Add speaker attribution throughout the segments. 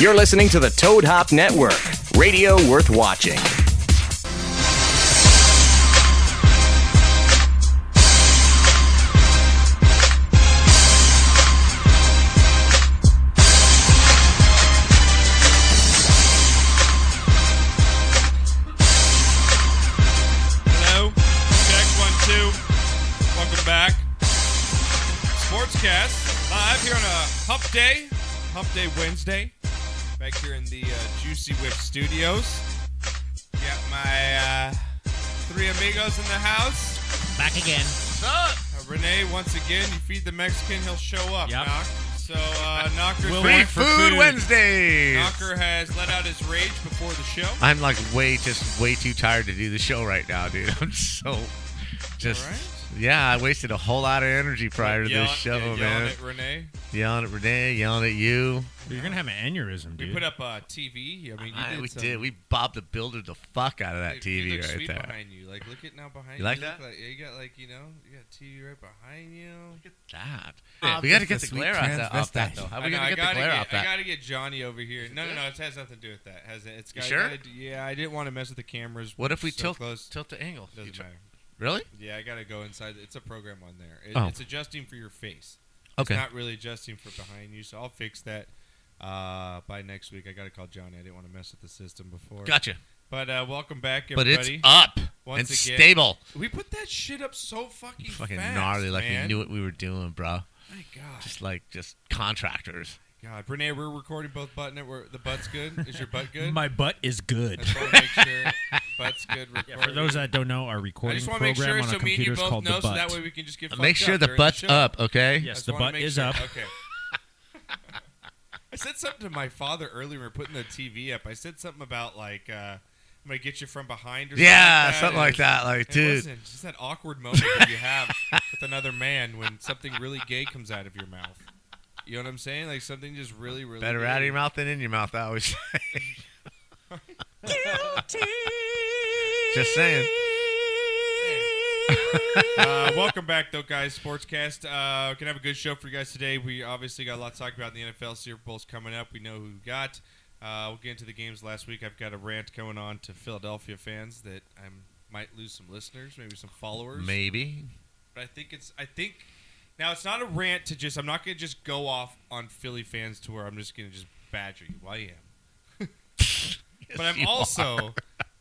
Speaker 1: You're listening to the Toad Hop Network, radio worth watching.
Speaker 2: Hello. Check one, two. Welcome back. Sportscast live here on a Hump Day, Hump Day Wednesday. Back here in the uh, Juicy Whip Studios. Got my uh, three amigos in the house.
Speaker 3: Back again.
Speaker 2: Uh, Renee, once again, you feed the Mexican, he'll show up.
Speaker 3: Yep.
Speaker 2: Knock. So uh, Knocker,
Speaker 3: We'll
Speaker 4: Free
Speaker 3: Free
Speaker 4: food,
Speaker 3: food.
Speaker 4: Wednesdays.
Speaker 2: Knocker has let out his rage before the show.
Speaker 4: I'm like way just way too tired to do the show right now, dude. I'm so just
Speaker 2: All right.
Speaker 4: yeah. I wasted a whole lot of energy prior to
Speaker 2: Yell-
Speaker 4: this show,
Speaker 2: yeah, yelling
Speaker 4: man.
Speaker 2: at Renee.
Speaker 4: yelling at Renee, yelling at you.
Speaker 3: You're gonna have an aneurysm,
Speaker 2: We
Speaker 3: dude.
Speaker 2: put up uh, TV. I mean, you
Speaker 4: I-
Speaker 2: did
Speaker 4: we
Speaker 2: some-
Speaker 4: did. We bobbed the builder the fuck out of that
Speaker 2: Dude, you
Speaker 4: TV
Speaker 2: look
Speaker 4: right
Speaker 2: sweet
Speaker 4: there.
Speaker 2: behind you. Like, look at now behind you.
Speaker 4: You like
Speaker 2: look
Speaker 4: that?
Speaker 2: Like, you got like you know, you got TV right behind you.
Speaker 4: That.
Speaker 3: Yeah.
Speaker 4: we got to
Speaker 3: The
Speaker 4: get the
Speaker 3: sweet
Speaker 4: glare off that, off that,
Speaker 3: transvestite.
Speaker 4: though. How
Speaker 2: I
Speaker 4: are we
Speaker 2: know,
Speaker 4: gonna
Speaker 2: I
Speaker 4: get the
Speaker 2: gotta
Speaker 4: glare
Speaker 2: get,
Speaker 4: off
Speaker 2: I
Speaker 4: that?
Speaker 2: gotta get Johnny over here. No, no, no. It has nothing to do with that. Has it? It's
Speaker 4: You
Speaker 2: got.
Speaker 4: sure?
Speaker 2: I- yeah, I didn't want to mess with the cameras.
Speaker 4: What if we
Speaker 2: so
Speaker 4: tilt
Speaker 2: Close.
Speaker 4: tilt the angle? You
Speaker 2: Doesn't
Speaker 4: tr-
Speaker 2: matter.
Speaker 4: Really?
Speaker 2: Yeah, I gotta go inside. It's a program on there. It,
Speaker 4: Oh.
Speaker 2: It's adjusting for your face.
Speaker 4: Okay.
Speaker 2: It's not really adjusting for behind you, so I'll fix that uh, by next week. I gotta call Johnny. I didn't want to mess with the system before.
Speaker 4: Gotcha.
Speaker 2: But uh, welcome back,
Speaker 4: But
Speaker 2: everybody.
Speaker 4: it's up and
Speaker 2: Once again-
Speaker 4: stable.
Speaker 2: We put that shit up so fucking
Speaker 4: Fucking
Speaker 2: fast,
Speaker 4: gnarly, like
Speaker 2: man.
Speaker 4: we knew what we were doing, bro.
Speaker 2: My God,
Speaker 4: Just like just contractors.
Speaker 2: God, Brene, we're recording both butt network. The butt's good. Is your butt good?
Speaker 3: My butt is
Speaker 2: I
Speaker 3: good.
Speaker 2: just want to make sure butt's good.
Speaker 3: Yeah,
Speaker 2: recording.
Speaker 3: for those that don't know, our
Speaker 2: I
Speaker 3: recording
Speaker 2: just want to
Speaker 3: program
Speaker 2: make sure
Speaker 3: on
Speaker 2: so
Speaker 3: our
Speaker 2: me and
Speaker 3: computer
Speaker 2: you
Speaker 3: is
Speaker 2: both
Speaker 3: called
Speaker 2: know,
Speaker 3: the
Speaker 2: so
Speaker 3: butt.
Speaker 2: that way we can just get.
Speaker 4: Make
Speaker 2: fucked
Speaker 4: sure
Speaker 2: up
Speaker 4: the
Speaker 2: during
Speaker 4: butt's
Speaker 2: show.
Speaker 4: up, okay?
Speaker 2: I
Speaker 3: yes,
Speaker 2: just
Speaker 3: the
Speaker 2: wanna
Speaker 3: butt
Speaker 2: make
Speaker 3: is
Speaker 2: sure-
Speaker 3: up.
Speaker 2: Okay. I said something to my father earlier. when We were putting the TV up. I said something about like. Uh, I'm gonna get you from behind or
Speaker 4: Yeah,
Speaker 2: something
Speaker 4: something like
Speaker 2: And-
Speaker 4: that. Like,
Speaker 2: and
Speaker 4: dude,
Speaker 2: listen, just that awkward moment that you have with another man when something really gay comes out of your mouth. You know what I'm saying? Like something just really, really
Speaker 4: better
Speaker 2: gay.
Speaker 4: out of your mouth than in your mouth. I always say. Just saying.
Speaker 2: uh, welcome back, though, guys. Sportscast. Uh, we're gonna have a good show for you guys today. We obviously got a lot to talk about in the NFL. Super Bowl's coming up. We know who we got. Uh, we'll get into the games last week. I've got a rant going on to Philadelphia fans that I might lose some listeners, maybe some followers.
Speaker 4: Maybe.
Speaker 2: But I think it's. I think now it's not a rant to just. I'm not gonna just go off on Philly fans to where I'm just gonna just badger you. Well, I am. But I'm also.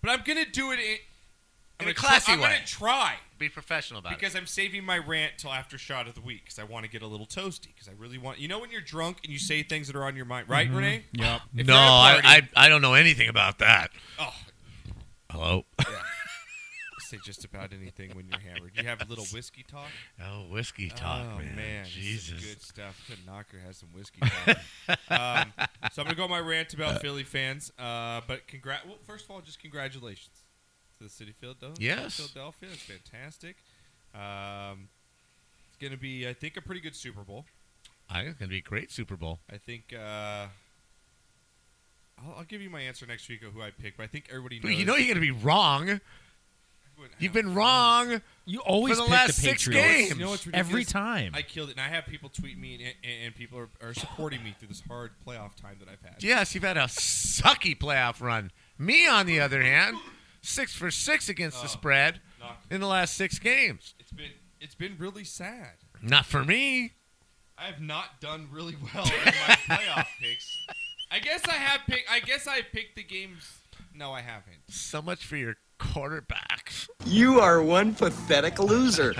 Speaker 2: But I'm gonna do it in, I'm
Speaker 4: In a
Speaker 2: gonna try-
Speaker 4: classy
Speaker 2: I'm
Speaker 4: way.
Speaker 2: gonna try.
Speaker 4: Be professional about
Speaker 2: Because I'm saving my rant till after shot of the week because I want to get a little toasty because I really want. You know when you're drunk and you say things that are on your mind, right,
Speaker 4: Mm-hmm.
Speaker 2: Renee?
Speaker 3: Yep.
Speaker 2: If
Speaker 4: No,
Speaker 2: you're at a
Speaker 4: I,
Speaker 2: party-
Speaker 4: I, I don't know anything about that.
Speaker 2: oh,
Speaker 4: Hello.
Speaker 2: I say just about anything when you're hammered. You have a little whiskey talk.
Speaker 4: Oh, whiskey talk,
Speaker 2: oh
Speaker 4: man.
Speaker 2: man, this is
Speaker 4: Jesus.
Speaker 2: good stuff. Good knocker has some whiskey talk. um, so I'm gonna go on my rant about Philly fans. Uh, but congrat. Well, first of all, just congratulations to the city of Philadelphia.
Speaker 4: Yes.
Speaker 2: Philadelphia, it's fantastic. Um, it's gonna be, I think, a pretty good Super Bowl.
Speaker 4: I think it's gonna be a great Super Bowl.
Speaker 2: I think uh, I'll, I'll give you my answer next week of who I pick, but I think everybody knows.
Speaker 4: But you know you're gonna be wrong.
Speaker 2: everyone- I
Speaker 4: You've
Speaker 2: know.
Speaker 4: been wrong.
Speaker 3: You always
Speaker 4: For the
Speaker 3: pick
Speaker 4: last
Speaker 3: the
Speaker 4: six
Speaker 3: Patriots.
Speaker 4: games.
Speaker 2: You know what's ridiculous?
Speaker 3: Every time.
Speaker 2: I killed it, and I have people tweet me, and, and, and people are, are supporting me through this hard playoff time that I've had.
Speaker 4: Yes, you've had a sucky playoff run. Me, on the other hand, six for six against
Speaker 2: Oh.
Speaker 4: the spread
Speaker 2: Knock.
Speaker 4: in the last six games.
Speaker 2: It's been it's been really sad.
Speaker 4: Not for me.
Speaker 2: I have not done really well in my playoff picks. I guess I have picked. I guess I picked the games. No, I haven't.
Speaker 4: So much for your quarterbacks.
Speaker 5: You are one pathetic loser.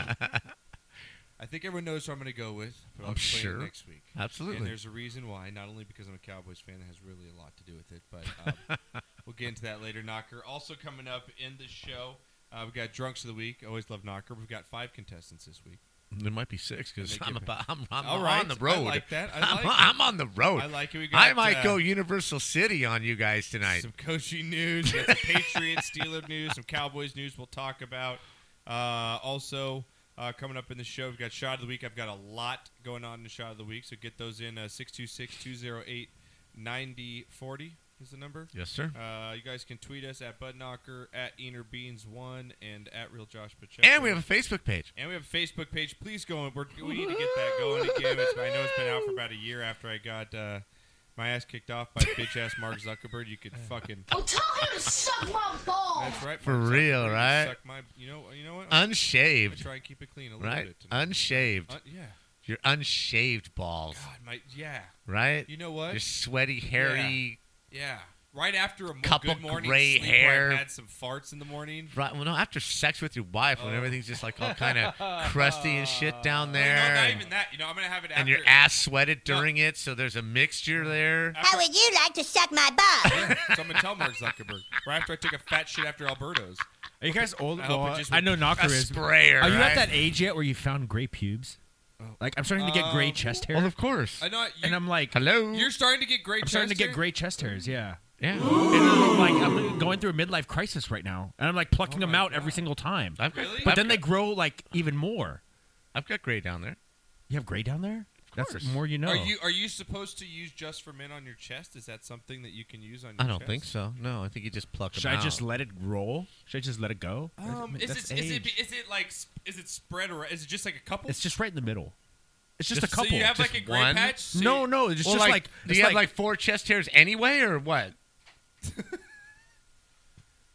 Speaker 2: I think everyone knows who I'm going to go with, but I'll
Speaker 4: I'm
Speaker 2: explain
Speaker 4: sure.
Speaker 2: it next week. And
Speaker 4: Absolutely.
Speaker 2: there's a reason why, not only because I'm a Cowboys fan, that has really a lot to do with it, but um, we'll get into that later, Knocker. Also, coming up in the show, uh, we've got Drunks of the Week. Always love Knocker. We've got five contestants this week.
Speaker 4: There might be six because
Speaker 2: Make
Speaker 4: I'm,
Speaker 2: it-
Speaker 4: about, I'm, I'm
Speaker 2: All right.
Speaker 4: on the
Speaker 2: I
Speaker 4: road.
Speaker 2: like that. I
Speaker 4: I'm,
Speaker 2: like
Speaker 4: I'm on the road.
Speaker 2: I like it. We got,
Speaker 4: I might
Speaker 2: uh,
Speaker 4: go Universal City on you guys tonight.
Speaker 2: Some coaching news, we got some Patriots, Steelers news, some Cowboys news we'll talk about. Uh, also, uh, coming up in the show, we've got Shot of the Week. I've got a lot going on in the Shot of the Week, so get those in. uh, 626 208 9040 is the number.
Speaker 4: Yes, sir.
Speaker 2: Uh, you guys can tweet us at Budknocker, at EanerBeans1, and at Real Josh Pacheco.
Speaker 4: And we have a Facebook page.
Speaker 2: And we have a Facebook page. Please go and we're, we need to get that going again. It's, I know it's been out for about a year after I got uh, my ass kicked off by bitch ass Mark Zuckerberg. You could fucking.
Speaker 6: Well, tell him to suck my balls.
Speaker 2: That's right.
Speaker 4: For
Speaker 2: Mark
Speaker 4: real,
Speaker 2: Zuckerberg, you
Speaker 4: right?
Speaker 2: Suck my, you know, you know what? I'm gonna
Speaker 4: Unshaved,
Speaker 2: try and keep it clean a little
Speaker 4: right?
Speaker 2: bit. tonight.
Speaker 4: Unshaved.
Speaker 2: Uh, yeah.
Speaker 4: Your unshaved balls,
Speaker 2: God, my yeah.
Speaker 4: right?
Speaker 2: You know what?
Speaker 4: Your sweaty, hairy.
Speaker 2: yeah. Right after a mo-
Speaker 4: Couple
Speaker 2: good morning
Speaker 4: gray
Speaker 2: sleep where
Speaker 4: hair.
Speaker 2: I had some farts in the morning.
Speaker 4: Right, well, no, after sex with your wife, when everything's just like all kind of crusty and shit down
Speaker 2: No,
Speaker 4: there,
Speaker 2: no, not
Speaker 4: and,
Speaker 2: even that. You know, I'm gonna have it after.
Speaker 4: and your ass sweated during it, so there's a mixture there.
Speaker 2: How
Speaker 7: would you like to suck my butt?
Speaker 2: Yeah, so I'm gonna tell Mark Zuckerberg right after I took a fat shit after Alberto's.
Speaker 3: Are you guys old?
Speaker 2: I hope it
Speaker 3: Well,
Speaker 2: just
Speaker 3: I know Knocker
Speaker 4: A
Speaker 3: is.
Speaker 4: sprayer.
Speaker 3: Are you
Speaker 4: right?
Speaker 3: at that age yet where you found gray pubes? Like I'm starting to get gray
Speaker 2: Oh. Um,
Speaker 3: chest
Speaker 4: Well,
Speaker 3: hair,
Speaker 4: of course.
Speaker 2: I know. You,
Speaker 3: and I'm like,
Speaker 4: Hello.
Speaker 2: you're starting to get great.
Speaker 3: I'm starting to
Speaker 2: chest
Speaker 3: get
Speaker 2: hair?
Speaker 3: gray chest hairs. Yeah.
Speaker 4: yeah.
Speaker 3: And I'm like, I'm going through a midlife crisis right now, and I'm like
Speaker 2: Oh
Speaker 3: plucking them out every single time.
Speaker 4: I've got,
Speaker 2: Really?
Speaker 3: But
Speaker 4: I've
Speaker 3: then they
Speaker 4: got,
Speaker 3: grow like even more.
Speaker 4: I've got gray down there.
Speaker 3: You have gray down there?
Speaker 4: course.
Speaker 3: That's more you know.
Speaker 2: Are you are you supposed to use just for men on your chest? Is that something that you can use on? your
Speaker 4: I don't
Speaker 2: chest?
Speaker 4: think so. No, I think you just pluck
Speaker 3: Should
Speaker 4: them
Speaker 3: I
Speaker 4: out.
Speaker 3: just let it roll? Should I just let it go?
Speaker 2: Um, is
Speaker 3: That's
Speaker 2: it, is it
Speaker 3: age.
Speaker 2: is it like sp- is it spread or is it just like a couple?
Speaker 3: It's just right in the middle. It's just, a
Speaker 2: so
Speaker 3: couple.
Speaker 2: you have
Speaker 4: just
Speaker 2: like a gray
Speaker 4: one?
Speaker 2: patch. So
Speaker 3: no,
Speaker 2: you-
Speaker 3: no, it's
Speaker 4: Well,
Speaker 3: just like,
Speaker 4: do
Speaker 3: it's
Speaker 4: you have
Speaker 3: like,
Speaker 4: like four chest hairs anyway, or what?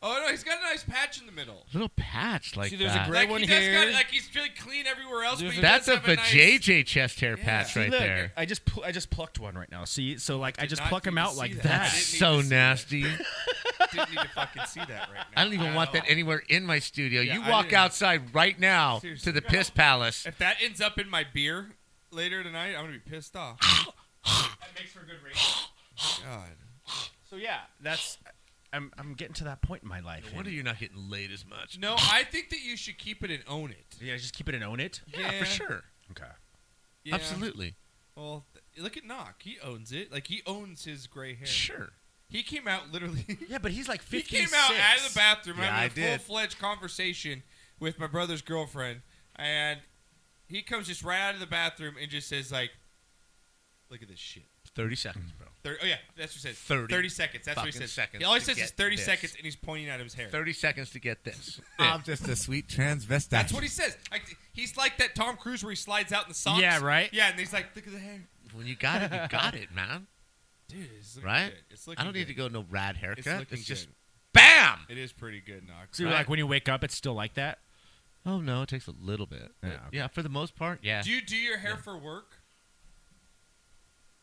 Speaker 2: Oh no, he's got a nice patch in the middle.
Speaker 4: Little patch like
Speaker 8: See, there's a
Speaker 4: that.
Speaker 8: gray-
Speaker 2: Like
Speaker 8: one
Speaker 2: he does got
Speaker 8: here.
Speaker 2: like he's really clean everywhere else. But he
Speaker 4: That's
Speaker 2: does
Speaker 4: a
Speaker 2: have a nice-
Speaker 4: vajayjay chest hair
Speaker 2: Yeah.
Speaker 4: patch
Speaker 2: See,
Speaker 4: right
Speaker 3: Look,
Speaker 4: there.
Speaker 3: I just pl- I just plucked one right now. See, so like I,
Speaker 2: did
Speaker 3: just
Speaker 2: not
Speaker 3: pluck
Speaker 2: need
Speaker 3: them
Speaker 2: to
Speaker 3: out
Speaker 2: see
Speaker 3: like
Speaker 2: that.
Speaker 3: that.
Speaker 4: That's
Speaker 2: I didn't need
Speaker 4: so
Speaker 2: to see that.
Speaker 4: nasty.
Speaker 2: Didn't need to fucking see that right now.
Speaker 4: I don't even
Speaker 2: at
Speaker 4: want that
Speaker 2: all.
Speaker 4: anywhere in my studio.
Speaker 2: Yeah,
Speaker 4: you
Speaker 2: I
Speaker 4: walk
Speaker 2: didn't-
Speaker 4: outside right now
Speaker 2: Seriously.
Speaker 4: to the Piss Palace.
Speaker 2: If that ends up in my beer later tonight, I'm gonna be pissed off. that makes for good radio. God.
Speaker 3: So yeah, that's I'm I'm getting to that point in my life.
Speaker 4: What are you not getting laid as much?
Speaker 2: No, I think that you should keep it and own it.
Speaker 3: Yeah, just keep it and own it.
Speaker 4: Yeah,
Speaker 2: Yeah.
Speaker 4: Uh, for sure.
Speaker 3: Okay.
Speaker 2: Yeah.
Speaker 4: Absolutely.
Speaker 2: Well, th- look at Knock. He owns it. Like he owns his gray hair.
Speaker 4: Sure.
Speaker 2: He came out literally.
Speaker 3: Yeah, but he's like
Speaker 2: he
Speaker 3: 56.
Speaker 2: came out out of the bathroom
Speaker 4: Yeah, I
Speaker 2: having a
Speaker 4: did.
Speaker 2: full fledged conversation with my brother's girlfriend, and he comes just right out of the bathroom and just says like, "Look at this shit."
Speaker 4: 30 seconds, bro.
Speaker 2: Thir- oh yeah, that's what he says.
Speaker 4: 30
Speaker 2: seconds. That's what he
Speaker 4: fucking
Speaker 2: says.
Speaker 4: seconds
Speaker 2: he always
Speaker 4: to
Speaker 2: says
Speaker 4: get
Speaker 2: it's thirty
Speaker 4: this.
Speaker 2: seconds, and he's pointing at his hair.
Speaker 4: 30 seconds to get this.
Speaker 9: I'm just a sweet transvestite.
Speaker 2: That's what he says. Like, he's like that Tom Cruise where he slides out in the socks.
Speaker 3: Yeah, right?
Speaker 2: Yeah, and he's like, "Look at the hair,
Speaker 4: when you got it, you got it, man.
Speaker 2: dude. It's looking
Speaker 4: Right?
Speaker 2: good. It's looking
Speaker 4: I don't need to go no rad haircut.
Speaker 2: It's
Speaker 4: It's,
Speaker 2: looking
Speaker 4: just
Speaker 2: good.
Speaker 4: bam.
Speaker 2: It is pretty good, Knox.
Speaker 3: So you're like when you wake up, it's still like that.
Speaker 4: Oh no, it takes a little bit.
Speaker 3: Yeah,
Speaker 4: Yeah,
Speaker 3: okay.
Speaker 4: yeah for the most part, yeah.
Speaker 2: Do you do your hair for work?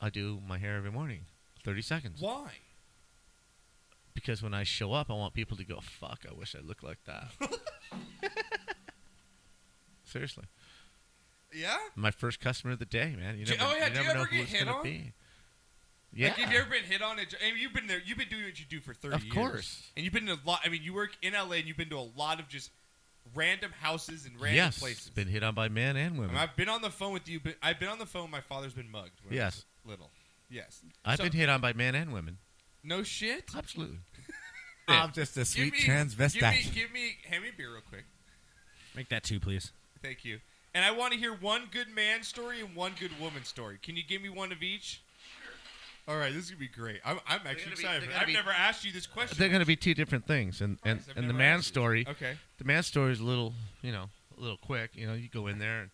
Speaker 4: I do my hair every morning, thirty seconds.
Speaker 2: Why?
Speaker 4: Because when I show up, I want people to go, "Fuck, I wish I looked like that." Seriously,
Speaker 2: Yeah.
Speaker 4: my first customer of the day, man. You
Speaker 2: Do-
Speaker 4: never,
Speaker 2: oh, yeah, do
Speaker 4: you
Speaker 2: you
Speaker 4: never know
Speaker 2: ever
Speaker 4: who
Speaker 2: get
Speaker 4: it's
Speaker 2: hit
Speaker 4: gonna
Speaker 2: on?
Speaker 4: be. Yeah,
Speaker 2: Like, have you ever been hit on? It, and you've been there. You've been doing what you do for thirty
Speaker 4: Of
Speaker 2: years.
Speaker 4: course.
Speaker 2: And you've been in a lot. I mean, you work in LA, and you've been to a lot of just random houses and random
Speaker 4: yes,
Speaker 2: places.
Speaker 4: been hit on by men and
Speaker 2: I
Speaker 4: women.
Speaker 2: mean, I've been on the phone with you. But I've been on the phone. My father's been mugged. When I was
Speaker 4: Yes.
Speaker 2: little. Yes.
Speaker 4: I've
Speaker 2: So-
Speaker 4: been hit on by men and women.
Speaker 2: No shit.
Speaker 4: Absolutely.
Speaker 9: I'm just a sweet
Speaker 2: Give me,
Speaker 9: transvestite.
Speaker 2: give me, hand me a beer real quick.
Speaker 3: Make that two, please.
Speaker 2: Thank you. And I want to hear one good man story and one good woman story. Can you give me one of each? All right, this is gonna be great. I'm, I'm actually
Speaker 4: gonna be-
Speaker 2: excited.
Speaker 4: they're
Speaker 2: for it.
Speaker 4: gonna
Speaker 2: I've
Speaker 4: be-
Speaker 2: never asked you this question.
Speaker 4: They're going to be two different things, and and,
Speaker 2: I've
Speaker 4: and the
Speaker 2: never
Speaker 4: man
Speaker 2: asked you.
Speaker 4: story.
Speaker 2: okay.
Speaker 4: The man story is a little, you know, a little quick. You know, you go in there, and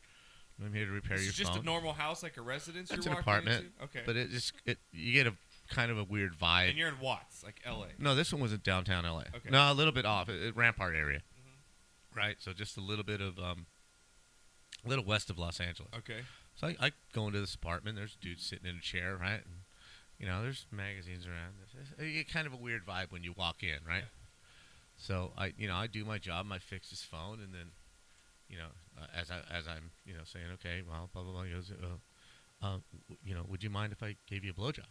Speaker 4: I'm here to repair
Speaker 2: This
Speaker 4: your
Speaker 2: is just
Speaker 4: phone.
Speaker 2: a normal house, like a residence.
Speaker 4: it's
Speaker 2: you're
Speaker 4: an
Speaker 2: walking
Speaker 4: apartment,
Speaker 2: Into? Okay.
Speaker 4: but it just it you get a kind of a weird
Speaker 2: and
Speaker 4: vibe.
Speaker 2: you're in Watts, like L.A.
Speaker 4: No, this one was in downtown LA.
Speaker 2: Okay. Mm-hmm.
Speaker 4: No, a little bit off, uh, Rampart area, right? So just a little bit of um, a little west of Los Angeles.
Speaker 2: Okay.
Speaker 4: So I, I go into this apartment. There's a dude sitting in a chair, right? And, you know, there's magazines around. This is- You get kind of a weird vibe when you walk in, right? So I, you know, I do my job. I fix his phone, and then, you know, uh, as I as I'm, you know, saying, okay, well, blah blah blah. He goes, uh, um, w- you know, would you mind if I gave you a blowjob?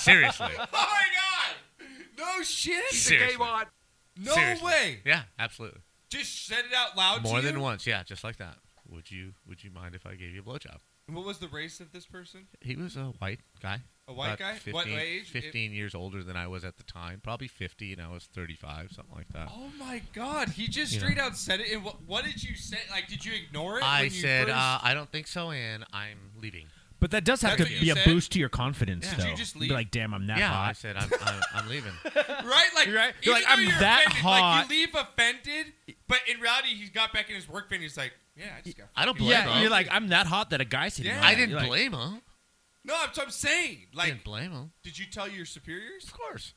Speaker 4: Seriously,
Speaker 2: Oh my God! No shit.
Speaker 4: Seriously.
Speaker 2: No
Speaker 4: Seriously.
Speaker 2: way.
Speaker 4: yeah, absolutely.
Speaker 2: Just said it out loud. to
Speaker 4: More than
Speaker 2: you?
Speaker 4: once, yeah, just like that. Would you Would you mind if I gave you a blowjob?
Speaker 2: What was the race of this person?
Speaker 4: He was a white guy.
Speaker 2: A white
Speaker 4: about
Speaker 2: guy.
Speaker 4: 15,
Speaker 2: what age? It-
Speaker 4: 15 years older than I was at the time. Probably 50, and I was 35, something like that.
Speaker 2: Oh my God! He just
Speaker 4: You know.
Speaker 2: straight out said it. And what, what did you say? Like, did you ignore it?
Speaker 4: I
Speaker 2: when you
Speaker 4: said,
Speaker 2: first-
Speaker 4: uh, I don't think so, and I'm leaving.
Speaker 3: But that does have
Speaker 2: That's
Speaker 3: to
Speaker 2: what
Speaker 3: be
Speaker 2: you
Speaker 3: a
Speaker 2: said?
Speaker 3: boost to your confidence,
Speaker 4: Yeah.
Speaker 3: though.
Speaker 2: Did you just
Speaker 3: Be
Speaker 2: leave?
Speaker 3: like, damn, I'm that
Speaker 4: yeah, I
Speaker 3: hot.
Speaker 4: said, I'm, I'm, I'm leaving.
Speaker 2: right? Like,
Speaker 3: You're right. You're
Speaker 2: even
Speaker 3: like, I'm
Speaker 2: though you're
Speaker 3: that
Speaker 2: offended,
Speaker 3: hot.
Speaker 2: Like, you leave offended, but in reality, he's got back in his work van. He's like, yeah, I just got.
Speaker 4: I don't blame
Speaker 3: yeah,
Speaker 4: him.
Speaker 3: you're like, I'm that hot that a guy sitting.
Speaker 2: Yeah.
Speaker 3: on
Speaker 4: I
Speaker 3: that."
Speaker 4: didn't
Speaker 3: You're like,
Speaker 4: blame him.
Speaker 2: No, I'm, I'm saying. Like,
Speaker 4: Didn't blame him.
Speaker 2: did you tell your superiors?
Speaker 4: Of course.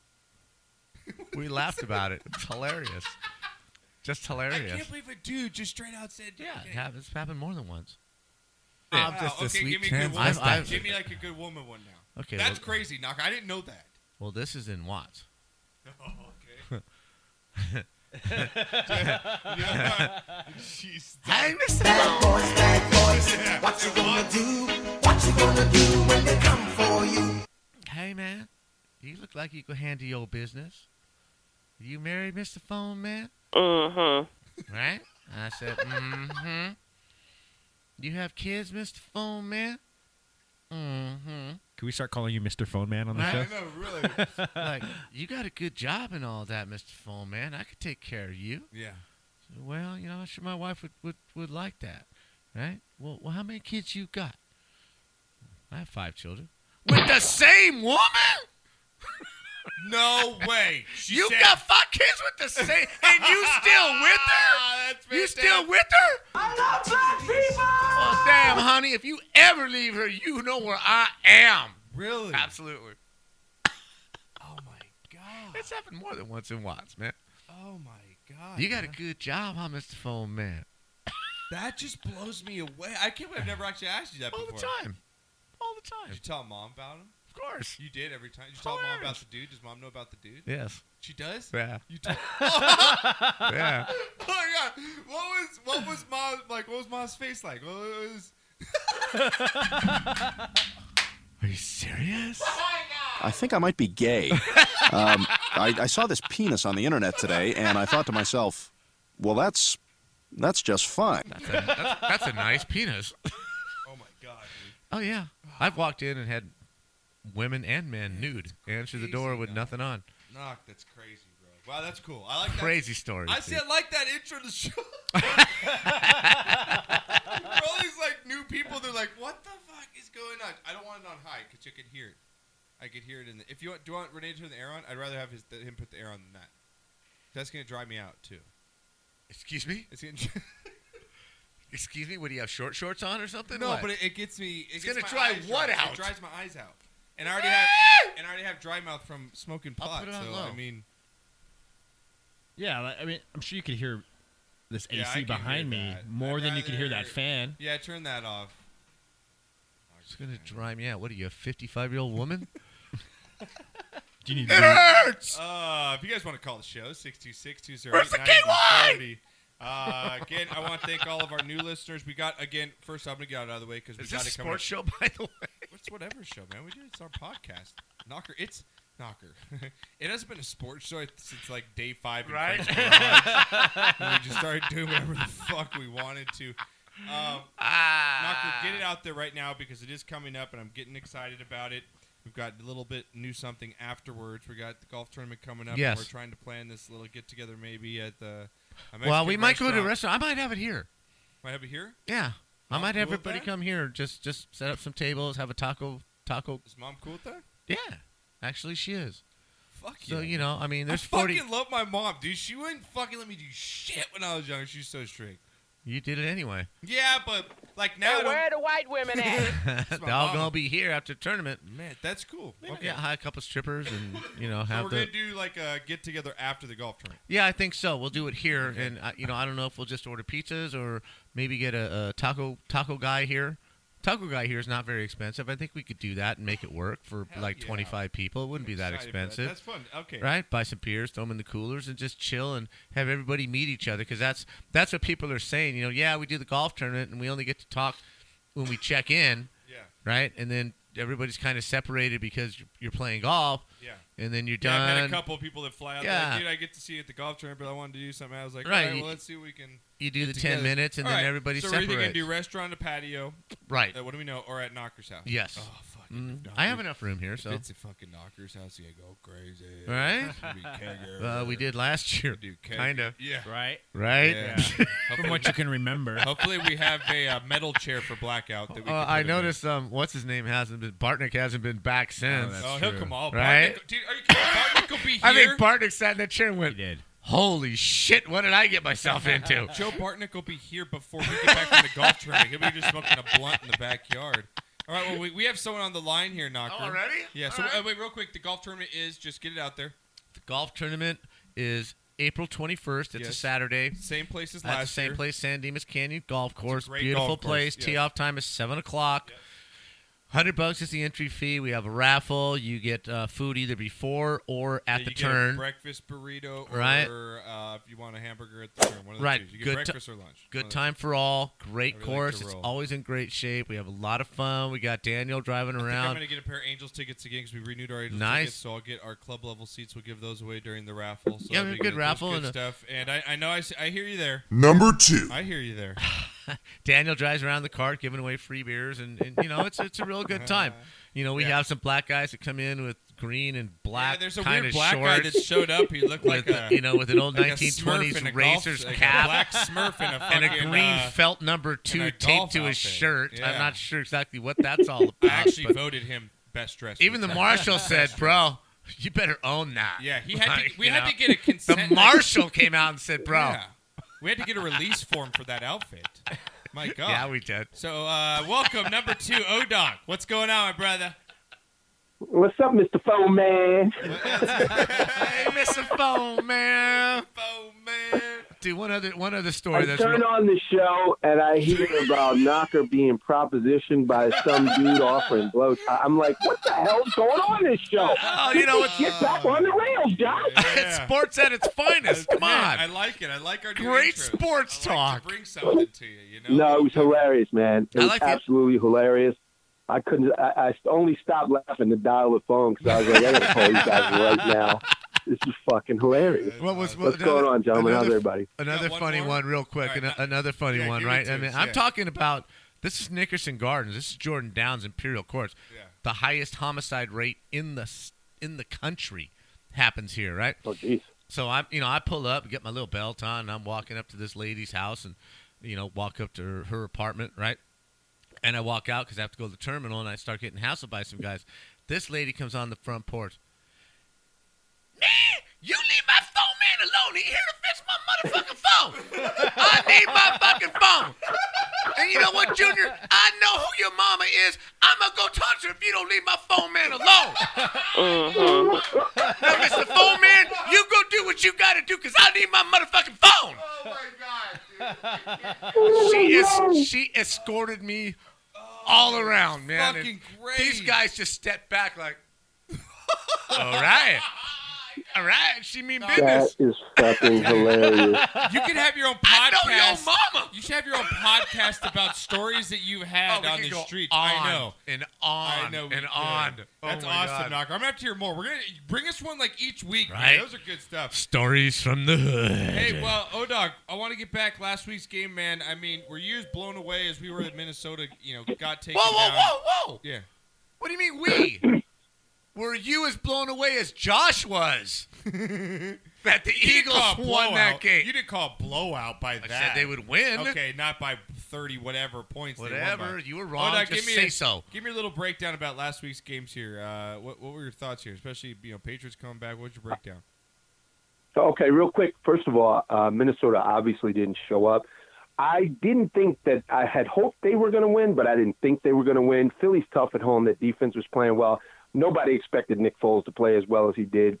Speaker 4: we laughed about it. It's hilarious. Just
Speaker 2: I
Speaker 4: hilarious.
Speaker 2: can't believe a dude just straight out said,
Speaker 4: yeah, it
Speaker 2: okay.
Speaker 4: happened, it's happened more than once.
Speaker 9: I'm
Speaker 2: Wow,
Speaker 9: just a
Speaker 2: okay,
Speaker 9: sweet
Speaker 2: give me a good woman.
Speaker 9: transvestite.
Speaker 4: I've-
Speaker 2: give me like a good woman one now.
Speaker 4: Okay,
Speaker 2: that's
Speaker 4: well-
Speaker 2: crazy, Knock. I didn't know that.
Speaker 4: Well, this is in Watts.
Speaker 2: Oh, okay. Yeah. Jeez.
Speaker 4: Hey, Mr.
Speaker 2: Yeah.
Speaker 4: Hey, man. You look like you could handle your business. You married Mr. Phone Man? Mm-hmm. Right? I said, mm-hmm. You have kids, Mr. Phone Man? Mm-hmm.
Speaker 3: Can we start calling you Mr. Phone Man on the
Speaker 4: Right.
Speaker 3: show?
Speaker 2: I know, really.
Speaker 4: Like, you got a good job and all that, Mr. Phone Man. I could take care of you.
Speaker 2: Yeah.
Speaker 4: Well, you know, I'm sure my wife would, would, would like that, right? Well, well, how many kids you got? I have five children. With the same woman?
Speaker 2: No way. She
Speaker 4: you
Speaker 2: said-
Speaker 4: got five kids with the same, and you still with her?
Speaker 2: Ah, that's
Speaker 4: You
Speaker 2: fantastic.
Speaker 4: still with her? I love black people. Well, damn, honey, if you ever leave her, you know where I am.
Speaker 2: really?
Speaker 4: Absolutely,
Speaker 2: Oh my god.
Speaker 4: that's happened more than once in Watts, man.
Speaker 2: Oh my god.
Speaker 4: You got a good job, huh, Mister Phone Man?
Speaker 2: that just blows me away. I can't believe I've never actually asked you that
Speaker 4: All the
Speaker 2: before.
Speaker 4: time, all the
Speaker 2: Did
Speaker 4: time.
Speaker 2: you tell mom about him?
Speaker 4: Of course.
Speaker 2: You did every time. Did you tell mom about the dude? Does mom know about the dude?
Speaker 4: Yes.
Speaker 2: She does.
Speaker 4: Yeah.
Speaker 2: You told.
Speaker 4: Yeah.
Speaker 2: Oh my god. What was what was mom like? What was mom's face like? What was
Speaker 4: Are you serious?
Speaker 2: Oh
Speaker 8: I think I might be gay. um, I, I saw this penis on the internet today, and I thought to myself, well, that's that's just fun.
Speaker 4: That's a nice penis.
Speaker 2: Oh my god. dude.
Speaker 4: Oh yeah, I've walked in and had women and men nude answer the door with nothing on.
Speaker 2: Knock. That's crazy, bro. Wow, that's cool. I like that.
Speaker 4: Crazy story.
Speaker 2: I
Speaker 4: dude.
Speaker 2: said like that intro to the show. For all these like new people, they're like, "What the fuck is going on?" I don't want it on high because you can hear it. I could hear it in the. If you want, do you want Renee to turn the air on? I'd rather have his, him put the air on than that. That's gonna drive me out too.
Speaker 4: "Excuse me,
Speaker 2: It's gonna.
Speaker 4: excuse me, would he have short shorts on or something?"
Speaker 2: No,
Speaker 4: What?
Speaker 2: but it, it gets me. It
Speaker 4: It's
Speaker 2: gets
Speaker 4: gonna
Speaker 2: my
Speaker 4: dry
Speaker 2: eyes
Speaker 4: what
Speaker 2: dry.
Speaker 4: out? Ah!
Speaker 2: It dries my eyes out, and I already have and I already have dry mouth from smoking
Speaker 4: I'll
Speaker 2: pot.
Speaker 4: put it on
Speaker 2: so
Speaker 4: low.
Speaker 2: I mean,
Speaker 3: Yeah, like, I mean, I'm sure you could hear this
Speaker 2: Yeah, I
Speaker 3: AC
Speaker 2: can
Speaker 3: behind
Speaker 2: hear
Speaker 3: me
Speaker 2: that.
Speaker 3: more
Speaker 2: I'd
Speaker 3: than you could hear that
Speaker 2: rather-
Speaker 3: fan.
Speaker 2: yeah, turn that off.
Speaker 4: it's gonna dry me out. What are you, a fifty-five-year-old woman?
Speaker 3: Do you need?
Speaker 4: hurts.
Speaker 2: Uh, if you guys want to call the show, 626
Speaker 4: Where's the key line?
Speaker 2: uh, again, I want to thank all of our new listeners. We got again. First, I'm gonna get it out of the way because we
Speaker 4: Is this
Speaker 2: got
Speaker 4: a
Speaker 2: it coming.
Speaker 4: sports show, by the way?
Speaker 2: It's whatever show, man. We do it's our podcast. Knocker, it's Knocker. it hasn't been a sports show since like day five, in
Speaker 4: Right.
Speaker 2: freshman college, when we just started doing whatever the fuck we wanted to. Um, Knocker,
Speaker 4: Ah,
Speaker 2: get it out there right now because it is coming up, and I'm getting excited about it. We've got a little bit new something afterwards. We got the golf tournament coming up. and
Speaker 4: Yes.
Speaker 2: we're trying to plan this little get together maybe at the. uh, a
Speaker 4: Well,
Speaker 2: Mexican
Speaker 4: we might go to a
Speaker 2: restaurant.
Speaker 4: restaurant. Oh, I might have it here.
Speaker 2: Might have it here.
Speaker 4: Yeah, I
Speaker 2: Mom
Speaker 4: might have
Speaker 2: cool with
Speaker 4: everybody
Speaker 2: that?
Speaker 4: come here. Just just set up some tables, have a taco taco.
Speaker 2: Is mom cool with that?
Speaker 4: Yeah, actually, she is.
Speaker 2: Fuck you.
Speaker 4: So you know, I mean, there's
Speaker 2: I
Speaker 4: forty.
Speaker 2: fucking love my mom, dude. She wouldn't fucking let me do shit when I was younger. She's so strict.
Speaker 4: You did it anyway.
Speaker 2: Yeah, but like now, I don't-
Speaker 10: Where the white women at?
Speaker 4: They're
Speaker 2: my
Speaker 4: all
Speaker 2: mama.
Speaker 4: gonna be here after tournament.
Speaker 2: man, that's cool.
Speaker 4: Maybe
Speaker 2: Okay.
Speaker 4: yeah, hire a couple strippers and you know
Speaker 2: So
Speaker 4: have
Speaker 2: we're
Speaker 4: the.
Speaker 2: gonna do like a get together after the golf tournament.
Speaker 4: yeah, I think so. We'll do it here, and I, you know I don't know if we'll just order pizzas or maybe get a, a taco taco guy here. Taco guy here is not very expensive. I think we could do that and make it work for
Speaker 2: Hell
Speaker 4: like
Speaker 2: yeah.
Speaker 4: 25 people. It wouldn't be that
Speaker 2: Excited for
Speaker 4: expensive.
Speaker 2: That's fun. Okay.
Speaker 4: right? Buy some beers, throw them in the coolers, and just chill and have everybody meet each other because that's that's what people are saying. You know, yeah, we do the golf tournament and we only get to talk when we check in,
Speaker 2: Yeah.
Speaker 4: right? And then everybody's kind of separated because you're- you're playing golf,
Speaker 2: Yeah.
Speaker 4: and then you're
Speaker 2: Yeah,
Speaker 4: done.
Speaker 2: I've had a couple of people that fly out. Yeah.
Speaker 4: Yeah.
Speaker 2: Like, Dude, I get to see you at the golf tournament, but I wanted to do something. I was like,
Speaker 4: Right,
Speaker 2: all right,
Speaker 4: you-
Speaker 2: well, let's see what we can.
Speaker 4: you do the
Speaker 2: get
Speaker 4: 10
Speaker 2: together."
Speaker 4: minutes, and
Speaker 2: All
Speaker 4: then
Speaker 2: right,
Speaker 4: everybody
Speaker 2: so
Speaker 4: separates.
Speaker 2: we're either going to do restaurant, a patio,
Speaker 4: right.
Speaker 2: uh, what do we know, or at Knocker's house.
Speaker 4: Yes.
Speaker 2: Oh, fuck.
Speaker 4: Mm,
Speaker 2: Knocker.
Speaker 4: I have enough room here,
Speaker 2: If
Speaker 4: so.
Speaker 2: it's a fucking Knocker's house, you go crazy.
Speaker 4: Right?
Speaker 2: It's gonna be keg
Speaker 4: Uh,
Speaker 2: everywhere.
Speaker 4: we did last year.
Speaker 2: do keg.
Speaker 4: Kind of.
Speaker 2: Yeah.
Speaker 3: Right.
Speaker 4: Right?
Speaker 2: Yeah.
Speaker 3: From what you can remember.
Speaker 2: Hopefully, we have a uh, metal chair for blackout. That we
Speaker 4: Uh,
Speaker 2: can
Speaker 4: I
Speaker 2: put him in.
Speaker 4: noticed um, what's his name hasn't been Bartnick hasn't been back since.
Speaker 3: that's-
Speaker 2: Oh, he'll come all
Speaker 4: Right?
Speaker 2: Bartnick- Dude, are you kidding? Bartnick will be here.
Speaker 4: I think Bartnick sat in that chair and
Speaker 3: He
Speaker 4: went,
Speaker 3: did.
Speaker 4: Holy shit, what did I get myself into?
Speaker 2: Joe Bartnick will be here before we get back from the golf tournament. He'll be just smoking a blunt in the backyard. All right, well, we, we have someone on the line here, Knocker.
Speaker 4: Already?
Speaker 2: Yeah,
Speaker 4: All
Speaker 2: so
Speaker 4: right.
Speaker 2: uh, wait, real quick. The golf tournament is, just get it out there,
Speaker 4: The golf tournament is April 21st. It's a
Speaker 2: Yes.
Speaker 4: Saturday.
Speaker 2: same place as
Speaker 4: At the
Speaker 2: last
Speaker 4: same
Speaker 2: year.
Speaker 4: place, San Dimas Canyon Golf Course.
Speaker 2: great
Speaker 4: Beautiful
Speaker 2: golf course,
Speaker 4: place.
Speaker 2: yeah.
Speaker 4: Tee off time is seven o'clock. Hundred bucks is the entry fee. We have a raffle. You get uh, food either before or
Speaker 2: Yeah,
Speaker 4: at
Speaker 2: you
Speaker 4: the
Speaker 2: get a
Speaker 4: turn.
Speaker 2: breakfast burrito,
Speaker 4: Right.
Speaker 2: or uh, if you want a hamburger at the turn, one of the
Speaker 4: Right,
Speaker 2: two. You get
Speaker 4: good ti-
Speaker 2: breakfast or lunch. One
Speaker 4: Good
Speaker 2: of the
Speaker 4: time for all. Great
Speaker 2: I really like
Speaker 4: course.
Speaker 2: to
Speaker 4: it's
Speaker 2: roll.
Speaker 4: always in great shape. We have a lot of fun. We got Daniel
Speaker 2: two.
Speaker 4: driving
Speaker 2: I think I'm
Speaker 4: around.
Speaker 2: going to get a pair of Angels tickets again because we renewed our Angels
Speaker 4: Nice.
Speaker 2: tickets, so I'll get our club level seats. We'll give those away during the raffle. So
Speaker 4: Yeah,
Speaker 2: I'll
Speaker 4: we
Speaker 2: be
Speaker 4: have a
Speaker 2: gonna- there's
Speaker 4: good raffle
Speaker 2: good
Speaker 4: and a-
Speaker 2: stuff. And I, I know I, s- I hear you there.
Speaker 10: Number two.
Speaker 2: I hear you there.
Speaker 4: Daniel drives around the cart giving away free beers, and, and you know it's it's a real good time. You know we
Speaker 2: Yeah.
Speaker 4: have some black guys that come in with green and black.
Speaker 2: yeah, there's a
Speaker 4: kind
Speaker 2: weird
Speaker 4: of
Speaker 2: black guy
Speaker 4: shorts.
Speaker 2: that showed up. He looked like
Speaker 4: with
Speaker 2: a
Speaker 4: you know with an old
Speaker 2: like a Smurf
Speaker 4: 1920s
Speaker 2: in a golf-
Speaker 4: racer's
Speaker 2: like a
Speaker 4: cap
Speaker 2: black Smurf in a
Speaker 4: and a
Speaker 2: fucking,
Speaker 4: green
Speaker 2: uh,
Speaker 4: felt number two
Speaker 2: a
Speaker 4: taped
Speaker 2: golf
Speaker 4: to his
Speaker 2: outfit.
Speaker 4: shirt.
Speaker 2: Yeah.
Speaker 4: I'm not sure exactly what that's all
Speaker 2: I
Speaker 4: about.
Speaker 2: actually
Speaker 4: but
Speaker 2: voted him best dressed.
Speaker 4: even the
Speaker 2: Like,
Speaker 4: marshal said, "Bro, you better own that."
Speaker 2: Yeah, he had.
Speaker 4: Like,
Speaker 2: to, we
Speaker 4: you
Speaker 2: had
Speaker 4: know.
Speaker 2: to get a consent.
Speaker 4: The
Speaker 2: like,
Speaker 4: marshal came out and said, "Bro."
Speaker 2: Yeah. We had to get a release form for that outfit. My God.
Speaker 4: Yeah, we did.
Speaker 2: so, uh, welcome, number two, Odoc. What's going on, my brother?
Speaker 5: What's up, Mr. Phone Man?
Speaker 4: Hey, Mr. Phone Man.
Speaker 2: Oh, man.
Speaker 4: Dude, one other one other
Speaker 10: I
Speaker 4: story that's
Speaker 10: turn
Speaker 4: real-
Speaker 10: on the show and I hear about Knocker being propositioned by some dude offering blow. I'm like, what the hell's going on in this show?
Speaker 4: Oh, you know what?
Speaker 10: Get back on the rails, Doc.
Speaker 4: It's sports at its finest. Come
Speaker 2: Man, I
Speaker 4: on.
Speaker 2: like it. I like our new
Speaker 4: Great
Speaker 2: intros.
Speaker 4: sports
Speaker 2: I like
Speaker 4: talk.
Speaker 2: To bring something to you, you know.
Speaker 10: No, it was hilarious, man. It
Speaker 4: I
Speaker 10: was
Speaker 4: like the-
Speaker 10: absolutely hilarious. I couldn't. I, I only stopped laughing to dial the phone because I was like, I gotta call you guys right now. This is fucking hilarious.
Speaker 4: What was what,
Speaker 10: What's going on, gentlemen? How's
Speaker 4: another-
Speaker 10: everybody?
Speaker 4: Another
Speaker 2: Yeah, one
Speaker 4: funny
Speaker 2: more.
Speaker 4: one, real quick.
Speaker 2: All right,
Speaker 4: An-
Speaker 2: uh,
Speaker 4: another funny
Speaker 2: yeah,
Speaker 4: one,
Speaker 2: give it
Speaker 4: right?
Speaker 2: to
Speaker 4: I mean,
Speaker 2: us,
Speaker 4: I'm
Speaker 2: yeah.
Speaker 4: talking about this is Nickerson Gardens. This is Jordan Downs Imperial Courts.
Speaker 2: Yeah.
Speaker 4: The highest homicide rate in the s- in the country happens here, right?
Speaker 10: Oh, jeez.
Speaker 4: So I, you know, I pull up, get my little belt on, and I'm walking up to this lady's house, and you know, walk up to her, her apartment, right? And I walk out because I have to go to the terminal, and I start getting hassled by some guys. This lady comes on the front porch. Man, you leave my phone man alone. He here to fix my motherfucking phone. I need my fucking phone. And you know what, Junior? I know who your mama is. I'm gonna go touch her if you don't leave my phone man alone. Now, Mr. Phone Man, you go do what you gotta do, cause I need my motherfucking phone. Oh my god, she is she escorted me all around, man. and
Speaker 2: fucking great.
Speaker 4: These guys just stepped back like, all right, all right. She mean
Speaker 10: That
Speaker 4: business.
Speaker 10: is fucking hilarious.
Speaker 2: You can have your own
Speaker 4: I know
Speaker 2: podcast.
Speaker 4: your mama.
Speaker 2: You should have your own podcast about stories that you've had
Speaker 4: Oh, we
Speaker 2: on
Speaker 4: could
Speaker 2: the
Speaker 4: go
Speaker 2: street.
Speaker 4: On
Speaker 2: I know.
Speaker 4: and on
Speaker 2: I know we
Speaker 4: and
Speaker 2: could.
Speaker 4: on.
Speaker 2: That's
Speaker 4: Oh my
Speaker 2: awesome,
Speaker 4: God.
Speaker 2: Knocker. I'm gonna have to hear more. We're gonna bring us one like each week. man.
Speaker 4: Right.
Speaker 2: Those are good stuff.
Speaker 4: Stories from the hood.
Speaker 2: Hey, well, Odog, I want to get back last week's game, man. I mean, were you as blown away as we were that Minnesota, you know, got taken
Speaker 4: Whoa, whoa,
Speaker 2: down?
Speaker 4: whoa, whoa!
Speaker 2: Yeah.
Speaker 4: What do you mean we? Were you as blown away as Josh was that the
Speaker 2: You didn't
Speaker 4: Eagles
Speaker 2: call a
Speaker 4: won
Speaker 2: blowout.
Speaker 4: that game?
Speaker 2: You didn't call a blowout by
Speaker 4: I
Speaker 2: that.
Speaker 4: said they would win.
Speaker 2: Okay, not by 30 whatever points. They won
Speaker 4: Whatever.
Speaker 2: by.
Speaker 4: You were wrong.
Speaker 2: Odog,
Speaker 4: Just
Speaker 2: give me
Speaker 4: say
Speaker 2: a,
Speaker 4: so.
Speaker 2: Give me a little breakdown about last week's games here. Uh, what, what were your thoughts here, especially you know Patriots coming back? What's your breakdown?
Speaker 10: So, okay, real quick. First of all, uh, Minnesota obviously didn't show up. I didn't think that I had hoped they were going to win, but I didn't think they were going to win. Philly's tough at home. That defense was playing well. Nobody expected Nick Foles to play as well as he did.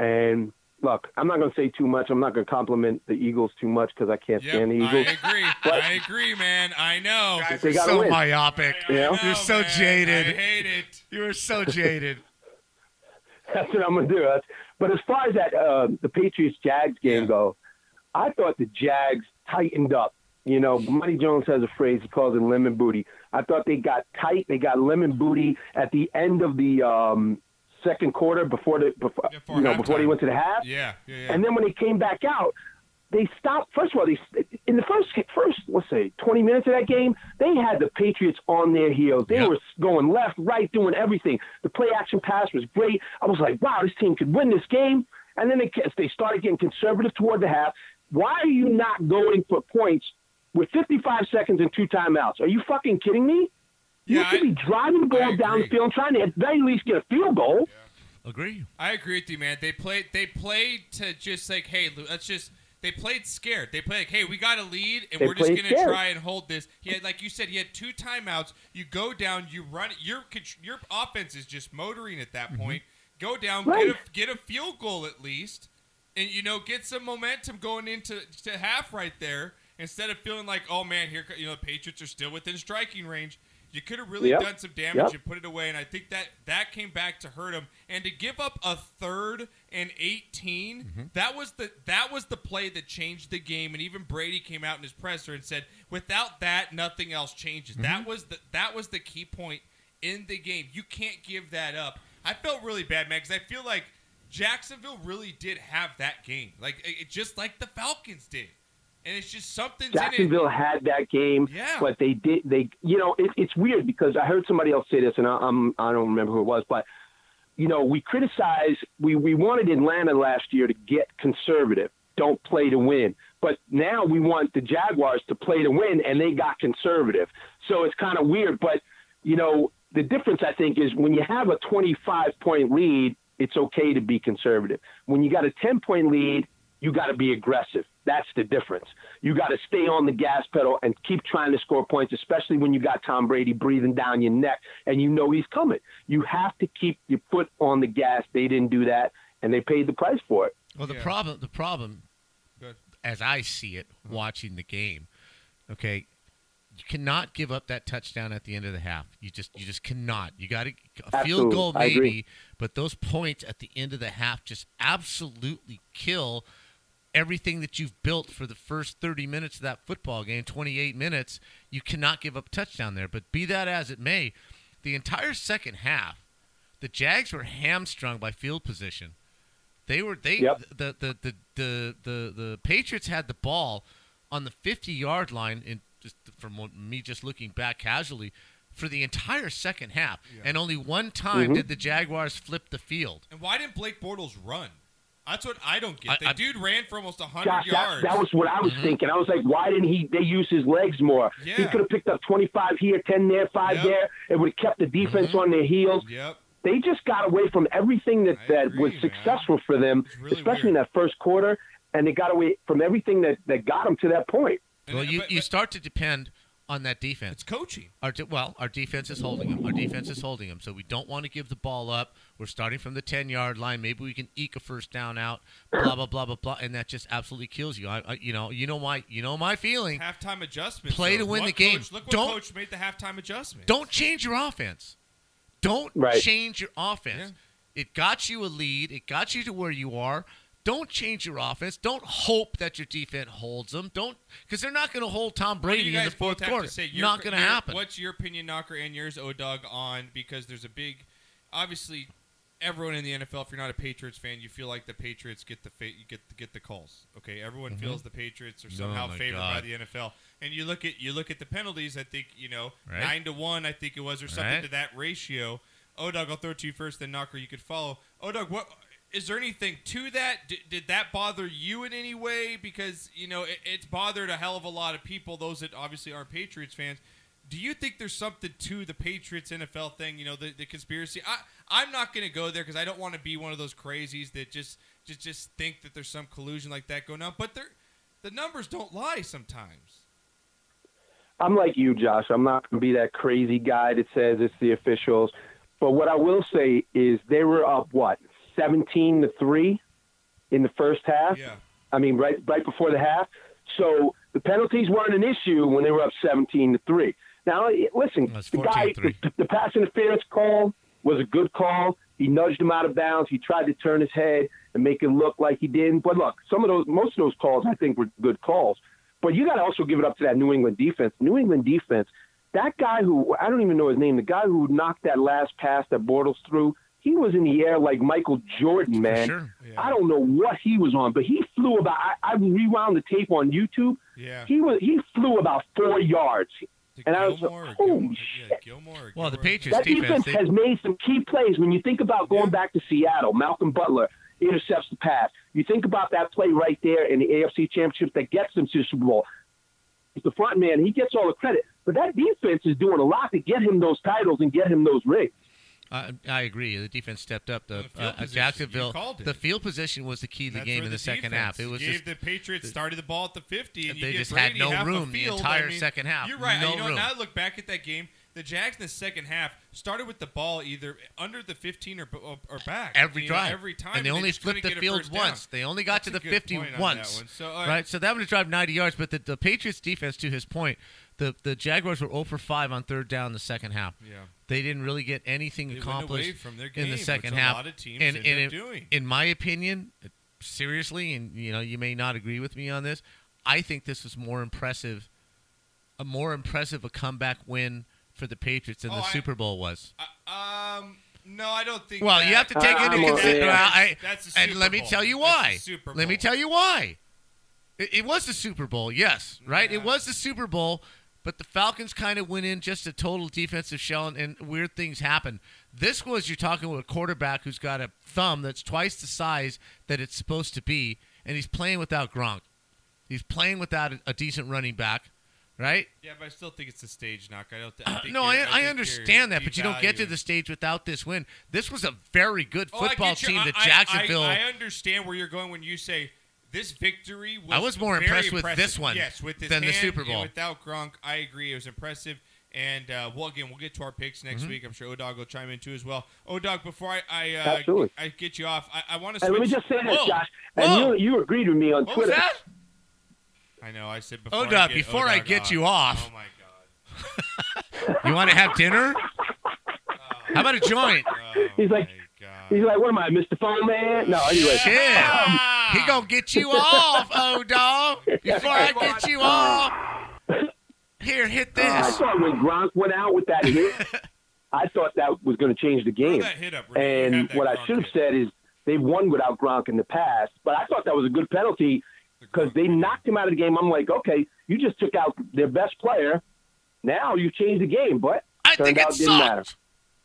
Speaker 10: And look, I'm not going to say too much. I'm not going to compliment the Eagles too much because I can't
Speaker 2: Yep,
Speaker 10: stand the Eagles.
Speaker 2: I agree. I agree, man. I know. I
Speaker 10: They got to
Speaker 4: so
Speaker 10: win.
Speaker 4: myopic.
Speaker 10: Yeah.
Speaker 2: know,
Speaker 4: You're so
Speaker 2: man.
Speaker 4: jaded.
Speaker 2: I hate it.
Speaker 4: You were so jaded.
Speaker 10: That's what I'm going to do. That's- But as far as that uh, the Patriots Jags game
Speaker 2: Yeah.
Speaker 10: go, I thought the Jags tightened up. You know, Money Jones has a phrase he calls it lemon booty. I thought they got tight. They got lemon booty at the end of the um, second quarter before the before,
Speaker 2: Yeah, for
Speaker 10: you know before
Speaker 2: halftime.
Speaker 10: they went to the half.
Speaker 2: Yeah, yeah, yeah.
Speaker 10: And then when they came back out, they stopped. First of all, they in the first first let's say twenty minutes of that game, they had the Patriots on their heels. They
Speaker 4: Yeah.
Speaker 10: were going left, right, doing everything. The play action pass was great. I was like, wow, this team could win this game. And then they ca- they started getting conservative toward the half. Why are you not going for points with 55 seconds and two timeouts? Are you fucking kidding me?
Speaker 2: Yeah,
Speaker 10: you should
Speaker 2: I-
Speaker 10: be driving the
Speaker 2: I
Speaker 10: ball down the
Speaker 2: agree.
Speaker 10: field and trying to at very least get a field goal.
Speaker 4: Agree.
Speaker 2: I agree with you, man. They played. They played to just like, hey, let's just They played scared. They played like, "Hey, we got a lead, and
Speaker 10: They
Speaker 2: we're just
Speaker 10: played
Speaker 2: gonna
Speaker 10: scared.
Speaker 2: try and hold this." He had, like you said, he had two timeouts. You go down, you run. it- Your contr- your offense is just motoring at that point. Go down, get a get a field goal at least, and you know get some momentum going into to half right there. Instead of feeling like, "Oh man, here co- you know the Patriots are still within striking range." You could have really
Speaker 10: Yep.
Speaker 2: done some damage
Speaker 10: Yep.
Speaker 2: and put it away, and I think that that came back to hurt him. And to give up a third and 18
Speaker 10: Mm-hmm.
Speaker 2: that was the that was the play that changed the game. And even Brady came out in his presser and said, "Without that, nothing else changes."
Speaker 10: Mm-hmm.
Speaker 2: That was the that was the key point in the game. You can't give that up. I felt really bad, man, because I feel like Jacksonville really did have that game, like it, it- just like the Falcons did, and it's just something's
Speaker 10: Jacksonville
Speaker 2: in it.
Speaker 10: had that game,
Speaker 2: Yeah.
Speaker 10: but they did. They, you know, it, it's weird because I heard somebody else say this, and I, I'm I don't remember who it was, but you know, we criticize. We we wanted Atlanta last year to get conservative, don't play to win, but now we want the Jaguars to play to win, and they got conservative. So it's kind of weird, but you know, the difference I think is when you have a 25 point lead, it's okay to be conservative. When you got a 10 point lead, you got to be aggressive. That's the difference. You got to stay on the gas pedal and keep trying to score points, especially when you got Tom Brady breathing down your neck and you know he's coming. You have to keep your foot on the gas. They didn't do that, and they paid the price for it.
Speaker 4: Well, the
Speaker 2: Yeah.
Speaker 4: problem, the problem,
Speaker 2: Good.
Speaker 4: as I see it,
Speaker 10: Hmm.
Speaker 4: watching the game, okay, you cannot give up that touchdown at the end of the half. You just, you just cannot. You got to a
Speaker 10: Absolutely.
Speaker 4: field goal
Speaker 10: I agree.
Speaker 4: maybe, but those points at the end of the half just absolutely kill everything that you've built for the first 30 minutes of that football game, 28 minutes. You cannot give up a touchdown there. But be that as it may, the entire second half, the Jags were hamstrung by field position. They were they
Speaker 10: Yep.
Speaker 4: the, the, the the the the Patriots had the ball on the 50 yard line in just from what, me just looking back casually for the entire second half and only one time did the Jaguars flip the field.
Speaker 2: And why didn't Blake Bortles run? That's what I don't
Speaker 4: I-
Speaker 2: get. The
Speaker 4: I-
Speaker 2: dude ran for almost 100
Speaker 10: Josh, that,
Speaker 2: yards. Mm-hmm.
Speaker 10: that was what I was thinking. I was like, why didn't he? They use his legs more. He
Speaker 2: Yeah.
Speaker 10: could have picked up 25 here, 10 there, 5
Speaker 2: Yep. Mm-hmm.
Speaker 10: there. It would have kept the defense on their heels.
Speaker 2: yep.
Speaker 10: they just got away from everything that,
Speaker 2: I
Speaker 10: that
Speaker 2: agree,
Speaker 10: was
Speaker 2: man.
Speaker 10: successful for them,
Speaker 2: It's really
Speaker 10: especially in
Speaker 2: weird.
Speaker 10: that first quarter, and they got away from everything that, that got them to that point.
Speaker 2: And-
Speaker 4: well, you,
Speaker 2: but-
Speaker 4: you
Speaker 2: but
Speaker 4: start to depend on that defense.
Speaker 2: it's coaching.
Speaker 4: Our de- well, our defense is holding them. Our defense is holding them. So we don't want to give the ball up. We're starting from the ten yard line. Maybe we can eke a first down out. Blah blah blah blah blah. And that just absolutely kills you. I, I you know you know my you know my feeling.
Speaker 2: halftime adjustments.
Speaker 4: Play
Speaker 2: though.
Speaker 4: to win
Speaker 2: What
Speaker 4: the game.
Speaker 2: Coach, look what
Speaker 4: Don't-
Speaker 2: coach made the halftime adjustment.
Speaker 4: Don't change your offense. Don't
Speaker 10: Right.
Speaker 4: change your offense. It got you a lead. It got you to where you are. Don't change your offense. Don't hope that your defense holds them. Don't because they're not going to hold Tom
Speaker 2: What do you
Speaker 4: Brady in the
Speaker 2: guys both
Speaker 4: fourth
Speaker 2: have
Speaker 4: quarter.
Speaker 2: To say? Your-
Speaker 4: not going to
Speaker 2: your-
Speaker 4: happen.
Speaker 2: What's your opinion, Knocker, and yours, O'Dog, on because there's a big, obviously, everyone in the NFL. If you're not a Patriots fan, you feel like the Patriots get the fa- you get the, get the calls. Okay, everyone feels the Patriots are somehow
Speaker 4: Mm-hmm. Oh, my
Speaker 2: favored by
Speaker 4: God.
Speaker 2: the NFL, and you look at you look at the penalties. I think you know
Speaker 4: Right.
Speaker 2: nine to one. I think it was or something
Speaker 4: Right.
Speaker 2: to that ratio. O'Dog, I'll throw it to you first. Then Knocker, you could follow. O'Dog, what? Is there anything to that? D- did that bother you in any way? Because you know it, it's bothered a hell of a lot of people. Those that obviously aren't Patriots fans. Do you think there's something to the Patriots NFL thing? You know the, the conspiracy. I I'm not going to go there because I don't want to be one of those crazies that just just just think that there's some collusion like that going on. But there, the numbers don't lie sometimes.
Speaker 10: I'm like you, Josh. I'm not going to be that crazy guy that says it's the officials. But what I will say is they were up, what, 17 to 3 in the first half?
Speaker 2: Yeah.
Speaker 10: I mean, right right before the half. So the penalties weren't an issue when they were up 17 to three. Now, i- listen,
Speaker 4: That's
Speaker 10: the guy,
Speaker 4: 14-3.
Speaker 10: the, the pass interference call was a good call. He nudged him out of bounds. He tried to turn his head and make it look like he didn't. But look, some of those, most of those calls, I think, were good calls. But you got to also give it up to that New England defense. New England defense. That guy who I don't even know his name. The guy who knocked that last pass that Bortles threw. He was in the air like Michael Jordan, man.
Speaker 4: sure.
Speaker 10: I don't know what he was on, but he flew about. I, I rewound the tape on YouTube.
Speaker 2: Yeah.
Speaker 10: He was he flew about four yards.
Speaker 2: To
Speaker 10: And I was
Speaker 2: Gilmore or
Speaker 10: like, holy
Speaker 2: Gilmore- Yeah,
Speaker 10: shit.
Speaker 2: Gilmore or
Speaker 4: Well, the
Speaker 2: Gilmore.
Speaker 4: Patriots
Speaker 10: That
Speaker 4: defense
Speaker 10: defense
Speaker 4: they-
Speaker 10: has made some key plays. When you think about going
Speaker 2: Yeah.
Speaker 10: back to Seattle, Malcolm Butler intercepts the pass. You think about that play right there in the AFC Championship that gets them to the Super Bowl. He's the front man. He gets all the credit, but that defense is doing a lot to get him those titles and get him those rings.
Speaker 4: Uh, I agree. The defense stepped up. The,
Speaker 2: field
Speaker 4: uh,
Speaker 2: position, you
Speaker 4: Jacksonville,
Speaker 2: called it.
Speaker 4: the field position was the key to the
Speaker 2: That's
Speaker 4: game
Speaker 2: where
Speaker 4: in the, second
Speaker 2: defense
Speaker 4: half. It was
Speaker 2: gave
Speaker 4: just
Speaker 2: the Patriots started the ball at the 50, and you
Speaker 4: They
Speaker 2: give
Speaker 4: just had
Speaker 2: Brady
Speaker 4: no
Speaker 2: half a
Speaker 4: room the
Speaker 2: field.
Speaker 4: entire
Speaker 2: I mean,
Speaker 4: second half.
Speaker 2: You're right.
Speaker 4: No
Speaker 2: you know,
Speaker 4: room.
Speaker 2: now I look back at that game. The Jags in the second half started with the ball either under the 15 or or back
Speaker 4: every
Speaker 2: you know,
Speaker 4: drive,
Speaker 2: every time,
Speaker 4: and they only
Speaker 2: just
Speaker 4: flipped
Speaker 2: couldn't
Speaker 4: the
Speaker 2: get a
Speaker 4: field
Speaker 2: first down.
Speaker 4: once. They only got
Speaker 2: That's
Speaker 4: to
Speaker 2: a
Speaker 4: the
Speaker 2: good
Speaker 4: fifty
Speaker 2: point on that
Speaker 4: once,
Speaker 2: one. So, uh,
Speaker 4: right? So that would have drive ninety yards. But the, the Patriots defense, to his point, the the Jaguars were zero for five on third down in the second half.
Speaker 2: Yeah.
Speaker 4: they didn't really get anything
Speaker 2: They went
Speaker 4: accomplished
Speaker 2: away from their
Speaker 4: in
Speaker 2: game,
Speaker 4: the
Speaker 2: which
Speaker 4: second
Speaker 2: a
Speaker 4: half.
Speaker 2: lot of teams
Speaker 4: and,
Speaker 2: end
Speaker 4: and
Speaker 2: up
Speaker 4: it-
Speaker 2: doing.
Speaker 4: in my opinion, seriously, and you know, you may not agree with me on this. I think this was more impressive, a more impressive a comeback win for the Patriots than
Speaker 2: Oh,
Speaker 4: the
Speaker 2: I-
Speaker 4: Super Bowl was.
Speaker 2: Um, no, I don't think.
Speaker 4: Well,
Speaker 2: that-
Speaker 4: you have to take into consideration.
Speaker 2: That's the
Speaker 4: and
Speaker 2: Super
Speaker 4: let me
Speaker 2: Bowl.
Speaker 4: tell you
Speaker 2: That's the
Speaker 4: why.
Speaker 2: Super
Speaker 4: Let me
Speaker 2: Bowl.
Speaker 4: tell you why. It, it was the Super Bowl, yes, right?
Speaker 2: Yeah.
Speaker 4: It was the Super Bowl, but the Falcons kind of went in just a total defensive shell, and, and weird things happened. This was you're talking with a quarterback who's got a thumb that's twice the size that it's supposed to be, and he's playing without Gronk. He's playing without a, a decent running back, right?
Speaker 2: Yeah, but I still think it's a stage knock. I don't. Th- I think
Speaker 4: Uh, No,
Speaker 2: you're-
Speaker 4: I,
Speaker 2: I think
Speaker 4: I
Speaker 2: you're
Speaker 4: understand that, but you don't get to
Speaker 2: devaluing-
Speaker 4: the stage without this win. This was a very good
Speaker 2: Oh, I
Speaker 4: football
Speaker 2: get you.
Speaker 4: team
Speaker 2: I-
Speaker 4: that
Speaker 2: I- I-
Speaker 4: Jacksonville.
Speaker 2: I, understand where you're going when you say this victory. Was
Speaker 4: I was more
Speaker 2: very
Speaker 4: impressed with
Speaker 2: impressive.
Speaker 4: this one
Speaker 2: yes, with his
Speaker 4: than the
Speaker 2: hand
Speaker 4: Super
Speaker 2: and
Speaker 4: Bowl.
Speaker 2: without Gronk. I agree, it was impressive. And uh, well, again, we'll get to our picks next
Speaker 4: Mhm.
Speaker 2: week. I'm sure Odog will chime in too as well. Odog, before I I, uh,
Speaker 10: Absolutely.
Speaker 2: I get you off, I, I want to.
Speaker 10: Hey,
Speaker 2: switch.
Speaker 10: let me just say this,
Speaker 2: Whoa.
Speaker 10: Josh. And
Speaker 2: Whoa.
Speaker 10: you, you agreed with me on
Speaker 2: What was
Speaker 10: Twitter.
Speaker 2: that? I know. I said before. I
Speaker 4: Odog,
Speaker 2: get,
Speaker 4: before I
Speaker 2: Odog
Speaker 4: get
Speaker 2: off.
Speaker 4: you off.
Speaker 2: Oh my god.
Speaker 4: you want to have dinner?
Speaker 2: Oh.
Speaker 4: How about a joint?
Speaker 10: He's like, he's like, what am I, Mr. Phone Man? No, anyway.
Speaker 4: Shit. He gonna get you off, oh dog. Before I get you off. Here, hit
Speaker 10: I
Speaker 4: this.
Speaker 10: thought when Gronk went out with that hit, I thought that was going to change the game.
Speaker 2: that hit up, Rick. You have
Speaker 10: And
Speaker 2: that
Speaker 10: what I
Speaker 2: Gronk
Speaker 10: should have
Speaker 2: hit.
Speaker 10: said is they won without Gronk in the past, but I thought that was a good penalty because they knocked him out of the game. I'm like, okay, you just took out their best player. Now you changed the game, but
Speaker 4: I
Speaker 10: turned
Speaker 4: think
Speaker 10: out
Speaker 4: it
Speaker 10: didn't matter.
Speaker 4: sucked.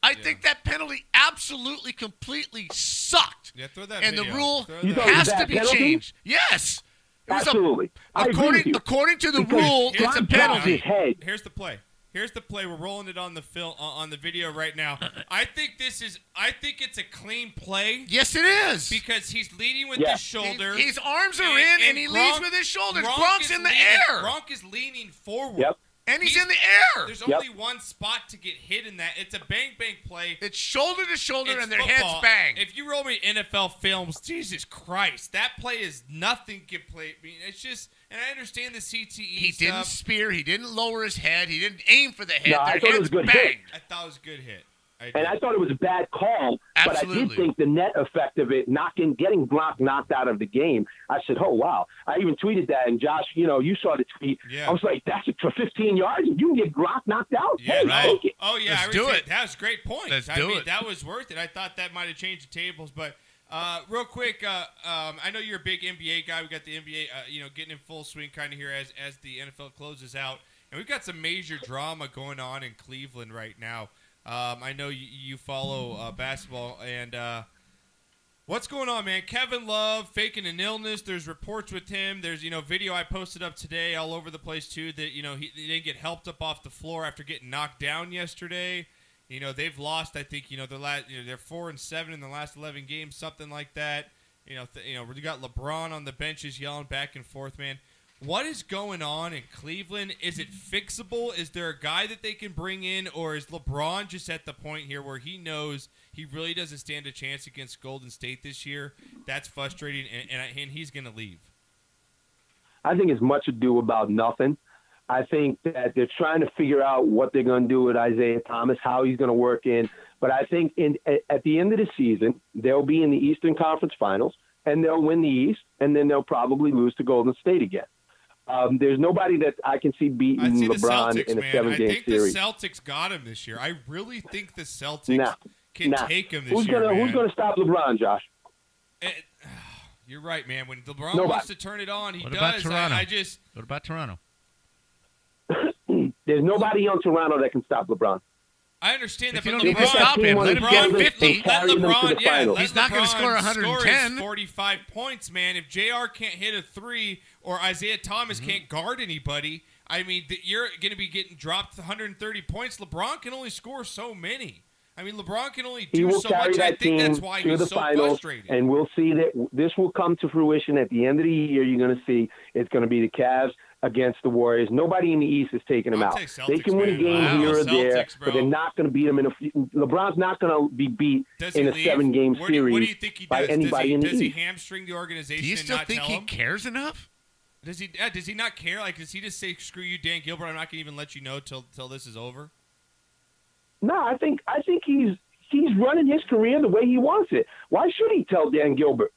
Speaker 4: I think that penalty absolutely, completely sucked.
Speaker 2: Yeah, throw that.
Speaker 4: And the
Speaker 2: video.
Speaker 4: rule
Speaker 2: Throw
Speaker 10: You
Speaker 2: that.
Speaker 10: thought it was
Speaker 4: has
Speaker 10: a
Speaker 4: to
Speaker 10: bad
Speaker 4: be
Speaker 10: penalty?
Speaker 4: changed. Yes. It was a
Speaker 10: Absolutely. I agree with
Speaker 4: According,
Speaker 10: you.
Speaker 4: according to the
Speaker 10: Because
Speaker 4: rule,
Speaker 10: Gronk
Speaker 4: it's a
Speaker 10: dropped
Speaker 4: penalty.
Speaker 10: His head.
Speaker 2: Here's the play. Here's the play. We're rolling it on the film on the video right now. I think this is. I think it's a clean play
Speaker 4: Yes, it is.
Speaker 2: because he's leading with
Speaker 10: Yeah.
Speaker 2: his shoulder.
Speaker 4: He- his arms are in, and, he leads
Speaker 2: Gronk-
Speaker 4: with his shoulders.
Speaker 2: Gronk
Speaker 4: Gronk's
Speaker 2: is
Speaker 4: in the
Speaker 2: leaning-
Speaker 4: air,
Speaker 2: Gronk is leaning forward.
Speaker 10: Yep.
Speaker 4: and he's,
Speaker 2: he's-
Speaker 4: in the air.
Speaker 2: There's only one spot to get hit in that. It's a bang bang play.
Speaker 4: It's shoulder to shoulder,
Speaker 2: It's
Speaker 4: and their
Speaker 2: football.
Speaker 4: heads bang.
Speaker 2: If you roll me NFL films, Jesus Christ, that play is nothing can play. I mean, it's just, and I understand the CTE
Speaker 4: he
Speaker 2: stuff.
Speaker 4: didn't spear. He didn't lower his head. He didn't aim for the head.
Speaker 10: No, I
Speaker 4: their
Speaker 10: thought it
Speaker 4: heads
Speaker 10: was a good
Speaker 4: banged.
Speaker 10: hit.
Speaker 2: I thought it was a good hit. I
Speaker 10: And
Speaker 2: did.
Speaker 10: I thought it was a bad call, but I
Speaker 4: Absolutely.
Speaker 10: did think the net effect of it, knocking, getting Gronk knocked out of the game. I said, "Oh wow!" I even tweeted that, and Josh, you know, you saw the tweet.
Speaker 2: Yeah.
Speaker 10: I was like, "That's it for 15 yards, and you can get Gronk knocked out."
Speaker 2: Yeah,
Speaker 10: hey,
Speaker 2: right.
Speaker 10: take it.
Speaker 2: Oh yeah,
Speaker 4: Let's
Speaker 2: I
Speaker 4: do
Speaker 2: retain-
Speaker 4: it.
Speaker 2: That was a great point.
Speaker 4: Let's
Speaker 2: I
Speaker 4: do
Speaker 2: mean,
Speaker 4: it.
Speaker 2: That was worth it. I thought that might have changed the tables, but uh, real quick, uh, um, I know you're a big NBA guy. We got the NBA, uh, you know, getting in full swing kind of here as as the NFL closes out, and we've got some major drama going on in Cleveland right now. Um, I know you, you follow uh, basketball and. Uh, What's going on, man? Kevin Love faking an illness. There's reports with him. There's you know video I posted up today all over the place too that you know he, he didn't get helped up off the floor after getting knocked down yesterday. You know they've lost. I think you know their last you know, they're four and seven in the last eleven games, something like that. You know th- you know we got LeBron on the benches yelling back and forth, man. What is going on in Cleveland? Is it fixable? Is there a guy that they can bring in, or is LeBron just at the point here where he knows he really doesn't stand a chance against Golden State this year? That's frustrating, and and, I- and he's going to leave.
Speaker 10: I think it's much ado about nothing. I think that they're trying to figure out what they're going to do with Isaiah Thomas, how he's going to work in. But I think in, at, at the end of the season, they'll be in the Eastern Conference Finals and they'll win the East, and then they'll probably lose to Golden State again. Um, there's nobody that I can see beating
Speaker 2: I see
Speaker 10: LeBron
Speaker 2: the Celtics,
Speaker 10: in a
Speaker 2: man. I
Speaker 10: seven-game
Speaker 2: think
Speaker 10: series.
Speaker 2: the Celtics got him this year. I really think the Celtics
Speaker 10: Nah.
Speaker 2: can
Speaker 10: Nah.
Speaker 2: take him this
Speaker 10: Who's
Speaker 2: year.
Speaker 10: gonna
Speaker 2: man.
Speaker 10: Who's going to stop LeBron, Josh?
Speaker 2: It- you're right, man. When LeBron
Speaker 10: Nobody.
Speaker 2: wants to turn it on, he
Speaker 3: What
Speaker 2: does.
Speaker 3: about
Speaker 2: I-
Speaker 3: Toronto?
Speaker 2: I just
Speaker 3: What about Toronto?
Speaker 10: There's nobody on Toronto that can stop LeBron.
Speaker 2: I understand
Speaker 4: If
Speaker 2: that,
Speaker 4: you
Speaker 2: but
Speaker 4: don't even
Speaker 2: LeBron,
Speaker 4: stop him, let
Speaker 2: Let
Speaker 4: him
Speaker 2: LeBron,
Speaker 4: get
Speaker 2: let
Speaker 4: 50.
Speaker 10: Carry them to
Speaker 2: LeBron,
Speaker 10: the
Speaker 2: yeah,
Speaker 10: finals.
Speaker 2: let
Speaker 4: He's not gonna
Speaker 2: LeBron
Speaker 4: score 110.
Speaker 2: his 45 points, man. If Jr. can't hit a three or Isaiah Thomas
Speaker 4: Mm-hmm.
Speaker 2: can't guard anybody, I mean, th- you're going to be getting dropped 130 points. LeBron can only score so many. I mean, LeBron can only
Speaker 10: he
Speaker 2: do
Speaker 10: will
Speaker 2: so
Speaker 10: carry
Speaker 2: much.
Speaker 10: that
Speaker 2: I think
Speaker 10: team
Speaker 2: that's why
Speaker 10: to
Speaker 2: he's
Speaker 10: the
Speaker 2: so
Speaker 10: finals,
Speaker 2: frustrated.
Speaker 10: and we'll see that this will come to fruition at the end of the year. You're going to see it's going to be the Cavs against the Warriors. Nobody in the East is taking them
Speaker 2: I'll
Speaker 10: out.
Speaker 2: take Celtics,
Speaker 10: they can win a
Speaker 2: man.
Speaker 10: game
Speaker 2: Wow.
Speaker 10: here or
Speaker 2: Celtics,
Speaker 10: there,
Speaker 2: bro.
Speaker 10: but they're not going to beat them in a. LeBron's not going to be beat
Speaker 2: Does he
Speaker 10: in a
Speaker 2: leave?
Speaker 10: seven-game
Speaker 2: Where do you-
Speaker 10: series
Speaker 2: what do you think he
Speaker 10: by
Speaker 2: does? Does
Speaker 10: anybody
Speaker 2: he-
Speaker 10: in the
Speaker 2: does he
Speaker 10: East.
Speaker 2: hamstring the organization?
Speaker 4: Do you
Speaker 2: and
Speaker 4: still
Speaker 2: not
Speaker 4: think
Speaker 2: tell
Speaker 4: he
Speaker 2: him?
Speaker 4: cares enough?
Speaker 2: Does he? Yeah, does he not care? Like, does he just say, "Screw you, Dan Gilbert. I'm not going to even let you know till till this is over."
Speaker 10: No, I think I think he's he's running his career the way he wants it. Why should he tell Dan Gilbert?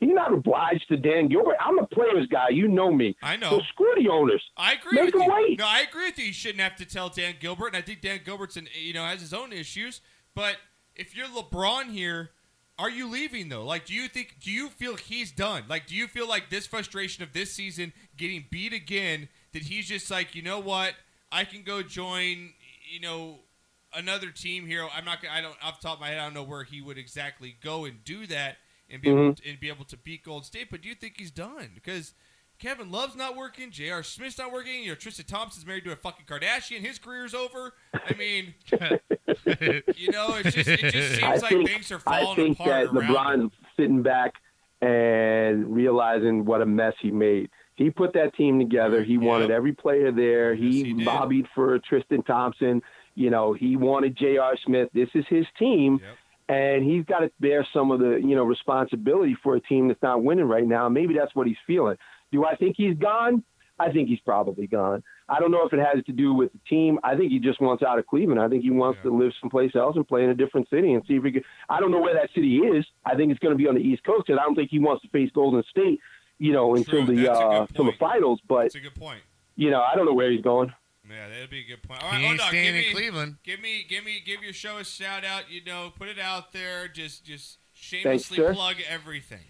Speaker 10: He's not obliged to Dan Gilbert. I'm a players guy. You know me.
Speaker 2: I know.
Speaker 10: So screw the owners.
Speaker 2: I agree
Speaker 10: Make
Speaker 2: with
Speaker 10: him
Speaker 2: you.
Speaker 10: wait.
Speaker 2: No, I agree with you. You shouldn't have to tell Dan Gilbert, and I think Dan Gilbert's an, you know has his own issues. But if you're LeBron here, are you leaving though? Like, do you think? Do you feel he's done? Like, do you feel like this frustration of this season getting beat again? That he's just like, you know what? I can go join, you know, another team here. I'm not. gonna I don't. Off the top of my head, I don't know where he would exactly go and do that and be able
Speaker 10: Mm-hmm.
Speaker 2: to, and be able to beat Gold State. But do you think he's done? Because Kevin Love's not working. J.R. Smith's not working. You know, Tristan Thompson's married to a fucking Kardashian. His career's over. I mean, you know, it just, it just
Speaker 10: I
Speaker 2: seems like
Speaker 10: think,
Speaker 2: things are
Speaker 10: I
Speaker 2: falling
Speaker 10: think
Speaker 2: apart.
Speaker 10: that
Speaker 2: around him.
Speaker 10: LeBron's sitting back and realizing what a mess he made. He put that team together. He wanted every player there.
Speaker 2: Yes, he
Speaker 10: He,
Speaker 2: did.
Speaker 10: lobbied for Tristan Thompson. You know, he wanted J.R. Smith. This is his team.
Speaker 2: Yep.
Speaker 10: And he's got to bear some of the, you know, responsibility for a team that's not winning right now. Maybe that's what he's feeling. Do I think he's gone? I think he's probably gone. I don't know if it has to do with the team. I think he just wants out of Cleveland. I think he wants to live someplace else and play in a different city and see if he can. I don't know where that city is. I think it's going to be on the East Coast, and I don't think he wants to face Golden State, you know, until
Speaker 2: True.
Speaker 10: the
Speaker 2: That's a good
Speaker 10: uh, till the
Speaker 2: point.
Speaker 10: finals. But
Speaker 2: That's a good point.
Speaker 10: you know, I don't know where he's going.
Speaker 2: Yeah, that'd be a good point. All
Speaker 4: He
Speaker 2: right, hold
Speaker 4: ain't
Speaker 2: on.
Speaker 4: staying in
Speaker 2: Give me,
Speaker 4: Cleveland.
Speaker 2: give me, give me, give your show a shout out. You know, put it out there. Just, just shamelessly
Speaker 10: sir.
Speaker 2: plug everything.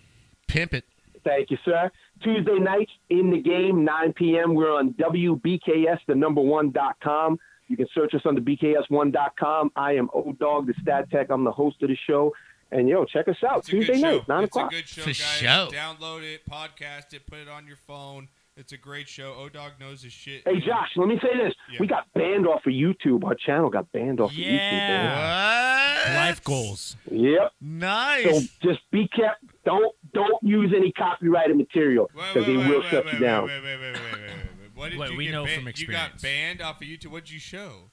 Speaker 4: Pimp it.
Speaker 10: Thank you, sir. Tuesday nights in the game, 9 p.m. We're on WBKS, the number one dot com. You can search us on the BKS1.com. I am O Dog, the Stat Tech. I'm the host of the show. And yo, check us out
Speaker 2: It's a
Speaker 10: Tuesday
Speaker 2: good
Speaker 10: night,
Speaker 2: show.
Speaker 10: 9
Speaker 2: it's
Speaker 10: o'clock.
Speaker 2: a good show,
Speaker 4: For
Speaker 2: guys.
Speaker 4: show.
Speaker 2: Download it, podcast it, put it on your phone. It's a great show. O Dog knows his shit.
Speaker 10: Hey, Josh, let me say this.
Speaker 2: Yeah.
Speaker 10: We got banned off of YouTube. Our channel got banned off of YouTube. Man.
Speaker 4: What?
Speaker 3: Life goals.
Speaker 10: Yep. So
Speaker 4: Nice.
Speaker 10: just be kept. Don't don't use any copyrighted material
Speaker 2: Wait,
Speaker 10: because
Speaker 2: wait,
Speaker 10: they
Speaker 2: wait,
Speaker 10: will
Speaker 2: wait,
Speaker 10: shut
Speaker 2: wait,
Speaker 10: you
Speaker 2: wait,
Speaker 10: down.
Speaker 2: Wait, wait, wait, wait, wait, wait, wait. What did
Speaker 3: What
Speaker 2: you
Speaker 3: we
Speaker 2: get
Speaker 3: know
Speaker 2: ban-
Speaker 3: from
Speaker 2: You got
Speaker 3: experience.
Speaker 2: banned off of YouTube. What'd you show?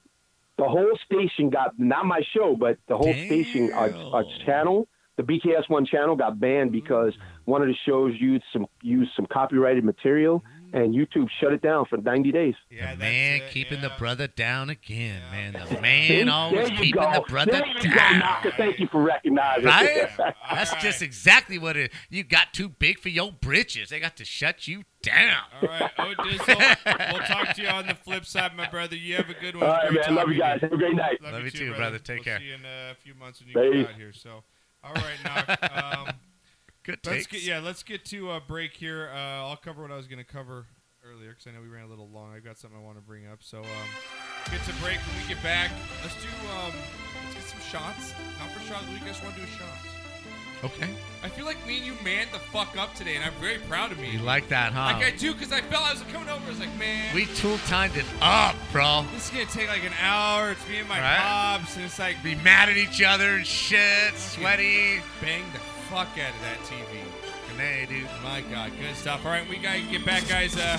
Speaker 10: the whole station got not my show, but the whole station, our, our
Speaker 4: Damn.
Speaker 10: channel, the BKS One channel, got banned because one of the shows used some used some copyrighted material, and YouTube shut it down for ninety days.
Speaker 2: Yeah, that's
Speaker 4: the man
Speaker 2: it,
Speaker 4: keeping
Speaker 2: yeah.
Speaker 4: the brother down again, man. The
Speaker 10: See?
Speaker 4: man always
Speaker 10: there you
Speaker 4: keeping
Speaker 10: go.
Speaker 4: the brother
Speaker 10: there you go,
Speaker 4: down.
Speaker 10: Knocker. Thank you for recognizing.
Speaker 4: Right?
Speaker 2: All
Speaker 4: That's
Speaker 2: right.
Speaker 4: just exactly what it. You got too big for your britches. They got to shut you down.
Speaker 2: All right, O Dizzle. we'll talk to you on the flip side, my brother. You have a good one.
Speaker 10: All right,
Speaker 2: Great
Speaker 10: man. Love
Speaker 2: talking
Speaker 10: you
Speaker 2: to
Speaker 10: guys. Have a great night.
Speaker 2: Love,
Speaker 4: Love
Speaker 2: you
Speaker 4: you
Speaker 2: too,
Speaker 4: too, brother. Take
Speaker 2: we'll
Speaker 4: care.
Speaker 2: See you in uh, a few months when you
Speaker 10: Peace.
Speaker 2: get out here. So, all right, Knock. Um,
Speaker 4: Good
Speaker 2: let's
Speaker 4: takes.
Speaker 2: get yeah, let's get to a break here. Uh, I'll cover what I was going to cover earlier because I know we ran a little long. I've got something I want to bring up. So, um, get to break when we get back. Let's do um, let's get some shots. Not for shots. We just want to do shots.
Speaker 4: Okay.
Speaker 2: I feel like me and you manned the fuck up today, and I'm very proud of me.
Speaker 4: You like that, huh?
Speaker 2: Like I do, because I felt I was coming over. I was like, man,
Speaker 4: we tool timed it up, bro.
Speaker 2: this is gonna take like an hour. It's me and my
Speaker 4: Right.
Speaker 2: pops, and it's like
Speaker 4: Be mad at each other and shit. Sweaty.
Speaker 2: bang the fuck out of that TV.
Speaker 4: And they do.
Speaker 2: My God, good stuff. All right, we gotta get back, guys. Uh,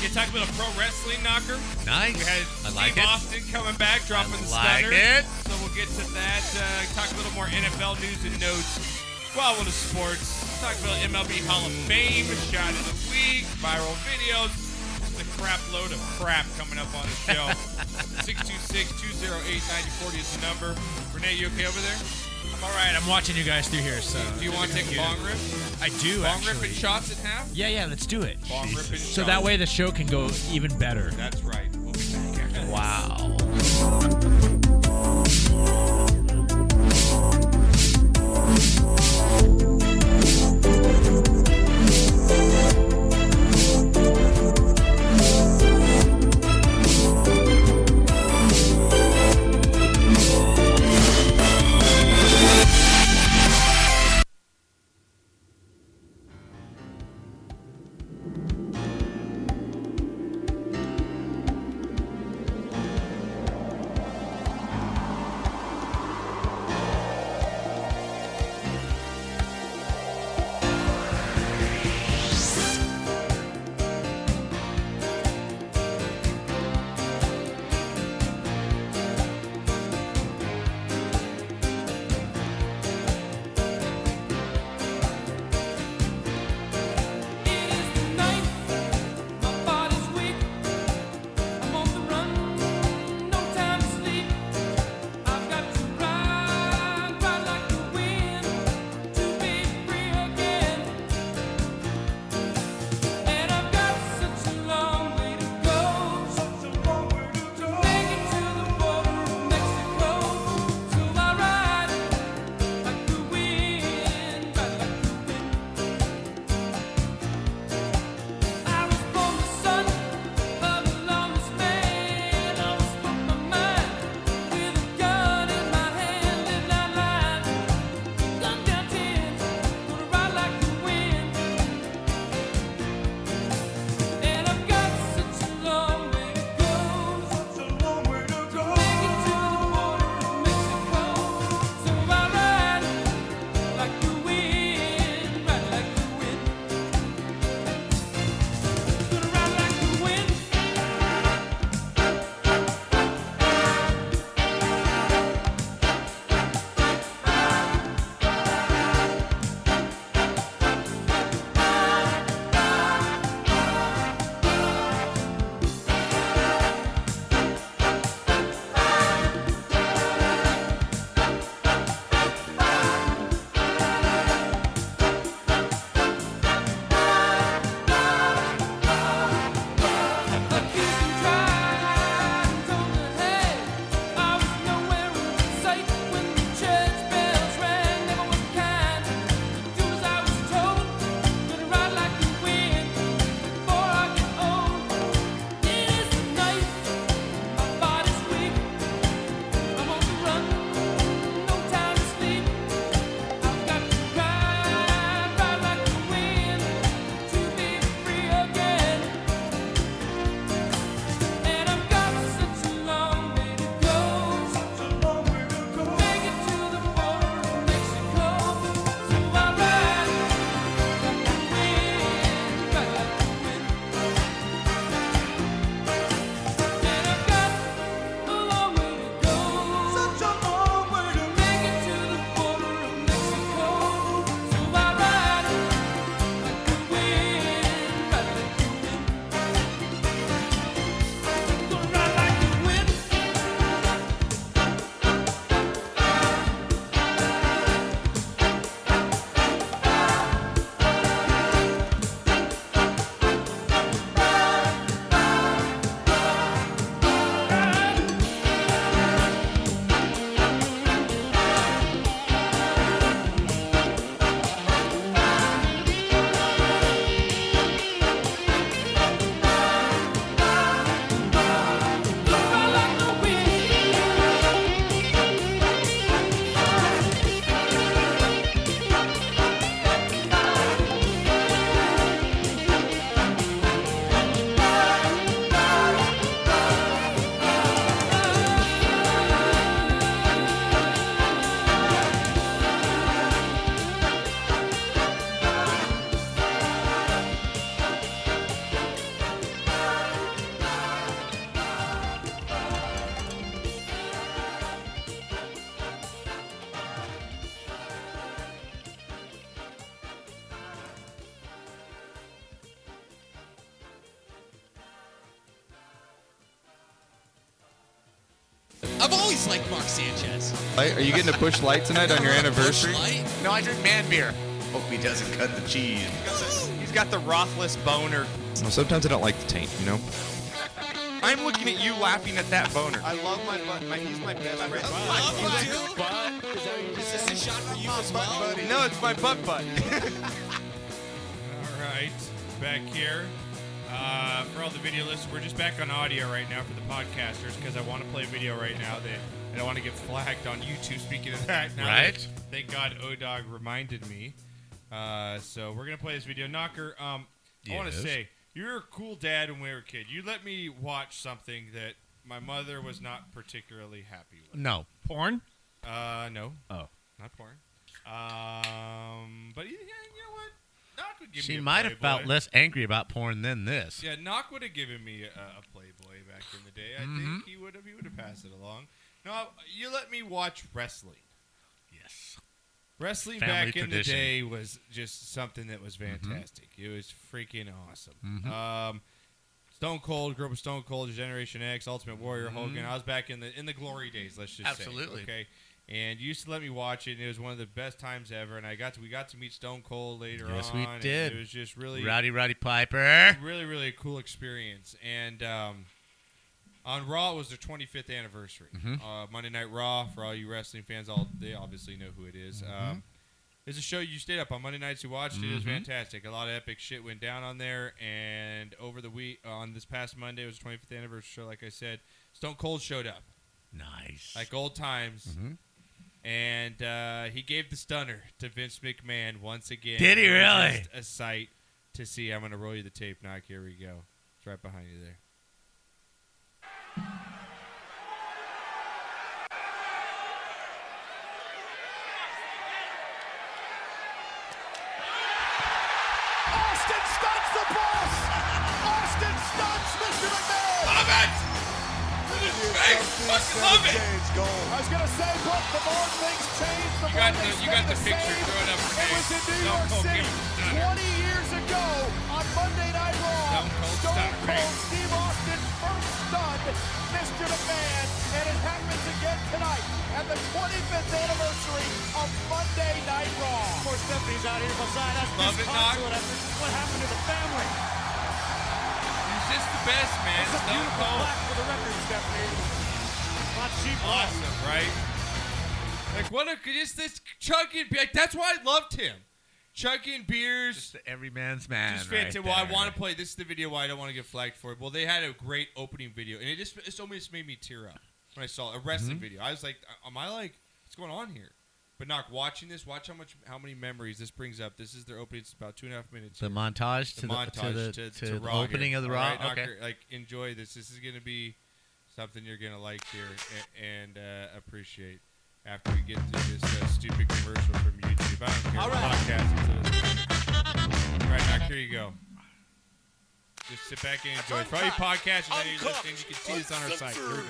Speaker 2: get talk about a pro wrestling knocker.
Speaker 4: Nice.
Speaker 2: We had
Speaker 4: I
Speaker 2: Steve
Speaker 4: like it.
Speaker 2: Austin coming back, dropping the
Speaker 4: like
Speaker 2: stunner.
Speaker 4: it.
Speaker 2: So we'll get to that. Uh, talk a little more NFL news and notes. Well, into sports. Talk about MLB Hall of Fame, shot of the week, viral videos. Just a crap load of crap coming up on the show. 626-208-9040 is the number. Renee, you okay over there?
Speaker 3: All right, I'm watching you guys through here. So
Speaker 2: Do you want to take a long rip?
Speaker 3: I do
Speaker 2: Long
Speaker 3: actually.
Speaker 2: rip and shots in half?
Speaker 3: Yeah, yeah. Let's do it.
Speaker 2: Long rip and
Speaker 3: So that
Speaker 2: shots.
Speaker 3: way the show can go even better.
Speaker 2: That's right. We'll be back after this.
Speaker 4: Wow.
Speaker 11: I've always liked Mark Sanchez.
Speaker 12: Light? Are you getting a push light tonight on your anniversary?
Speaker 11: Light?
Speaker 4: No, I drink man beer.
Speaker 12: Hope he doesn't cut the cheese.
Speaker 11: He's got the Rothless boner.
Speaker 12: Well, sometimes I don't like the taint, you know? I'm looking at you laughing at that boner.
Speaker 13: I love my butt. My, he's my best friend.
Speaker 11: Is this a shot for you as well?
Speaker 12: No, it's my butt butt.
Speaker 2: All right, back here. Uh, for all the video listeners, we're just back on audio right now for the podcasters because I want to play video right now that I don't want to get flagged on YouTube. Speaking of that, now that-
Speaker 4: Right.
Speaker 2: thank God Odog reminded me. Uh, so we're gonna play this video. Knocker, um, I want to
Speaker 4: Yes.
Speaker 2: say you're a cool dad when we were a kid. You let me watch something that my mother was not particularly happy with.
Speaker 4: No.
Speaker 3: Porn?
Speaker 2: Uh, no.
Speaker 3: Oh.
Speaker 2: Not porn. Um, but yeah, you know what? Knock would give me
Speaker 4: She
Speaker 2: a
Speaker 4: might have
Speaker 2: Playboy.
Speaker 4: felt less angry about porn than this.
Speaker 2: Yeah, Knock would have given me a, a Playboy back in the day. I
Speaker 4: Mm-hmm.
Speaker 2: think he would have. He would have passed it along. No, you let me watch wrestling.
Speaker 4: Yes.
Speaker 2: Wrestling
Speaker 4: Family
Speaker 2: back in the
Speaker 4: tradition. Mm-hmm.
Speaker 2: day was just something that was fantastic. It was freaking awesome.
Speaker 4: Mhm.
Speaker 2: Um, Stone Cold, grew up with Stone Cold, Generation X, Ultimate Warrior, Hogan.
Speaker 4: Mhm.
Speaker 2: I was back in the in the glory days. Let's just say,
Speaker 4: Absolutely.
Speaker 2: okay. And you used to let me watch it, and it was one of the best times ever. And I got to we got to meet Stone Cold later
Speaker 4: Yes,
Speaker 2: on.
Speaker 4: we
Speaker 2: and
Speaker 4: did.
Speaker 2: It was just really
Speaker 4: Rowdy Roddy Piper.
Speaker 2: Really, really cool experience. And um, on Raw it was their 25th anniversary.
Speaker 4: Mhm.
Speaker 2: Uh, Monday Night Raw for all you wrestling fans, all they obviously know who it is. Um, it's a show you stayed up on Monday nights. You watched it. It was
Speaker 4: Mhm.
Speaker 2: fantastic. A lot of epic shit went down on there. And over the week, on this past Monday, it was the 25th anniversary show. Like I said, Stone Cold showed up.
Speaker 4: Nice.
Speaker 2: Like old times.
Speaker 4: Mm-hmm.
Speaker 2: And uh, he gave the stunner to Vince McMahon once again.
Speaker 4: Did he
Speaker 2: It was
Speaker 4: really?
Speaker 2: just a sight to see. I'm going to roll you the tape, Knock. Here we go. It's right behind you there.
Speaker 13: Austin stunts the boss. Austin stunts Mr. McMahon. Love it. love it. I was gonna say, but the more things change, the
Speaker 2: You
Speaker 13: more
Speaker 2: got the,
Speaker 13: things
Speaker 2: you got the
Speaker 13: stay
Speaker 2: picture
Speaker 13: same.
Speaker 2: thrown up.
Speaker 13: It was in New York City 20 years ago on Monday Night Raw. Stone Cold Steve Austin first stunned Mr. McMahon, and it happens again tonight at the 25th anniversary of Monday Night Raw. Of course, Stephanie's out here beside us.
Speaker 2: Love it, Doc.
Speaker 13: What happened to the family?
Speaker 2: He's just the best, man.
Speaker 13: It's a
Speaker 2: Stone
Speaker 13: beautiful
Speaker 2: Cold.
Speaker 13: plaque for the record, Stephanie. Not cheap.
Speaker 2: Awesome, right? Like, what a. Just this chugging beer. Like, that's why I loved him. Chugging beers.
Speaker 4: Every man's man.
Speaker 2: Just
Speaker 4: right
Speaker 2: fantastic. well, I
Speaker 4: there.
Speaker 2: want to play. This is the video why I don't want to get flagged for it. Well, they had a great opening video, and it just it almost made me tear up when I saw it. a wrestling
Speaker 4: Mhm.
Speaker 2: video. I was like, am I like, what's going on here? But not watching this. Watch how much how many memories this brings up. This is their opening. It's about two and a half minutes.
Speaker 4: The
Speaker 2: here.
Speaker 4: montage to the- to the- to the
Speaker 2: Raw
Speaker 4: opening
Speaker 2: here.
Speaker 4: of the
Speaker 2: All
Speaker 4: Raw?
Speaker 2: right,
Speaker 4: Okay.
Speaker 2: Knocker, like enjoy this. This is gonna be something you're gonna like here a- and, and uh, appreciate. After we get through this uh, stupid commercial from YouTube, I don't care.
Speaker 13: All
Speaker 2: All
Speaker 13: right.
Speaker 2: right. Podcast. All right, Knocker, here you go. Just sit back and enjoy. For all you podcasters that are listening, you can see this on our site. Here we go.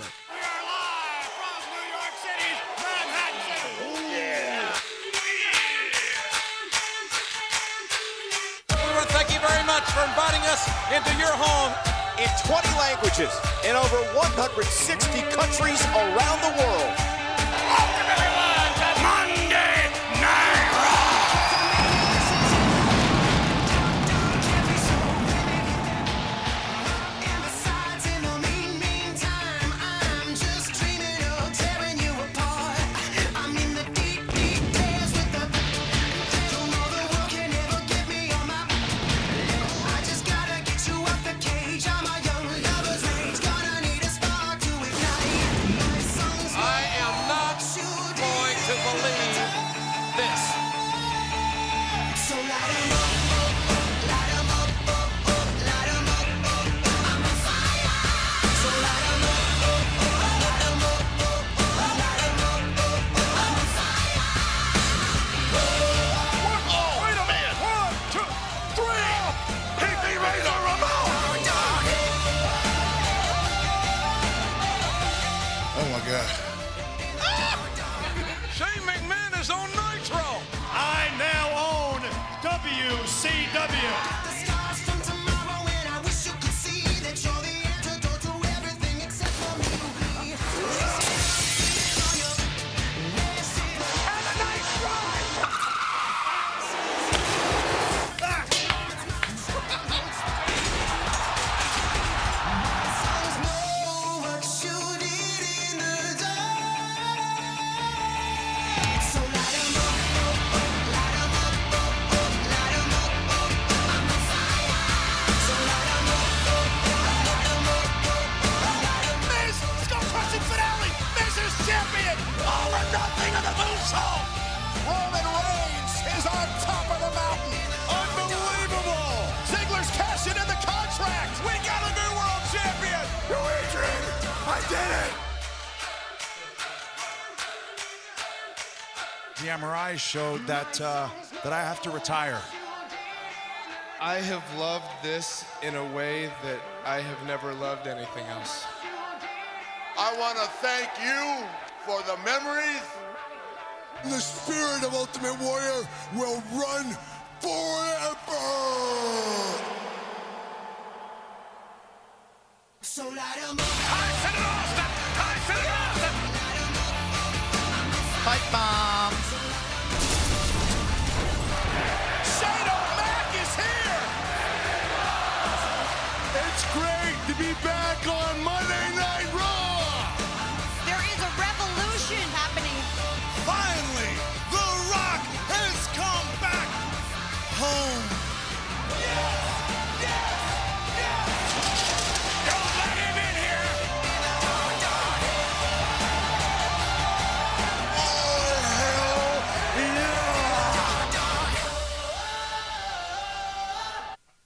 Speaker 14: Everyone, thank you very much for inviting us into your home in 20 languages in over 160 countries around the world. Monday Night I am not going to believe this. So light 'em up, up, light 'em up, up, up, light 'em up, up, up. I'm on fire. So light 'em up, up, up, light 'em up, up, up, light 'em up, up, up. I'm on fire. Wait a minute. One, two, three. Hit me, Razor Ramon.
Speaker 15: Oh my God.
Speaker 14: Shane McMahon is on Nitro.
Speaker 13: I now own WCW. I did it!
Speaker 15: The MRI showed that uh, that I have to retire.
Speaker 16: I have loved this in a way that I have never loved anything else.
Speaker 17: I want to thank you for the memories. The spirit of Ultimate Warrior will run forever.
Speaker 14: So light 'em up.
Speaker 13: Pipe bomb. Shane O'Mac is here.
Speaker 17: It's great to be back on Monday Night Raw.
Speaker 7: There is a revolution happening.
Speaker 17: Finally, The Rock has come back home.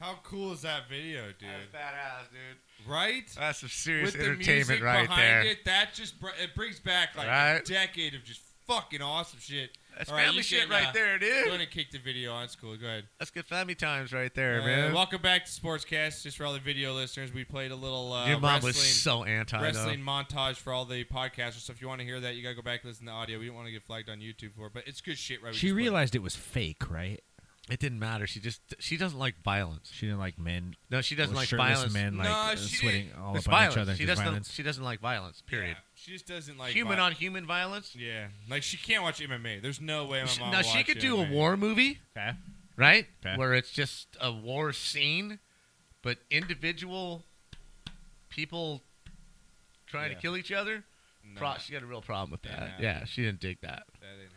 Speaker 2: How cool is that video, dude?
Speaker 4: badass, dude.
Speaker 2: Right?
Speaker 4: That's some serious
Speaker 2: With the
Speaker 4: entertainment
Speaker 2: music
Speaker 4: right
Speaker 2: behind
Speaker 4: there.
Speaker 2: It, that just br- it brings back like a
Speaker 4: Right?
Speaker 2: decade of just fucking awesome shit.
Speaker 4: That's
Speaker 2: All right,
Speaker 4: family
Speaker 2: you
Speaker 4: shit
Speaker 2: can,
Speaker 4: right
Speaker 2: uh,
Speaker 4: there, dude.
Speaker 2: Go ahead and kick the video on. It's cool. Go ahead.
Speaker 4: That's good family times right there,
Speaker 2: Uh,
Speaker 4: man.
Speaker 2: Welcome back to Sportscast. Just for all the video listeners, we played a little. Uh,
Speaker 4: Your mom was
Speaker 2: wrestling-
Speaker 4: so anti, though.
Speaker 2: wrestling montage for all the podcasters. So if you want to hear that, you gotta go back and listen to the audio. We didn't want to get flagged on YouTube for it, but it's good shit, right? We
Speaker 3: She
Speaker 2: just played.
Speaker 3: realized it was fake, right?
Speaker 4: It didn't matter. She just she doesn't like violence.
Speaker 3: She didn't like men.
Speaker 4: No, she doesn't
Speaker 3: or
Speaker 4: like
Speaker 3: shirtless
Speaker 4: violence.
Speaker 3: Men like uh, sweating all
Speaker 4: It's
Speaker 3: up
Speaker 4: violence.
Speaker 3: on each other.
Speaker 4: She
Speaker 3: Just
Speaker 4: doesn't.
Speaker 3: violence.
Speaker 4: She doesn't like violence. Period.
Speaker 2: She just doesn't like
Speaker 4: Human
Speaker 2: vi-
Speaker 4: on human violence.
Speaker 2: Yeah, like she can't watch MMA. There's no way my
Speaker 4: She-
Speaker 2: mom.
Speaker 4: now she
Speaker 2: watched
Speaker 4: could do a
Speaker 2: MMA.
Speaker 4: war movie,
Speaker 3: Okay.
Speaker 4: right?
Speaker 3: Okay.
Speaker 4: Where it's just a war scene, but individual people trying
Speaker 2: Yeah.
Speaker 4: to kill each other.
Speaker 2: No.
Speaker 4: Pro- she got a real problem with
Speaker 2: Didn't
Speaker 4: that.
Speaker 2: happen.
Speaker 4: Yeah, she didn't dig that.
Speaker 2: That didn't happen.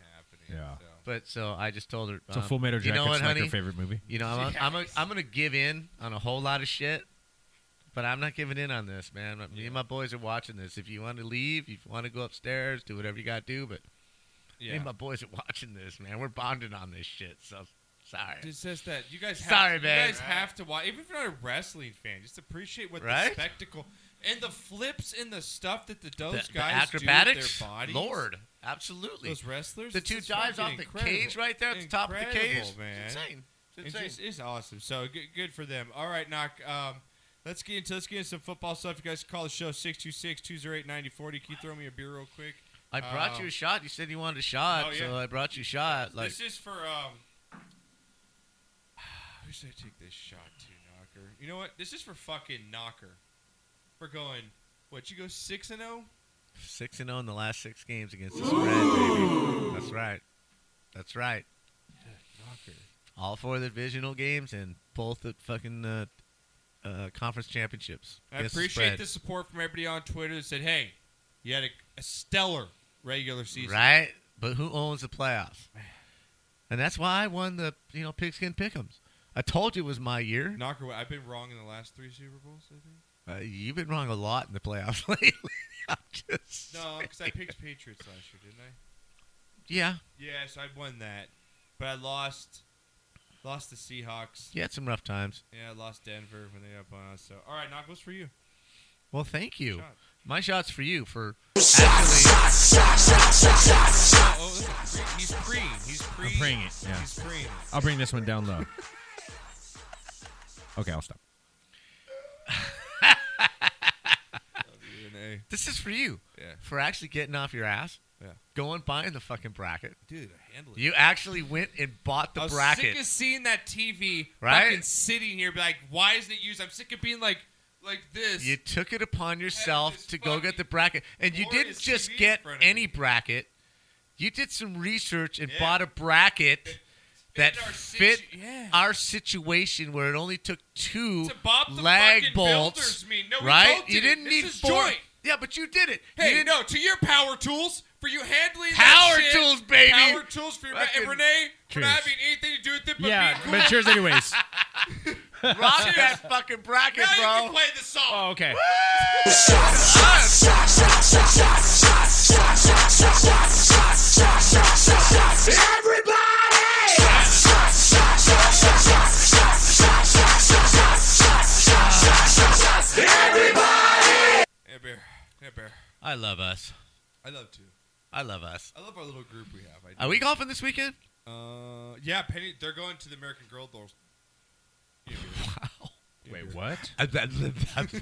Speaker 3: Yeah.
Speaker 4: But so I just told her. um,
Speaker 3: So Full Metal
Speaker 4: you know
Speaker 3: Jacket's
Speaker 4: what,
Speaker 3: like her
Speaker 4: honey?
Speaker 3: favorite movie?
Speaker 4: You know, I'm, I'm, a, I'm gonna give in on a whole lot of shit, but I'm not giving in on this, man. Me and my boys are watching this. If you want to leave, if you want to go upstairs, do whatever you got to do. But me
Speaker 2: Yeah.
Speaker 4: and my boys are watching this, man. We're bonding on this shit. So sorry.
Speaker 2: It's just that you guys. Have,
Speaker 4: Sorry,
Speaker 2: you
Speaker 4: man.
Speaker 2: guys have to watch. Even if you're not a wrestling fan, just appreciate what the
Speaker 4: Right?
Speaker 2: spectacle and the flips and the stuff that the
Speaker 4: The-
Speaker 2: those
Speaker 4: the
Speaker 2: guys do with
Speaker 4: acrobatics?
Speaker 2: their bodies.
Speaker 4: Lord, absolutely.
Speaker 2: Those wrestlers.
Speaker 4: The two
Speaker 2: it's
Speaker 4: dives
Speaker 2: fucking
Speaker 4: off the
Speaker 2: incredible.
Speaker 4: cage right there at the top of the cage.
Speaker 2: Incredible,
Speaker 4: It's
Speaker 2: man.
Speaker 4: insane. It's
Speaker 2: It's
Speaker 4: insane.
Speaker 2: just- it's awesome. So good, good for them. All right, knock. Um, let's get into let's get into some football stuff. You guys can call the show 626-208-9040. Can you throw me a beer real quick?
Speaker 4: I brought
Speaker 2: Um,
Speaker 4: you a shot. You said you wanted a shot,
Speaker 2: Oh, yeah.
Speaker 4: so I brought you a shot. Like
Speaker 2: this is for um. Who should I take this shot to, Knocker? You know what? This is for fucking Knocker. We're going. What you go six and oh? zero?
Speaker 4: Six and zero in the last six games against the spread, baby. That's right. That's right. All four of the divisional games and both the fucking uh, uh, conference championships.
Speaker 2: I
Speaker 4: against
Speaker 2: appreciate
Speaker 4: spread.
Speaker 2: the support from everybody on Twitter that said, "Hey, you had a, a stellar regular season."
Speaker 4: Right? But who owns the playoffs? And that's why I won the you know pigskin pickums. I told you it was my year.
Speaker 2: Knocker, what- I've been wrong in the last three Super Bowls. I think.
Speaker 4: Uh, you've been wrong a lot in the playoffs lately. I'm just
Speaker 2: No, because I
Speaker 4: saying.
Speaker 2: picked Patriots last year, didn't I?
Speaker 4: Yeah.
Speaker 2: Yes, I won that, but I lost, lost the Seahawks.
Speaker 4: You had some rough times.
Speaker 2: Yeah, I lost Denver when they up on us. So, all right, knock. What's for you?
Speaker 4: Well, thank you.
Speaker 2: Shot.
Speaker 4: My shot's for you for
Speaker 2: Oh, this is free. he's free. He's free.
Speaker 3: I'm bringing it. Yeah.
Speaker 2: He's free.
Speaker 3: I'll bring this one down low. okay, I'll stop.
Speaker 4: This is for you.
Speaker 2: Yeah.
Speaker 4: For actually getting off your ass.
Speaker 2: Yeah.
Speaker 4: Going buying the fucking bracket.
Speaker 2: Dude, I handled it.
Speaker 4: You actually went and bought the
Speaker 2: I was
Speaker 4: bracket.
Speaker 2: sick of seeing that TV
Speaker 4: Right?
Speaker 2: fucking sitting here, be like, why isn't it used? I'm sick of being like, like this.
Speaker 4: you took it upon yourself to go get the bracket. And you didn't
Speaker 2: glorious
Speaker 4: just
Speaker 2: TV in
Speaker 4: get
Speaker 2: front of
Speaker 4: any bracket. You did some research and
Speaker 2: Yeah.
Speaker 4: bought a bracket that
Speaker 2: our
Speaker 4: fit
Speaker 2: situ- yeah.
Speaker 4: our situation where it only took two
Speaker 2: Bob the
Speaker 4: lag
Speaker 2: fucking
Speaker 4: bolts.
Speaker 2: builders mean. No, we
Speaker 4: right?
Speaker 2: both
Speaker 4: You
Speaker 2: did it.
Speaker 4: didn't
Speaker 2: This
Speaker 4: need
Speaker 2: is
Speaker 4: four.
Speaker 2: joint.
Speaker 4: Yeah, but you did it. You
Speaker 2: Hey,
Speaker 4: didn't-
Speaker 2: no, to your power tools for you handling
Speaker 4: Power
Speaker 2: that shit.
Speaker 4: tools, baby.
Speaker 2: Power tools for your
Speaker 4: Fucking-
Speaker 2: and Renee for not
Speaker 4: Cheers.
Speaker 2: having anything to do with it. But
Speaker 3: yeah,
Speaker 2: being cool.
Speaker 3: but cheers anyways.
Speaker 4: Rock that fucking bracket,
Speaker 2: Now you
Speaker 4: bro.
Speaker 2: can play the song.
Speaker 3: Oh, okay.
Speaker 2: Yeah, bear. Yeah, bear.
Speaker 4: I love us.
Speaker 2: I love too.
Speaker 4: I love us.
Speaker 2: I love our little group we have. I
Speaker 4: Are
Speaker 2: do.
Speaker 4: we golfing this weekend?
Speaker 2: Uh, yeah, Penny. They're going to the American Girl Door.
Speaker 4: Wait, what? going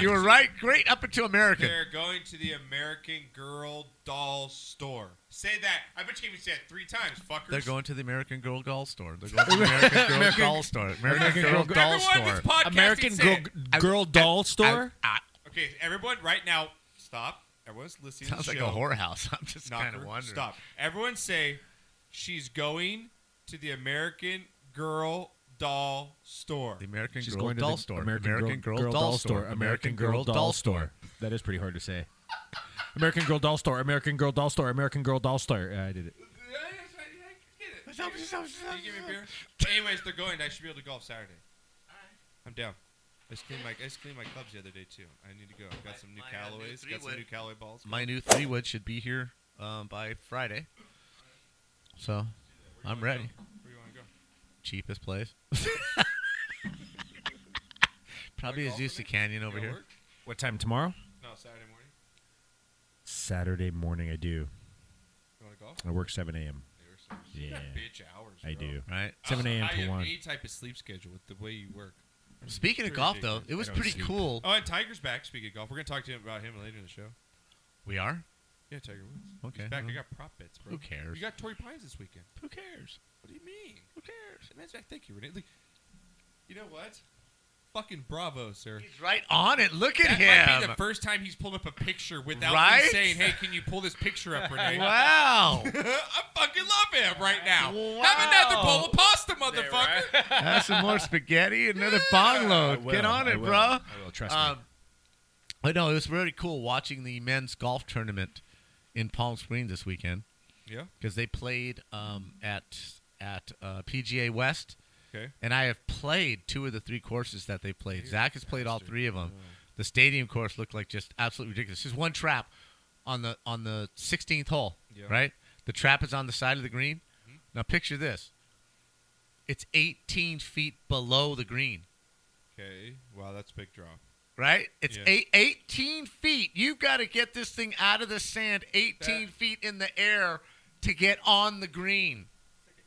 Speaker 4: you
Speaker 2: to-
Speaker 4: were right. Great up until American.
Speaker 2: They're going to the American Girl doll store. Say that. I bet you can say it three times, fuckers.
Speaker 4: They're going to the American Girl doll store. They're going to the American Girl
Speaker 3: American-
Speaker 4: doll store. American,
Speaker 3: American
Speaker 4: Girl,
Speaker 3: Girl-
Speaker 4: doll
Speaker 2: Everyone
Speaker 4: store.
Speaker 2: that's podcasting,
Speaker 3: American
Speaker 2: say
Speaker 3: Girl-
Speaker 2: it.
Speaker 3: Girl doll store?
Speaker 2: okay, everyone, right now, stop. Everyone's listening.
Speaker 4: Sounds
Speaker 2: to the
Speaker 4: like a
Speaker 2: show.
Speaker 4: whorehouse. I'm just
Speaker 2: Knocker,
Speaker 4: kinda wondering.
Speaker 2: Stop. Everyone say she's going to the American Girl doll store.
Speaker 4: The American
Speaker 3: She's
Speaker 4: Girl
Speaker 3: going to
Speaker 4: doll
Speaker 3: the
Speaker 4: store.
Speaker 3: American, Girl, Girl doll, store. American Girl doll store. That is pretty hard to say. American Girl doll store. American Girl doll store. American Girl doll store. Uh, I did it.
Speaker 2: Can you give me a beer? Anyways, they're going. I should be able to golf Saturday. I'm down. I just cleaned my I just cleaned my clubs the other day too. I need to go. I've got some new Callaways. Got some new Callaway balls.
Speaker 4: My new three wood should be here um, by Friday. So I'm ready.
Speaker 2: Where you want to go?
Speaker 4: Cheapest place. Probably Azusa Canyon over here.
Speaker 3: What time tomorrow?
Speaker 2: No, Saturday morning.
Speaker 3: Saturday morning, I do.
Speaker 2: You want to golf?
Speaker 3: I work 7 a.m.
Speaker 2: You
Speaker 3: Yeah.
Speaker 2: got bitch hours.
Speaker 3: I
Speaker 2: bro.
Speaker 3: do. Right. 7
Speaker 2: Uh,
Speaker 3: a.m.
Speaker 2: how
Speaker 3: to
Speaker 2: you-
Speaker 3: 1.
Speaker 2: Any type of sleep schedule with the way you work.
Speaker 4: Speaking of
Speaker 2: Pretty
Speaker 4: golf, though,
Speaker 2: ridiculous.
Speaker 4: it was
Speaker 2: I don't
Speaker 4: pretty
Speaker 2: sleep.
Speaker 4: cool.
Speaker 2: Oh, and Tiger's back. Speaking of golf, we're gonna talk to him about him later in the show.
Speaker 4: We are?
Speaker 2: Yeah, Tiger Woods.
Speaker 4: Okay,
Speaker 2: He's back. I
Speaker 4: well,
Speaker 2: got prop bets, bro.
Speaker 4: who cares?
Speaker 2: You got Tory Pines this weekend. Who cares? What do you mean? Who cares? Matter of fact, thank you, Renee. Look- You know what? Fucking bravo, sir. He's
Speaker 4: right on it. Look at
Speaker 2: That might be
Speaker 4: him.
Speaker 2: the first time he's pulled up a picture without
Speaker 4: Right?
Speaker 2: me saying, "Hey, can you pull this picture up, Renee?"
Speaker 4: Wow.
Speaker 2: I fucking love him right now. Have another bowl of pasta, motherfucker.
Speaker 4: Have some more spaghetti, another bong load.
Speaker 3: will,
Speaker 4: Get on
Speaker 3: I
Speaker 4: it,
Speaker 3: will.
Speaker 4: bro.
Speaker 3: Oh, I will, trust me.
Speaker 4: But no, it was really cool watching the men's golf tournament in Palm Springs this weekend.
Speaker 2: Yeah.
Speaker 4: because they played um, at at uh, PGA West.
Speaker 2: Okay.
Speaker 4: and I have played two of the three courses that they played. Zach has played all three of them.
Speaker 2: Oh.
Speaker 4: The stadium course looked like just absolutely ridiculous. Just one trap on the on the 16th hole,
Speaker 2: Yeah. Mm-hmm.
Speaker 4: right? The trap is on the side of the green. Now picture this. It's 18 feet below the green
Speaker 2: Okay. Wow, that's a big drop.
Speaker 4: right? It's
Speaker 2: Yeah.
Speaker 4: eight, 18 feet. You've got to get this thing out of the sand 18 feet in the air to get on the green.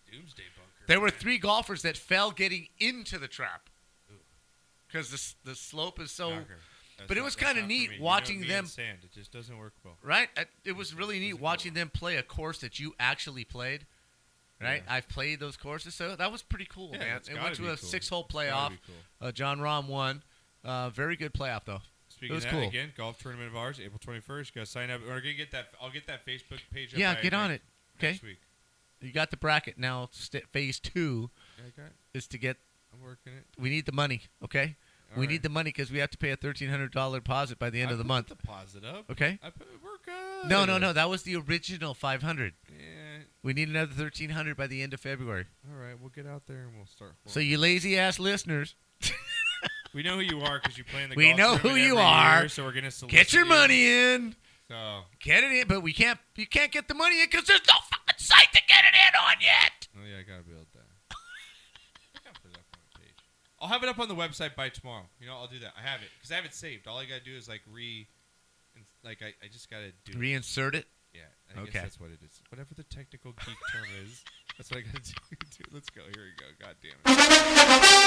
Speaker 2: Doomsday bunker.
Speaker 4: There were three golfers that fell getting into the trap because the, s- the slope is so.
Speaker 2: Knocker. That's
Speaker 4: but it
Speaker 2: not-
Speaker 4: was
Speaker 2: that's
Speaker 4: kind
Speaker 2: not
Speaker 4: of
Speaker 2: for
Speaker 4: neat
Speaker 2: me. You know
Speaker 4: watching
Speaker 2: me
Speaker 4: them,
Speaker 2: and Sand. It just doesn't work well.
Speaker 4: right? I- It was really neat watching them play a course that you actually played. Right, I've played those courses, so that was pretty cool,
Speaker 2: Yeah,
Speaker 4: man.
Speaker 2: that's
Speaker 4: It
Speaker 2: gotta
Speaker 4: went to
Speaker 2: be
Speaker 4: a
Speaker 2: cool.
Speaker 4: six-hole
Speaker 2: It's gotta
Speaker 4: playoff.
Speaker 2: be cool.
Speaker 4: Uh, John Rahm won. Uh, very good playoff though.
Speaker 2: Speaking
Speaker 4: it was
Speaker 2: of that,
Speaker 4: cool.
Speaker 2: again, golf tournament of ours, April twenty first. Got to sign up. We're gonna get that. I'll get that Facebook page. Up
Speaker 4: Yeah,
Speaker 2: by
Speaker 4: get on
Speaker 2: next-
Speaker 4: it. Okay.
Speaker 2: Next week.
Speaker 4: You got the bracket now. St- phase two
Speaker 2: I got-
Speaker 4: is to get.
Speaker 2: I'm working it.
Speaker 4: We need the money. Okay.
Speaker 2: All
Speaker 4: we
Speaker 2: right.
Speaker 4: need the money because we have to pay a thirteen hundred dollar deposit by the end
Speaker 2: I
Speaker 4: of the
Speaker 2: put
Speaker 4: month.
Speaker 2: deposit up.
Speaker 4: Okay.
Speaker 2: I put, we're good.
Speaker 4: No, no, no. That was the original five hundred.
Speaker 2: Yeah.
Speaker 4: We need another thirteen hundred by the end of February.
Speaker 2: All right, we'll get out there and we'll start.
Speaker 4: So you lazy ass listeners,
Speaker 2: we know who you are because you play in the.
Speaker 4: we
Speaker 2: golf
Speaker 4: know who
Speaker 2: tournament
Speaker 4: you
Speaker 2: every
Speaker 4: are.
Speaker 2: year, so we're gonna solicit
Speaker 4: get your
Speaker 2: you.
Speaker 4: money in.
Speaker 2: So oh,
Speaker 4: Get it in, but we can't. You can't get the money in because there's no fucking site to get it in on yet.
Speaker 2: Oh yeah, I gotta build that. I gotta put it up on the page. I'll have it up on the website by tomorrow. You know, I'll do that. I have it because I have it saved. All I gotta do is like re, and, like I, I just gotta do.
Speaker 4: Reinsert it?
Speaker 2: Yeah, I
Speaker 4: Okay.
Speaker 2: guess that's what it is. Whatever the technical geek term is, that's what I gotta do. Dude, let's go. Here we go. God damn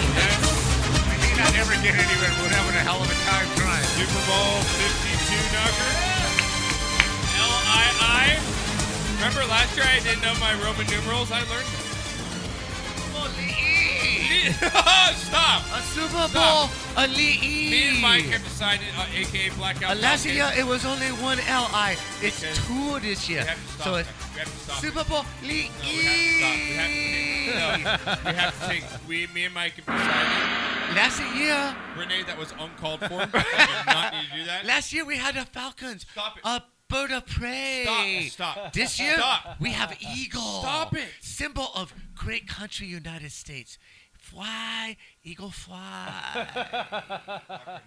Speaker 4: We may not ever get anywhere. We're having a hell of a time trying.
Speaker 2: Super Bowl 52 knocker. L I I. Remember last year I didn't know my Roman numerals. I learned.
Speaker 4: E. Oh,
Speaker 2: Stop.
Speaker 4: A Super Bowl, a Lee
Speaker 2: Me and Mike have decided, uh, aka Blackout.
Speaker 4: Last
Speaker 2: Podcast.
Speaker 4: year it was only one Li. It's two this year.
Speaker 2: We have to stop
Speaker 4: So
Speaker 2: that.
Speaker 4: it's
Speaker 2: We have to stop
Speaker 4: Super Bowl Lee.
Speaker 2: No, Oh, we have to stop. We have to take. No, we have to take. We, me and Mike have decided.
Speaker 4: Last year.
Speaker 2: Renee, that was uncalled for. I did not need to do that.
Speaker 4: Last year we had the Falcons. A bird of prey.
Speaker 2: Stop, stop.
Speaker 4: This year
Speaker 2: Stop.
Speaker 4: we have eagle.
Speaker 2: Stop it.
Speaker 4: Symbol of great country United States. Fly, eagle, fly.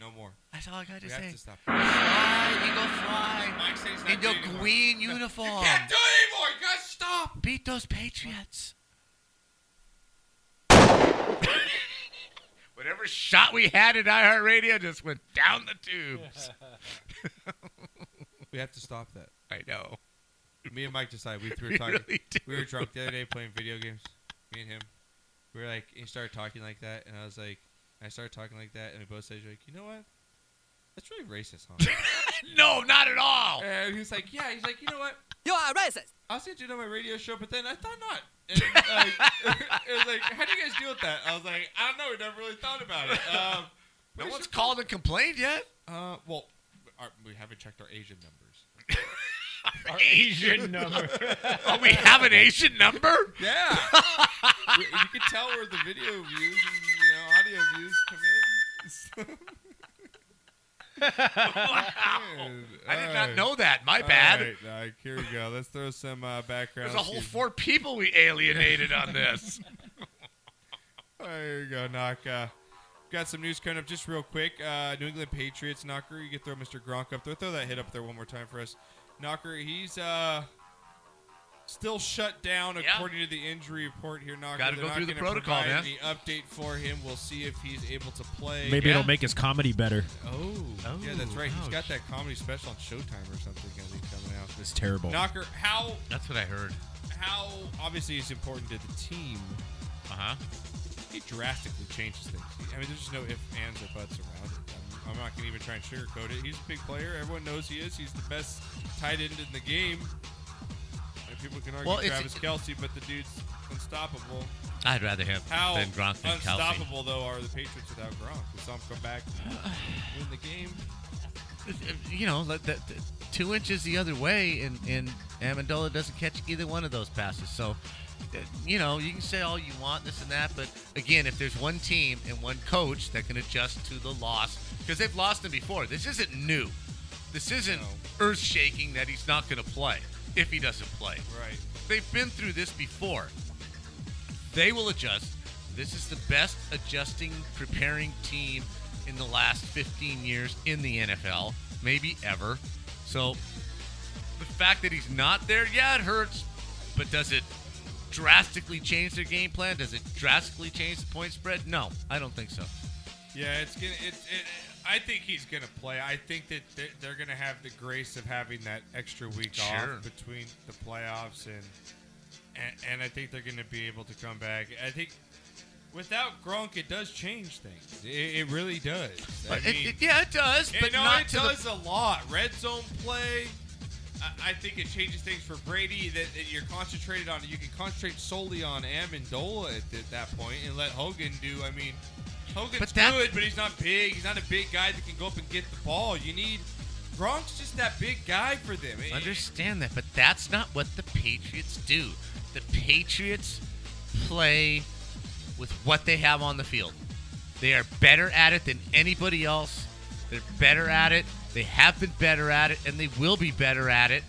Speaker 2: no more.
Speaker 4: That's all I got to
Speaker 2: We
Speaker 4: say.
Speaker 2: have to stop.
Speaker 4: Fly, eagle, fly.
Speaker 2: Mike says not
Speaker 4: in your
Speaker 2: do it anymore.
Speaker 4: green
Speaker 2: No, you
Speaker 4: uniform.
Speaker 2: can't do it anymore. You gotta stop.
Speaker 4: Beat those Patriots. Whatever shot we had at iHeartRadio just went down the tubes.
Speaker 2: We have to stop that.
Speaker 4: I know.
Speaker 2: Me and Mike decided we were
Speaker 4: We
Speaker 2: talking.
Speaker 4: really do.
Speaker 2: we were drunk the other day playing video games. Me and him. We were like, he started talking like that, and I was like, I started talking like that, and we both said, like, you know what? That's really racist, huh?
Speaker 4: no, not at all.
Speaker 2: And he's like, yeah. He's like, you know what?
Speaker 14: You are racist.
Speaker 2: I was going to do it on my radio show, but then I thought not. And like, it was like, how do you guys deal with that? I was like, I don't know. We never really thought about it. Um,
Speaker 4: No one's called and complained yet.
Speaker 2: Uh, well, our, we haven't checked our Asian numbers.
Speaker 4: Our Asian number. oh, we have an Asian number?
Speaker 2: Yeah. you, you can tell where the video views and you know, audio views come in.
Speaker 4: I did not
Speaker 2: Alright.
Speaker 4: know that. My
Speaker 2: All
Speaker 4: bad.
Speaker 2: right, Like, here we go. Let's throw some uh, background.
Speaker 4: There's a whole
Speaker 2: excuse me.
Speaker 4: four people we alienated on this.
Speaker 2: All right, here we go, Knock. Uh, got some news coming up just real quick. Uh, New England Patriots, Knocker. You can throw Mr. Gronk up there. Throw that hit up there one more time for us. Knocker, he's uh, still shut down according to the injury report here, Knocker.
Speaker 4: Gotta
Speaker 2: They're
Speaker 4: go
Speaker 2: not
Speaker 4: through the
Speaker 2: gonna
Speaker 4: protocol,
Speaker 2: provide
Speaker 4: man.
Speaker 2: The update for him. We'll see if he's able to play.
Speaker 3: Maybe it'll make his comedy better.
Speaker 2: Oh, yeah, that's right. He's got that comedy special on Showtime or something. I think coming out.
Speaker 3: It's terrible.
Speaker 2: Knocker, how
Speaker 4: That's what I heard.
Speaker 2: how obviously it's important to the team.
Speaker 4: Uh huh.
Speaker 2: It drastically changes things. I mean, there's just no ifs, ands, or buts around it. I'm, I'm not gonna even try and sugarcoat it. He's a big player. Everyone knows he is. He's the best tight end in the game. And people can argue
Speaker 4: Well, it's-
Speaker 2: Travis Kelsey, but the dude's unstoppable.
Speaker 4: I'd rather him
Speaker 2: How
Speaker 4: than Gronk than Kelsey.
Speaker 2: unstoppable though are the Patriots without Gronk? We saw him come back, win the game.
Speaker 4: You know, let that, that- two inches the other way, and, and Amendola doesn't catch either one of those passes. So, uh, you know, you can say all you want, this and that, but again, if there's one team and one coach that can adjust to the loss, because they've lost him before, this isn't new. This isn't earth shaking that he's not going to play if he doesn't play.
Speaker 2: Right.
Speaker 4: They've been through this before. They will adjust. This is the best adjusting, preparing team in the last 15 years in the NFL, maybe ever. So the fact that he's not there, yeah, it hurts. But does it drastically change their game plan? Does it drastically change the point spread? No, I don't think so.
Speaker 2: Yeah, it's gonna. It, it, I think he's gonna play. I think that they're, they're gonna have the grace of having that extra week
Speaker 4: Sure.
Speaker 2: off between the playoffs, and, and and I think they're gonna be able to come back. I think without Gronk, it does change things. It, it really does. I
Speaker 4: But it-
Speaker 2: mean-
Speaker 4: it- yeah, it does,
Speaker 2: Yeah,
Speaker 4: but
Speaker 2: no,
Speaker 4: not
Speaker 2: it
Speaker 4: to the-
Speaker 2: does a lot. Red zone play. I, I think it changes things for Brady that, that you're concentrated on. You can concentrate solely on Amendola at, th- that point and let Hogan do. I mean, Hogan's
Speaker 4: But that-
Speaker 2: good, but he's not big. He's not a big guy that can go up and get the ball. You need Gronk's just that big guy for them. It-
Speaker 4: Understand that, but that's not what the Patriots do. The Patriots play with what they have on the field. They are better at it than anybody else. They're better at it. They have been better at it, and they will be better at it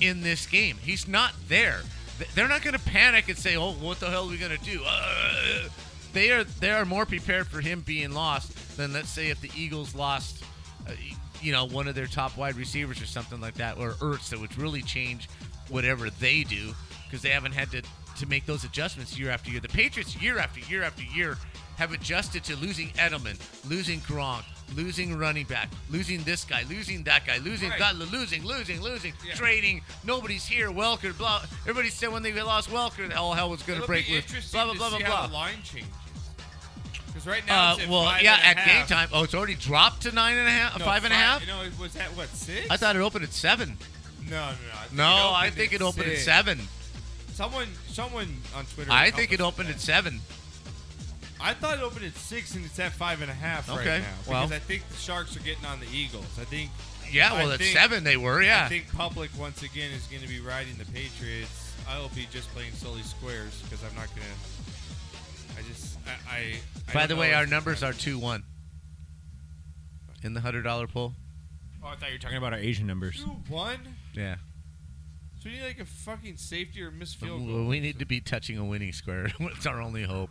Speaker 4: in this game. He's not there. Th- They're not going to panic and say, "Oh, what the hell are we going to do?" Uh, they are. They are more prepared for him being lost than, let's say, if the Eagles lost uh, you know, one of their top wide receivers or something like that, or Ertz, that would really change whatever they do because they haven't had to, to make those adjustments year after year. The Patriots, year after year after year, have adjusted to losing Edelman, losing Gronk, losing running back, losing this guy, losing that guy, losing
Speaker 14: Right.
Speaker 4: that, losing, losing, losing,
Speaker 14: Yeah.
Speaker 4: trading. Nobody's here. Welker, blah. Everybody said when they lost Welker, all hell was going
Speaker 2: It'll
Speaker 4: to break
Speaker 2: be
Speaker 4: loose.
Speaker 2: interesting
Speaker 4: Blah blah
Speaker 2: to
Speaker 4: blah
Speaker 2: see
Speaker 4: blah
Speaker 2: how
Speaker 4: blah.
Speaker 2: the line changes. Because right now,
Speaker 4: Uh,
Speaker 2: it's at
Speaker 4: well,
Speaker 2: five
Speaker 4: yeah,
Speaker 2: and a
Speaker 4: at game
Speaker 2: half.
Speaker 4: time. Oh, it's already dropped to nine and a half,
Speaker 2: No,
Speaker 4: five and a half.
Speaker 2: No, it was at what six?
Speaker 4: I thought it opened at seven.
Speaker 2: No, no,
Speaker 4: No,
Speaker 2: no.
Speaker 4: I think it opened at seven.
Speaker 2: Someone, someone on Twitter.
Speaker 4: I
Speaker 2: help
Speaker 4: think
Speaker 2: us
Speaker 4: it
Speaker 2: with
Speaker 4: opened
Speaker 2: that.
Speaker 4: at seven.
Speaker 2: I thought it opened at six, and it's at five and a half
Speaker 4: Okay,
Speaker 2: right now.
Speaker 4: well.
Speaker 2: because I think the Sharks are getting on the Eagles. I think.
Speaker 4: Yeah,
Speaker 2: I
Speaker 4: well, at
Speaker 2: think-
Speaker 4: seven they were, yeah.
Speaker 2: I think public once again is going to be riding the Patriots. I will be just playing solely squares because I'm not going to. I just I. I, I
Speaker 4: By
Speaker 2: don't
Speaker 4: the
Speaker 2: know
Speaker 4: way,
Speaker 2: if
Speaker 4: our
Speaker 2: it's
Speaker 4: numbers
Speaker 2: gonna-
Speaker 4: are two one in the hundred dollar poll.
Speaker 2: Oh, I thought you were
Speaker 3: Talking about our Asian numbers.
Speaker 2: two one.
Speaker 4: Yeah,
Speaker 2: So we need like a fucking safety or missed field goal.
Speaker 4: we need to be touching a winning square. it's our only hope.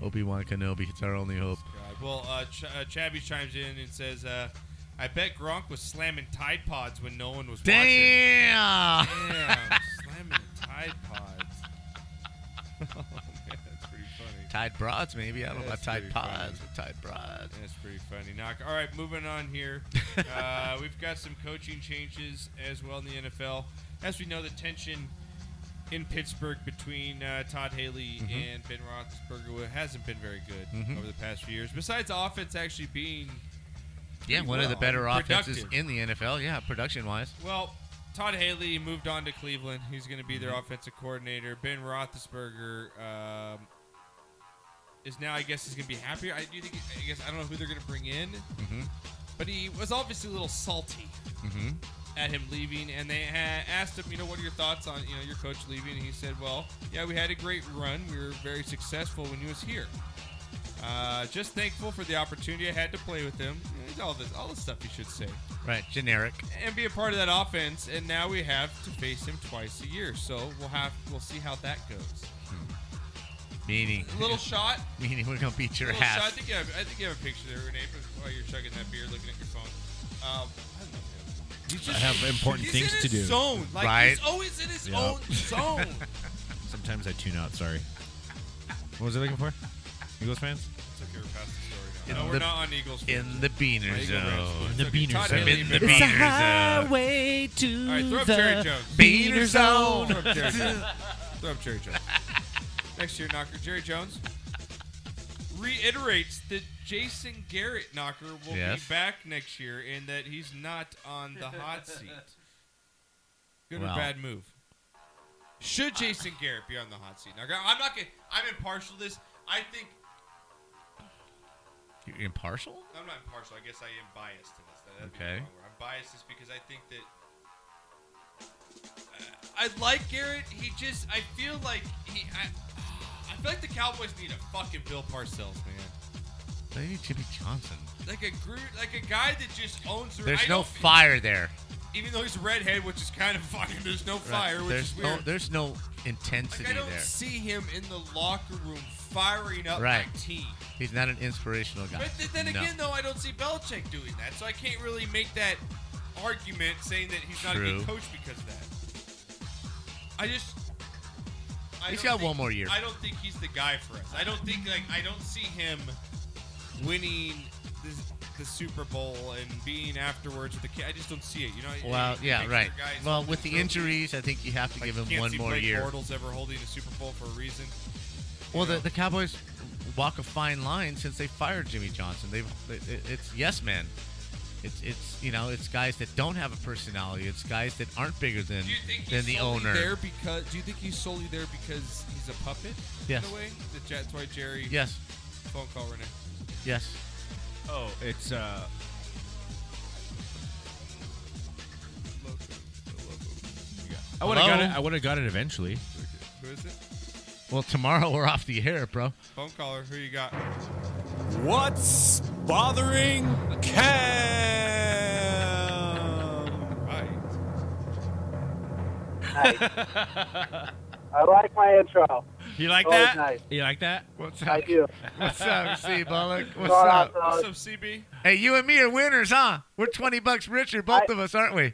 Speaker 4: Obi Wan Kenobi. It's our only hope.
Speaker 2: Well, uh, Ch- uh, Chabby chimes in and says, uh, "I bet Gronk was slamming Tide Pods when no one was
Speaker 4: Damn!
Speaker 2: watching." Damn, slamming Tide Pods. oh man, that's pretty funny.
Speaker 4: Tide Broads, maybe. I don't know about
Speaker 2: That's
Speaker 4: Tide
Speaker 2: pretty funny.
Speaker 4: Pods, but Tide Broads.
Speaker 2: That's pretty funny. Knock. All right, moving on here. uh, we've got some coaching changes as well in the NFL. As we know, the tension in Pittsburgh between uh, Todd Haley
Speaker 12: Mhm.
Speaker 2: and Ben Roethlisberger hasn't been very good
Speaker 4: Mhm.
Speaker 2: over the past few years. Besides the offense actually being
Speaker 4: Yeah,
Speaker 2: pretty
Speaker 4: one of the
Speaker 2: well
Speaker 4: better
Speaker 2: and
Speaker 4: offenses
Speaker 2: productive.
Speaker 4: in the NFL. Yeah, production wise.
Speaker 2: Well, Todd Haley moved on to Cleveland. He's going to be their offensive coordinator. Ben Roethlisberger um, is now, I guess, he's going to be happier. I do think. I guess I don't know who they're going to bring in,
Speaker 4: Mhm.
Speaker 2: but he was obviously a little salty
Speaker 4: Mhm.
Speaker 2: at him leaving. And they ha- asked him, you know, what are your thoughts on you know your coach leaving? And he said, well, yeah, we had a great run. We were very successful when he was here. Uh, just thankful for the opportunity I had to play with him. All this, all the stuff you should say
Speaker 4: Right, generic.
Speaker 2: and be a part of that offense. And now we have to face him twice a year, so we'll have we'll see how that goes.
Speaker 4: Meaning.
Speaker 2: Little shot.
Speaker 4: Meaning we're gonna beat your
Speaker 2: Little shot. I
Speaker 4: ass.
Speaker 2: think you have I think you have a picture there, Renee, but while you're chugging that beer, looking at your phone. Um, I don't know. He's
Speaker 3: I have important
Speaker 2: he's
Speaker 3: things
Speaker 2: in
Speaker 3: to
Speaker 2: his
Speaker 3: do.
Speaker 2: Zone, like
Speaker 3: right?
Speaker 2: he's always in his own zone.
Speaker 3: Sometimes I tune out. Sorry. What was I looking for? Eagles fans.
Speaker 2: It's okay, we're past the story
Speaker 4: In
Speaker 2: now. No, we're
Speaker 4: the-
Speaker 2: not on Eagles.
Speaker 4: In the
Speaker 2: Eagle
Speaker 4: beaner
Speaker 2: Rams.
Speaker 4: zone.
Speaker 2: It's okay. Todd
Speaker 4: I'm
Speaker 2: Haley
Speaker 4: in
Speaker 2: moved
Speaker 4: the
Speaker 2: on.
Speaker 3: uh,
Speaker 4: beaner zone.
Speaker 3: Way to
Speaker 2: All right, throw up Jerry Jones.
Speaker 3: Beaner
Speaker 2: Throw up Jerry Jones. Throw up Jerry Jones. Next year, knocker Jerry Jones reiterates that Jason Garrett knocker will
Speaker 4: Yes.
Speaker 2: be back next year and that he's not on the hot seat. Good
Speaker 4: Well.
Speaker 2: or bad move? Should Jason Garrett be on the hot seat? Now, I'm not. Gonna, I'm impartial. to This I think.
Speaker 4: You're impartial?
Speaker 2: I'm not impartial. I guess I am biased to this. That'd be the
Speaker 4: Okay.
Speaker 2: wrong word. I'm biased just because I think that uh, I like Garrett. He just I feel like he I, I feel like the Cowboys need a fucking Bill Parcells, man.
Speaker 4: They need Jimmy Johnson.
Speaker 2: Like a group, like a guy that just owns. The, I
Speaker 4: There's no
Speaker 2: don't-
Speaker 4: fire there.
Speaker 2: Even though he's a redhead, which is kind of fucking. There's no fire,
Speaker 4: Right.
Speaker 2: which
Speaker 4: There's
Speaker 2: is
Speaker 4: no
Speaker 2: weird.
Speaker 4: there's no intensity
Speaker 2: like I don't
Speaker 4: there.
Speaker 2: see him in the locker room firing up
Speaker 4: right.
Speaker 2: my team.
Speaker 4: He's not an inspirational guy.
Speaker 2: But th- then
Speaker 4: No.
Speaker 2: again, though, I don't see Belichick doing that, so I can't really make that argument saying that he's not a
Speaker 4: True.
Speaker 2: good coach because of that. I just. I
Speaker 4: He's
Speaker 2: don't
Speaker 4: got one more year.
Speaker 2: I don't think he's the guy for us. I don't think like I don't see him winning this, the Super Bowl and being afterwards with the kid. I just don't see it. You know. I-
Speaker 4: Well,
Speaker 2: I
Speaker 4: yeah,
Speaker 2: think
Speaker 4: right.
Speaker 2: your guys-
Speaker 4: Well, with the injuries, I think you have to give him
Speaker 2: can't
Speaker 4: one
Speaker 2: see
Speaker 4: more
Speaker 2: Blake
Speaker 4: year.
Speaker 2: Bortles ever holding a Super Bowl for a reason.
Speaker 4: Well, the, the Cowboys walk a fine line since they fired Jimmy Johnson. They've it, it- it's yes men. It's it's you know it's guys that don't have a personality. It's guys that aren't bigger than
Speaker 2: Do you think
Speaker 4: than
Speaker 2: he's
Speaker 4: the
Speaker 2: solely
Speaker 4: owner.
Speaker 2: there because? Do you think he's solely there because he's a puppet?
Speaker 4: Yes.
Speaker 2: In a way, That- that's why Jerry.
Speaker 4: Yes.
Speaker 2: Phone call Renee.
Speaker 4: Yes.
Speaker 3: Oh, it's uh. I would have
Speaker 4: Hello?
Speaker 3: got it. I would have got it eventually.
Speaker 2: Who is it?
Speaker 4: Well, tomorrow we're off the air, bro.
Speaker 2: Phone caller. Who you got?
Speaker 18: Uh,
Speaker 14: What's bothering Cam?
Speaker 13: Nice. I like my intro.
Speaker 3: You like
Speaker 13: Always
Speaker 3: that?
Speaker 13: Oh, Nice.
Speaker 3: You like that?
Speaker 4: What's
Speaker 13: I do.
Speaker 4: What's up, C Bullock? What's
Speaker 13: Going
Speaker 4: up?
Speaker 13: out, fellas.
Speaker 2: CB?
Speaker 4: Hey, you and me are winners, huh? We're twenty bucks richer, both of us, aren't we?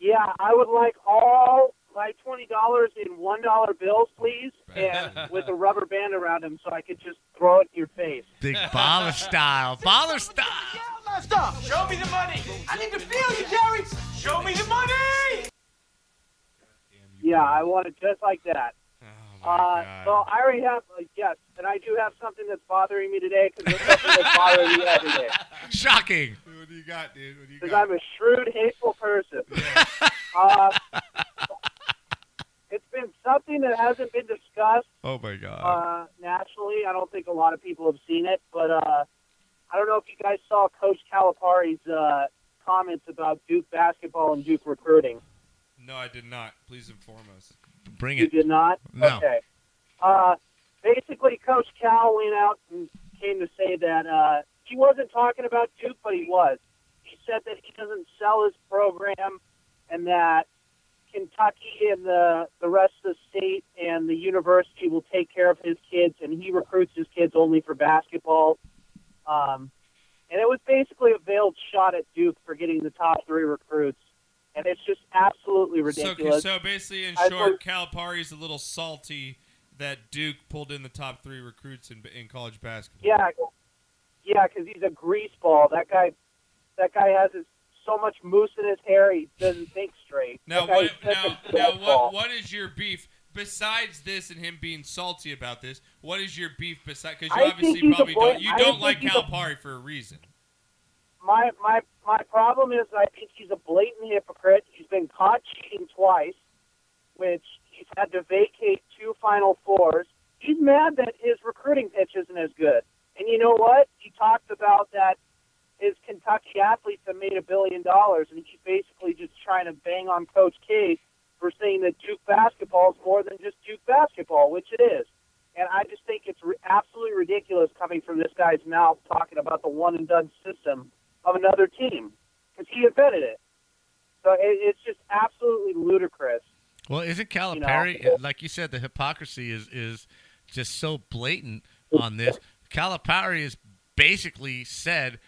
Speaker 13: Yeah, I would like all my twenty dollars in one dollar bills, please, and with a rubber band around them so I could just throw it in your face.
Speaker 4: Big baller style. Baller style.
Speaker 13: My stuff. Show me the money. I need to feel you, Jerry. Show me the money. Yeah, I want it just like that. uh, well, I already have uh, yes, and I do have something that's bothering me today because there's something that's bothering me every day.
Speaker 4: Shocking.
Speaker 2: What do you got, dude? What do you
Speaker 13: Because I'm a shrewd, hateful person. uh, it's been something that hasn't been discussed
Speaker 4: Oh my god.
Speaker 13: uh, nationally. I don't think a lot of people have seen it, but uh, I don't know if you guys saw Coach Calipari's uh, comments about Duke basketball and Duke recruiting.
Speaker 2: No, I did not. Please inform us.
Speaker 4: Bring
Speaker 13: you
Speaker 4: it.
Speaker 13: did not?
Speaker 4: No.
Speaker 13: Okay. Uh, basically, Coach Cal went out and came to say that uh, he wasn't talking about Duke, but he was. He said that he doesn't sell his program and that
Speaker 18: Kentucky and the, the rest of the state and the university will take care of his kids, and he recruits his kids only for basketball. Um, and it was basically a veiled shot at Duke for getting the top three recruits, and it's just absolutely
Speaker 2: So,
Speaker 18: ridiculous.
Speaker 2: so basically, in
Speaker 18: I
Speaker 2: short,
Speaker 18: thought-
Speaker 2: Calipari's a little salty that Duke pulled in the top three recruits in, in college basketball.
Speaker 18: Yeah, yeah, because he's a greaseball. That guy, that guy has his, so much moose in his hair. He doesn't think straight.
Speaker 2: Now,
Speaker 18: That guy
Speaker 2: what,
Speaker 18: is such
Speaker 2: now,
Speaker 18: a
Speaker 2: now
Speaker 18: goofball.
Speaker 2: what, what is your beef besides this and him being salty about this? What is your beef besides? Because you
Speaker 18: I think
Speaker 2: obviously
Speaker 18: he's a
Speaker 2: probably
Speaker 18: boy-
Speaker 2: don't. You
Speaker 18: I
Speaker 2: don't
Speaker 18: think
Speaker 2: like
Speaker 18: he's a-
Speaker 2: Calipari for a reason.
Speaker 18: My my my problem is I think he's a blatant hypocrite. He's been caught cheating twice, which he's had to vacate two Final Fours. He's mad that his recruiting pitch isn't as good. And you know what? He talked about that his Kentucky athletes have made a billion dollars, and he's basically just trying to bang on Coach K for saying that Duke basketball is more than just Duke basketball, which it is. And I just think it's re- absolutely ridiculous coming from this guy's mouth talking about the one and done system of another team because he invented it. So it, it's just absolutely ludicrous.
Speaker 4: Well, isn't
Speaker 18: know.
Speaker 4: Calipari like you said? The hypocrisy is is just so blatant on this. Calipari has basically said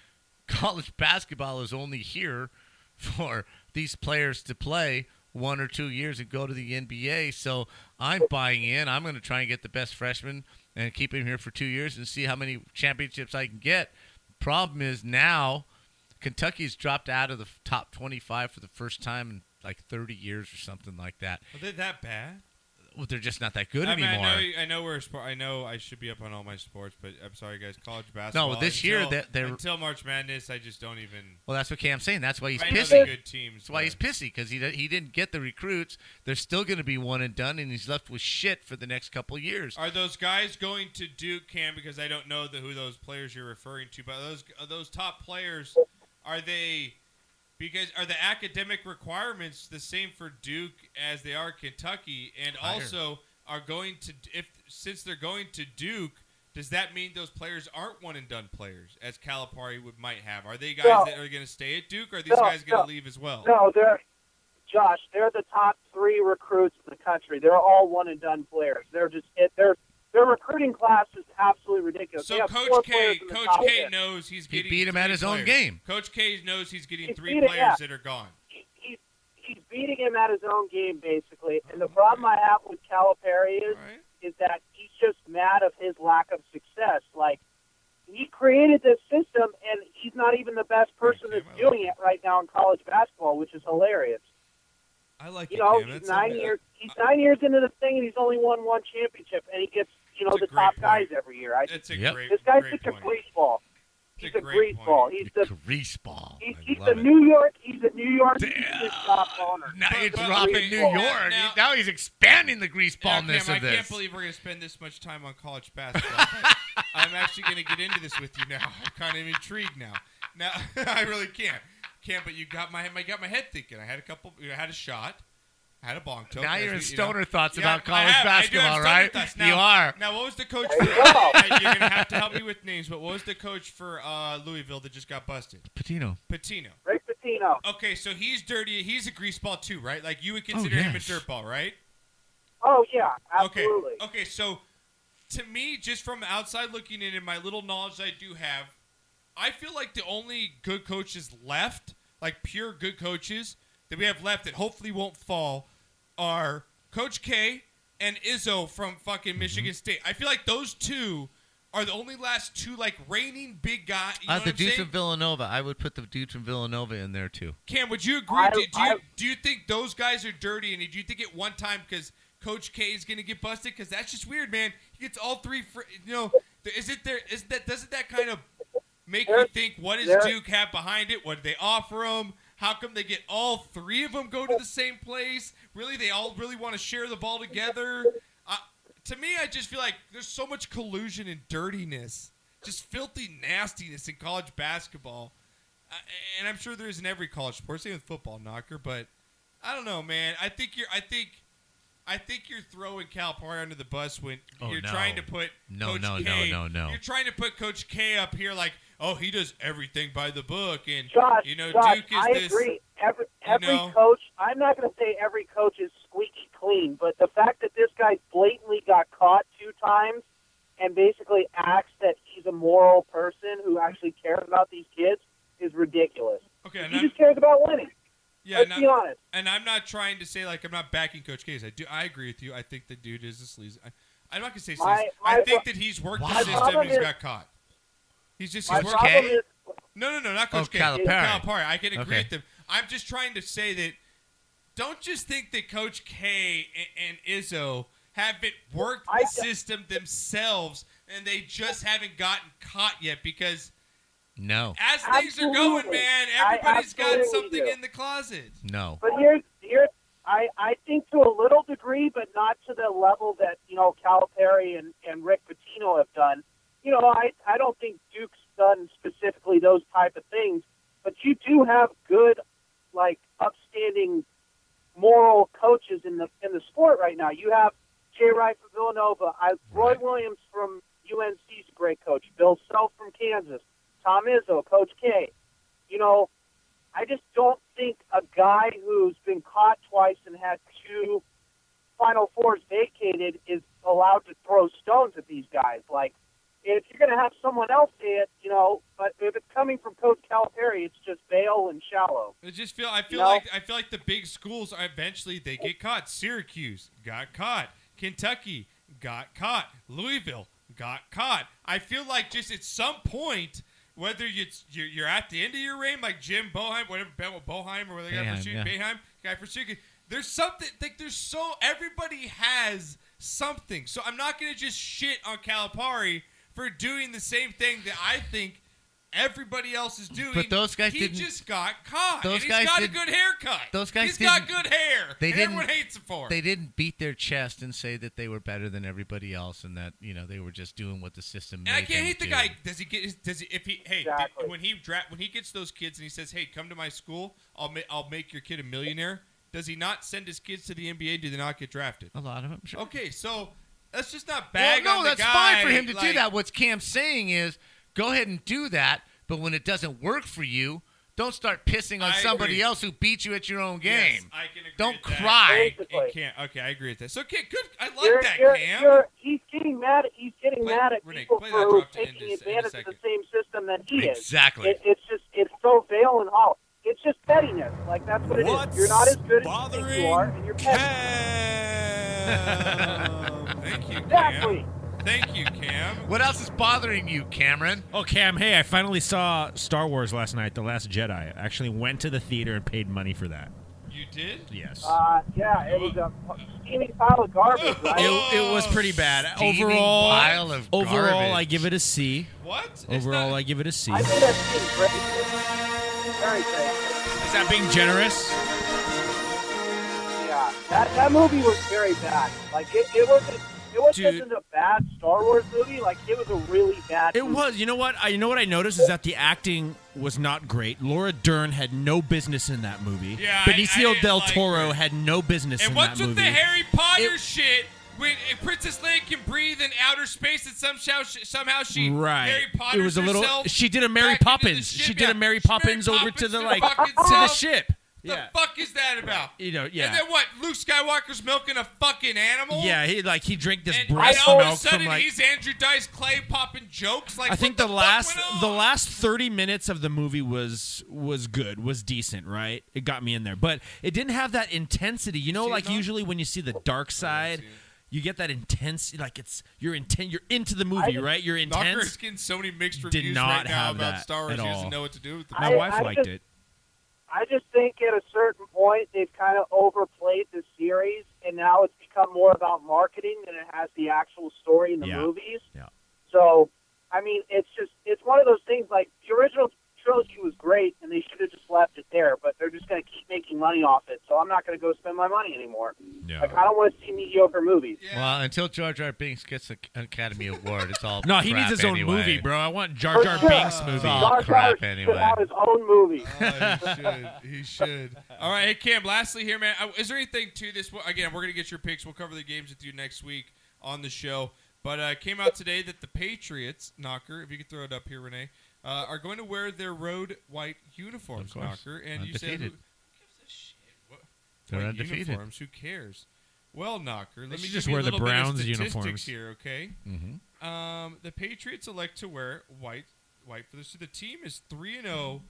Speaker 4: college basketball is only here for these players to play one or two years and go to the NBA. So I'm buying in. I'm going to try and get the best freshman and keep him here for two years and see how many championships I can get. Problem is now Kentucky's dropped out of the top 25 for the first time in like 30 years or something like that.
Speaker 2: Are they that bad?
Speaker 4: Well, they're just not that good
Speaker 2: I mean,
Speaker 4: anymore.
Speaker 2: I know, I know we're. a spor- I know I should be up on all my sports, but I'm sorry, guys. College basketball.
Speaker 4: No, this year
Speaker 2: until-
Speaker 4: they're- they're-
Speaker 2: until March Madness. I just don't even.
Speaker 4: Well, that's what Cam's saying. That's why he's
Speaker 2: I know
Speaker 4: pissy.
Speaker 2: they're good teams,
Speaker 4: that's why he's pissy because he di- he didn't get the recruits. They're still going to be one and done, and he's left with shit for the next couple of years.
Speaker 2: Are those guys going to Duke, Cam? Because I don't know the, who those players you're referring to, but are those are those top players are they? Because are the academic requirements the same for Duke as they are Kentucky, and
Speaker 4: Higher.
Speaker 2: also are going to if since they're going to Duke, does that mean those players aren't one and done players as Calipari would might have? Are they guys
Speaker 18: No.
Speaker 2: that are going to stay at Duke? Or are these
Speaker 18: No,
Speaker 2: guys going to
Speaker 18: no.
Speaker 2: leave as well?
Speaker 18: No, they're Josh. They're the top three recruits in the country. They're all one and done players. They're just it, their their recruiting class is absolutely ridiculous.
Speaker 2: So
Speaker 18: They have four
Speaker 2: Coach K,
Speaker 18: players in the
Speaker 2: Coach
Speaker 18: top
Speaker 2: K
Speaker 18: 10.
Speaker 2: knows he's
Speaker 4: He
Speaker 2: getting
Speaker 4: beat him at
Speaker 2: three
Speaker 4: his own
Speaker 2: players.
Speaker 4: game.
Speaker 2: Coach K knows he's getting
Speaker 18: He
Speaker 2: three
Speaker 18: beat it,
Speaker 2: players
Speaker 18: yeah.
Speaker 2: that are gone.
Speaker 18: he's he's beating him at his own game basically. And the problem I have with Calipari is is that he's just mad of his lack of success. Like he created this system and he's not even the best person that's doing it right now in college basketball, which is hilarious.
Speaker 2: I like
Speaker 18: you
Speaker 2: it,
Speaker 18: know,
Speaker 2: Cam.
Speaker 18: he's
Speaker 2: That's
Speaker 18: nine
Speaker 2: a-
Speaker 18: years he's nine years into the thing and he's only won one championship and he gets, you know,
Speaker 2: That's a
Speaker 18: the
Speaker 2: great
Speaker 18: top
Speaker 2: point.
Speaker 18: guys every year. I
Speaker 2: That's a
Speaker 4: Yep.
Speaker 2: great-
Speaker 18: this guy's
Speaker 2: great
Speaker 18: such a
Speaker 2: point.
Speaker 18: greaseball. He's
Speaker 2: a
Speaker 18: a,
Speaker 2: great
Speaker 18: greaseball.
Speaker 2: point.
Speaker 18: He's the
Speaker 4: Grease ball.
Speaker 18: he's,
Speaker 4: I
Speaker 18: he's
Speaker 4: love
Speaker 18: the
Speaker 4: it.
Speaker 18: New York he's the New York he's top owner.
Speaker 4: Now
Speaker 18: He's
Speaker 4: you're
Speaker 18: the
Speaker 4: dropping New
Speaker 18: greaseball.
Speaker 4: York. Now, now he's expanding the grease
Speaker 2: Now,
Speaker 4: ballness
Speaker 2: Cam,
Speaker 4: of
Speaker 2: I
Speaker 4: Oh, this.
Speaker 2: can't believe we're going to spend this much time on college basketball. but I'm actually going to get into this with you now. I'm kind of intrigued now. Now I really can't. Can't. But you got my I got my head thinking. I had a couple. You know, I had a shot. I had a bonk. Toke,
Speaker 4: Now
Speaker 2: as
Speaker 4: you're
Speaker 2: we-
Speaker 4: in
Speaker 2: you know.
Speaker 4: stoner thoughts
Speaker 2: Yeah,
Speaker 4: about
Speaker 2: I
Speaker 4: college
Speaker 2: have- I do have
Speaker 4: basketball,
Speaker 2: stoner
Speaker 4: right?
Speaker 2: thoughts.
Speaker 4: You
Speaker 2: Now-
Speaker 4: are.
Speaker 2: Now, what was the coach?
Speaker 4: There
Speaker 2: For,
Speaker 4: you go.
Speaker 2: Hey, you're going to have to help me with names. But what was the coach for uh, Louisville that just got busted?
Speaker 4: Patino.
Speaker 2: Patino.
Speaker 18: Rick Pitino.
Speaker 2: Okay, so he's dirty. He's a greaseball too, right? Like you would consider him a
Speaker 4: Oh, yes.
Speaker 2: dirtball, right?
Speaker 18: Oh yeah,
Speaker 2: Okay.
Speaker 18: absolutely.
Speaker 2: Okay, so to me, just from outside looking in, and my little knowledge I do have, I feel like the only good coaches left, like pure good coaches that we have left that hopefully won't fall, are Coach K and Izzo from fucking Michigan State. I feel like those two are the only last two like reigning big guy. You know
Speaker 4: Uh,
Speaker 2: what
Speaker 4: the
Speaker 2: I'm
Speaker 4: dude
Speaker 2: saying?
Speaker 4: from Villanova. I would put the dude from Villanova in there too.
Speaker 2: Cam, would you agree? do, do you, do you think those guys are dirty? And do you think at one time because Coach K is going to get busted? Because that's just weird, man. He gets all three. Fr- you know, th- is it there? Is that doesn't that kind of make you think what does
Speaker 18: there-
Speaker 2: Duke have behind it? What do they offer him? How come they get all three of them go to the same place? Really, they all really want to share the ball together. Uh, to me, I just feel like there's so much collusion and dirtiness, just filthy nastiness in college basketball and I'm sure there is in every college sport, same with football, knocker. But I don't know, man. I think you're. I think. I think you're throwing Calipari under the bus when
Speaker 4: Oh,
Speaker 2: you're
Speaker 4: no.
Speaker 2: trying to put
Speaker 4: No,
Speaker 2: Coach
Speaker 4: no, no,
Speaker 2: K-
Speaker 4: no, no.
Speaker 2: You're trying to put Coach K up here like, oh, he does everything by the book, and
Speaker 18: Josh,
Speaker 2: you know
Speaker 18: Josh,
Speaker 2: Duke is
Speaker 18: I
Speaker 2: this.
Speaker 18: agree. Every, every coach, I'm not going to say every coach is squeaky clean, but the fact that this guy blatantly got caught two times and basically acts that he's a moral person who actually cares about these kids is ridiculous.
Speaker 2: Okay,
Speaker 18: he just cares about winning.
Speaker 2: Yeah,
Speaker 18: Let's
Speaker 2: and I'm-
Speaker 18: be honest.
Speaker 2: And I'm not trying to say like I'm not backing Coach Case. I do. I agree with you. I think the dude is a sleaze. I, I'm not gonna say sleaze.
Speaker 18: My-
Speaker 2: I
Speaker 18: my
Speaker 2: think
Speaker 18: pro-
Speaker 2: that he's worked
Speaker 18: My
Speaker 2: the system.
Speaker 18: problem
Speaker 2: and He's
Speaker 18: is-
Speaker 2: got caught. He's just
Speaker 18: My
Speaker 2: he's worked.
Speaker 18: problem is-
Speaker 2: No, no, no, not Coach
Speaker 4: Oh,
Speaker 2: K.
Speaker 4: Calipari.
Speaker 2: Calipari. I can agree
Speaker 4: Okay.
Speaker 2: with them. I'm just trying to say that don't just think that Coach K and, and Izzo haven't worked the system themselves and they just haven't gotten caught yet because
Speaker 4: No,
Speaker 2: as things are going,
Speaker 18: Absolutely.
Speaker 2: man,
Speaker 18: I
Speaker 2: everybody's got
Speaker 18: absolutely
Speaker 2: something
Speaker 18: do.
Speaker 2: in the closet.
Speaker 4: no.
Speaker 18: But here's here, I I think to a little degree, but not to the level that you know Calipari and and Rick Pitino have done. You know, I I don't think Duke's done specifically those type of things, but you do have good, like upstanding, moral coaches in the in the sport right now. You have Jay Wright from Villanova, I, Roy Williams from UNC's a great coach, Bill Self from Kansas, Tom Izzo, Coach K. You know, I just don't think a guy who's been caught twice and had two Final Fours vacated is allowed to throw stones at these guys. Like, if you're going to have someone else say it, you know, but if it's coming from Coach Calipari, it's just bail and shallow.
Speaker 2: It just feel I feel
Speaker 18: No.
Speaker 2: like I feel like the big schools are eventually they get caught. Syracuse got caught. Kentucky got caught. Louisville got caught. I feel like just at some point, whether you you're, you're at the end of your reign, like Jim Boheim, whatever Ben Boheim or whatever guy
Speaker 4: Boeheim,
Speaker 2: for
Speaker 4: yeah.
Speaker 2: shooting Boeheim, guy for shooting. There's something like there's so everybody has something. So I'm not gonna just shit on Calipari for doing the same thing that I think everybody else is doing.
Speaker 4: But those guys
Speaker 2: he
Speaker 4: didn't-
Speaker 2: just got caught.
Speaker 4: Those
Speaker 2: and he's
Speaker 4: guys
Speaker 2: got a
Speaker 4: didn't-
Speaker 2: good haircut.
Speaker 4: Those guys
Speaker 2: He's got
Speaker 4: didn't-
Speaker 2: good hair.
Speaker 4: They
Speaker 2: and
Speaker 4: didn't.
Speaker 2: Everyone hates him for. it.
Speaker 4: They didn't beat their chest and say that they were better than everybody else, and that you know they were just doing what the system.
Speaker 2: And I
Speaker 4: made
Speaker 2: can't
Speaker 4: them
Speaker 2: hate the
Speaker 4: do.
Speaker 2: guy. Does he get? His, does he? If he? Hey, did- when he dra- when he gets those kids and he says, "Hey, come to my school. I'll ma- I'll make your kid a millionaire." Does he not send his kids to the NBA? Do they not get drafted?
Speaker 4: A lot of them. Sure.
Speaker 2: Okay, so let's just not bag
Speaker 4: well, no,
Speaker 2: on the
Speaker 4: that's
Speaker 2: guy,
Speaker 4: fine for him to do
Speaker 2: like-
Speaker 4: that. What's Cam's saying is, go ahead and do that, but when it doesn't work for you, don't start pissing on
Speaker 2: I
Speaker 4: somebody
Speaker 2: agree.
Speaker 4: else who beat you at your own game.
Speaker 2: Yes, I can agree
Speaker 4: don't
Speaker 2: with that.
Speaker 4: cry.
Speaker 2: It can't. Okay, I agree with that. So, okay, good. I like
Speaker 18: You're-
Speaker 2: that,
Speaker 18: you're-
Speaker 2: Cam.
Speaker 18: you're- he's getting mad. At, he's getting
Speaker 2: Play-
Speaker 18: mad at
Speaker 2: Renee,
Speaker 18: people
Speaker 2: play that
Speaker 18: for
Speaker 2: drop to end
Speaker 18: taking
Speaker 2: this- end
Speaker 18: advantage
Speaker 2: this
Speaker 18: of the same system that he is.
Speaker 4: Exactly.
Speaker 18: It, it's just it's so veil and hollow. It's just pettiness. Like that's what it is. You're not as good as you think you are, and you're petty.
Speaker 3: Uh,
Speaker 2: Thank you,
Speaker 18: Exactly.
Speaker 2: Thank you, Cam.
Speaker 4: What else is bothering you, Cameron?
Speaker 3: Oh, Cam, hey, I finally saw Star Wars last night, The Last Jedi. I actually went to the theater and paid money for that.
Speaker 2: You did?
Speaker 3: Yes.
Speaker 18: Uh, yeah, it was a steaming pile of garbage. Right?
Speaker 3: It, it was pretty bad.
Speaker 4: Steaming
Speaker 3: overall,
Speaker 4: pile of
Speaker 3: overall, I
Speaker 4: garbage.
Speaker 3: give it a C.
Speaker 2: What?
Speaker 3: Overall, I give it a C.
Speaker 18: I think that's being great. Very great.
Speaker 3: Is that being generous?
Speaker 18: Yeah, that, that movie was very bad. Like it, it wasn't. It wasn't
Speaker 3: Dude.
Speaker 18: just a bad Star Wars movie. Like it was a really bad.
Speaker 3: It
Speaker 18: movie.
Speaker 3: was. You know what? I you know what I noticed is that the acting was not great. Laura Dern had no business in that movie.
Speaker 2: Yeah, I- I
Speaker 3: Benicio
Speaker 2: didn't
Speaker 3: del
Speaker 2: like
Speaker 3: Toro had no business
Speaker 2: And
Speaker 3: in
Speaker 2: what's
Speaker 3: that
Speaker 2: with
Speaker 3: movie.
Speaker 2: the Harry Potter shit? When uh, Princess Leia can breathe in outer space, and somehow she, somehow she
Speaker 3: right.
Speaker 2: Harry Potter
Speaker 3: it was a little.
Speaker 2: herself
Speaker 3: She did a Mary Poppins. She did a Mary Poppins over to the like
Speaker 2: fucking
Speaker 3: to the
Speaker 2: self.
Speaker 3: ship.
Speaker 2: The fuck is that about?
Speaker 3: You know, yeah.
Speaker 2: And then what? Luke Skywalker's milking a fucking animal.
Speaker 3: Yeah, he like he drank this
Speaker 2: And
Speaker 3: breast
Speaker 2: all of a
Speaker 3: milk
Speaker 2: sudden,
Speaker 3: from like.
Speaker 2: he's Andrew Dice Clay popping jokes. Like
Speaker 3: I think the, last the last 30 minutes of the movie was was good, was decent, right? It got me in there. But it didn't have that intensity. You know like usually when you see the dark side, you get that intense like it's you're intent you're into the movie, right? You're
Speaker 2: Knocker is
Speaker 3: intense.
Speaker 2: getting so many mixed
Speaker 3: Did
Speaker 2: reviews right
Speaker 3: not
Speaker 2: now
Speaker 3: have
Speaker 2: about
Speaker 3: that
Speaker 2: Star Wars.
Speaker 3: at
Speaker 2: He doesn't
Speaker 3: all.
Speaker 2: know what to do with the
Speaker 3: My
Speaker 18: I-
Speaker 3: wife
Speaker 18: I
Speaker 3: liked
Speaker 18: just-
Speaker 3: it.
Speaker 18: I just think at a certain point they've kind of overplayed the series, and now it's become more about marketing than it has the actual story in the
Speaker 14: Yeah.
Speaker 18: movies.
Speaker 3: Yeah.
Speaker 18: So, I mean, it's just it's one of those things. Like the original trilogy was great, and they should have just left it there. But they're just going to keep making money off it, so I'm not going to go spend my money anymore.
Speaker 4: Yeah.
Speaker 18: Like I don't want to see mediocre movies.
Speaker 4: Well, until George R. R. Binks gets an Academy Award, it's all
Speaker 3: No, he needs
Speaker 4: crap
Speaker 3: his own
Speaker 4: anyway.
Speaker 3: movie, bro. I want Jar Jar Binks movie.
Speaker 4: It's all crap
Speaker 18: Put
Speaker 4: anyway.
Speaker 18: out his own movie.
Speaker 2: Oh, he should. All right, hey Cam. Lastly, here, man, uh, is there anything to this? Well, Again, we're gonna get your picks. We'll cover the games with you next week on the show. But uh, it came out today that the Patriots, Knocker, if you could throw it up here, Renee, uh, are going to wear their road white uniforms,
Speaker 4: course.
Speaker 2: Knocker. And you said,
Speaker 4: Undefeated.
Speaker 2: who-
Speaker 4: They're
Speaker 2: white
Speaker 4: undefeated.
Speaker 2: uniforms. Who cares? Well, knocker, let me
Speaker 3: They should
Speaker 2: give
Speaker 3: just
Speaker 2: you a
Speaker 3: wear the
Speaker 2: little bit of
Speaker 3: Browns
Speaker 2: statistics
Speaker 3: uniforms.
Speaker 2: here, okay?
Speaker 3: Mhm.
Speaker 2: Um, the Patriots elect to wear white. White for this. So the team is three and oh zero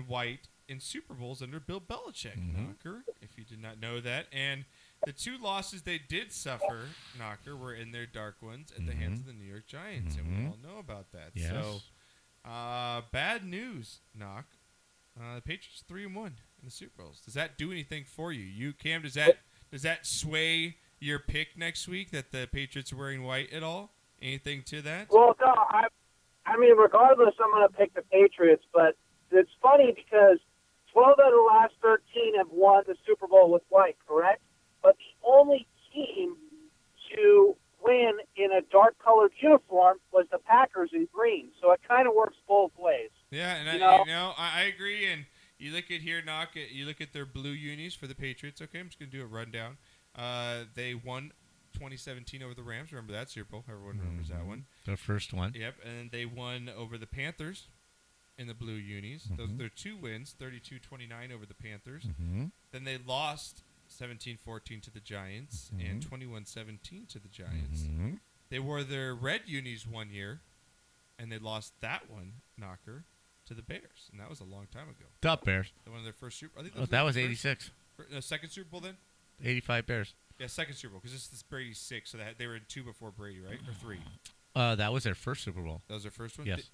Speaker 2: in white in Super Bowls under Bill Belichick. Knocker, if you did not know that, and the two losses they did suffer, Knocker, were in their dark ones at the hands of the New York Giants, and we
Speaker 4: Mhm.
Speaker 2: all know about that.
Speaker 4: Yes.
Speaker 2: So, uh, bad news, Knock. Uh, the Patriots three and one in the Super Bowls. Does that do anything for you? You Cam, does that does that sway your pick next week that the Patriots are wearing white at all? Anything to that?
Speaker 18: Well, no, I, I mean, regardless, I'm going to pick the Patriots, but it's funny because 12 out of the last 13 have won the Super Bowl with white, correct? But the only team to win in a dark colored uniform was the Packers in green. So it kind of works both ways.
Speaker 2: Yeah, and
Speaker 18: You
Speaker 2: I,
Speaker 18: know?
Speaker 2: you know, I, I agree. And you look at here, knock it. You look at their blue unis for the Patriots. Okay, I'm just gonna do a rundown. Uh, they won 2017 over the Rams. Remember that Super Bowl? Everyone remembers that one.
Speaker 4: Their Mm-hmm. first one.
Speaker 2: Yep, and they won over the Panthers in the blue unis. Those
Speaker 4: Mhm.
Speaker 2: their two wins, 32-29 over the Panthers.
Speaker 4: Mhm.
Speaker 2: Then they lost 17-14 to the Giants
Speaker 4: Mm-hmm.
Speaker 2: and 21-17 to the Giants.
Speaker 4: Mhm.
Speaker 2: They wore their red unis one year, and they lost that one knocker to the Bears, and that was a long time ago.
Speaker 4: The Bears.
Speaker 2: One of their first Super. I think
Speaker 4: Oh, that
Speaker 2: their
Speaker 4: was
Speaker 2: first-
Speaker 4: 86.
Speaker 2: fir- no, second Super Bowl then.
Speaker 4: 85 Bears.
Speaker 2: Yeah, second Super Bowl because this is Brady's six, so they, had, they were in two before Brady, right, or three.
Speaker 4: Uh, that was their first Super Bowl.
Speaker 2: That was their first one.
Speaker 4: Yes.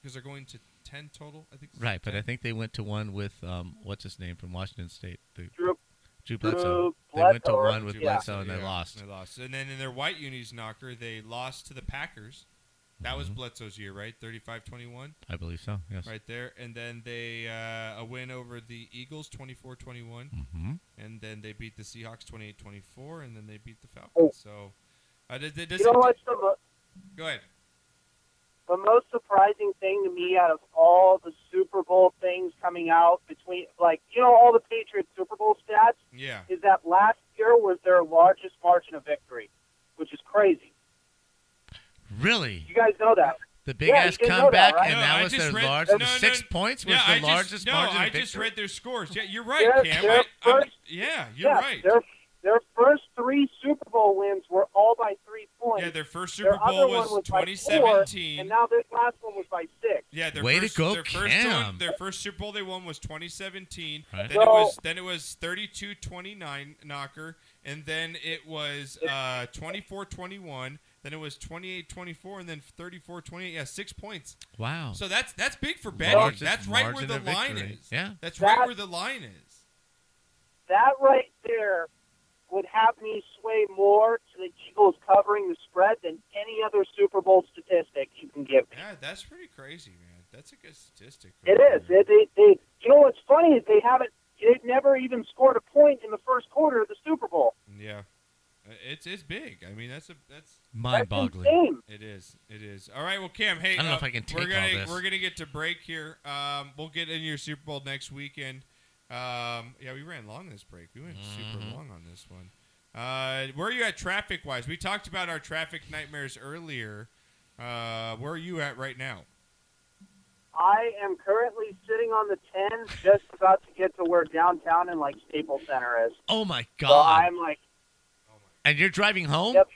Speaker 2: Because they're going to ten total, I think.
Speaker 4: Right, but I think they went to one with um, what's his name from Washington State, the
Speaker 18: Drew,
Speaker 4: Drew
Speaker 18: Drew
Speaker 4: Bledsoe. They went to
Speaker 18: Bledsoe.
Speaker 4: one with
Speaker 18: Drew
Speaker 4: Bledsoe and they
Speaker 2: Yeah,
Speaker 4: lost.
Speaker 2: They lost, and then in their white unis knocker, they lost to the Packers. That was
Speaker 4: Mm-hmm.
Speaker 2: Bledsoe's year, right? 35-21.
Speaker 4: I believe so. Yes.
Speaker 2: Right there. And then they uh, a win over the Eagles 24 21.
Speaker 4: Mhm.
Speaker 2: And then they beat the Seahawks 28 24. And then they beat the Falcons. So, uh, does, does
Speaker 18: Oh. you know
Speaker 2: it-
Speaker 18: what's the, mo-
Speaker 2: Go ahead.
Speaker 18: the most surprising thing to me out of all the Super Bowl things coming out between, like, you know, all the Patriots Super Bowl stats?
Speaker 2: Yeah.
Speaker 18: is that last year was their largest margin of victory, which is crazy.
Speaker 4: Really?
Speaker 18: You guys know that.
Speaker 4: The big
Speaker 18: Yeah,
Speaker 4: ass
Speaker 18: you didn't know
Speaker 4: comeback,
Speaker 18: that, right?
Speaker 4: and
Speaker 18: No,
Speaker 4: that
Speaker 18: I
Speaker 4: was
Speaker 18: just
Speaker 4: their
Speaker 18: read-
Speaker 4: largest. the
Speaker 18: no, no,
Speaker 4: six points was
Speaker 2: yeah,
Speaker 4: the
Speaker 2: I
Speaker 4: largest
Speaker 2: just, no,
Speaker 4: margin.
Speaker 2: I
Speaker 4: of
Speaker 2: just
Speaker 4: victory.
Speaker 2: read their scores. Yeah, you're right,
Speaker 18: Their-
Speaker 2: Cam.
Speaker 18: their
Speaker 2: I, I'm-
Speaker 18: first-
Speaker 2: yeah, you're
Speaker 18: yeah,
Speaker 2: right.
Speaker 18: Their, their first three Super Bowl wins were all by three points.
Speaker 2: Yeah, their first
Speaker 18: Their
Speaker 2: Super Bowl
Speaker 18: other
Speaker 2: was,
Speaker 18: one was by
Speaker 2: 2017.
Speaker 18: Four, and now this last one was by six.
Speaker 2: Yeah, their
Speaker 4: Way to
Speaker 2: first,
Speaker 4: go,
Speaker 2: their first
Speaker 4: Cam.
Speaker 2: one- their first Super Bowl they won was 2017.
Speaker 4: Right.
Speaker 2: Then it
Speaker 18: Well-
Speaker 2: was then it was 32-29 knocker, and then it was uh, 24-21. Then it was 28-24, and then 34-28. Yeah, six points.
Speaker 4: Wow.
Speaker 2: So that's that's big for betting.
Speaker 4: Largest
Speaker 2: that's right where
Speaker 4: margin
Speaker 2: the
Speaker 4: of
Speaker 2: line
Speaker 4: victory.
Speaker 2: is.
Speaker 4: Yeah.
Speaker 2: that's
Speaker 18: That-
Speaker 2: right where the line is.
Speaker 18: That right there would have me sway more to the Eagles covering the spread than any other Super Bowl statistic you can give me.
Speaker 2: Yeah, that's pretty crazy, man. That's a good statistic.
Speaker 18: It is. They, they, they, you know what's funny is they haven't. They've never even scored a point in the first quarter of the Super Bowl.
Speaker 2: Yeah, Uh, it's it's big. I mean, that's a that's
Speaker 4: Mind-boggling.
Speaker 18: insane.
Speaker 2: It is. It is. All right. Well, Cam. Hey,
Speaker 4: I don't know
Speaker 2: uh,
Speaker 4: if I can
Speaker 2: We're
Speaker 4: take
Speaker 2: gonna
Speaker 4: all this.
Speaker 2: we're gonna get to break here. Um, we'll get into your Super Bowl next weekend. Um, yeah, we ran long this break. We went
Speaker 4: Mm-hmm.
Speaker 2: super long on this one. Uh, where are you at traffic wise? We talked about our traffic nightmares earlier. Uh, where are you at right now?
Speaker 18: I am currently sitting on the 10, just about to get to where downtown and like Staples Center is.
Speaker 4: Oh my
Speaker 18: So
Speaker 4: god!
Speaker 18: I'm like,
Speaker 4: and you're driving home?
Speaker 18: Yep.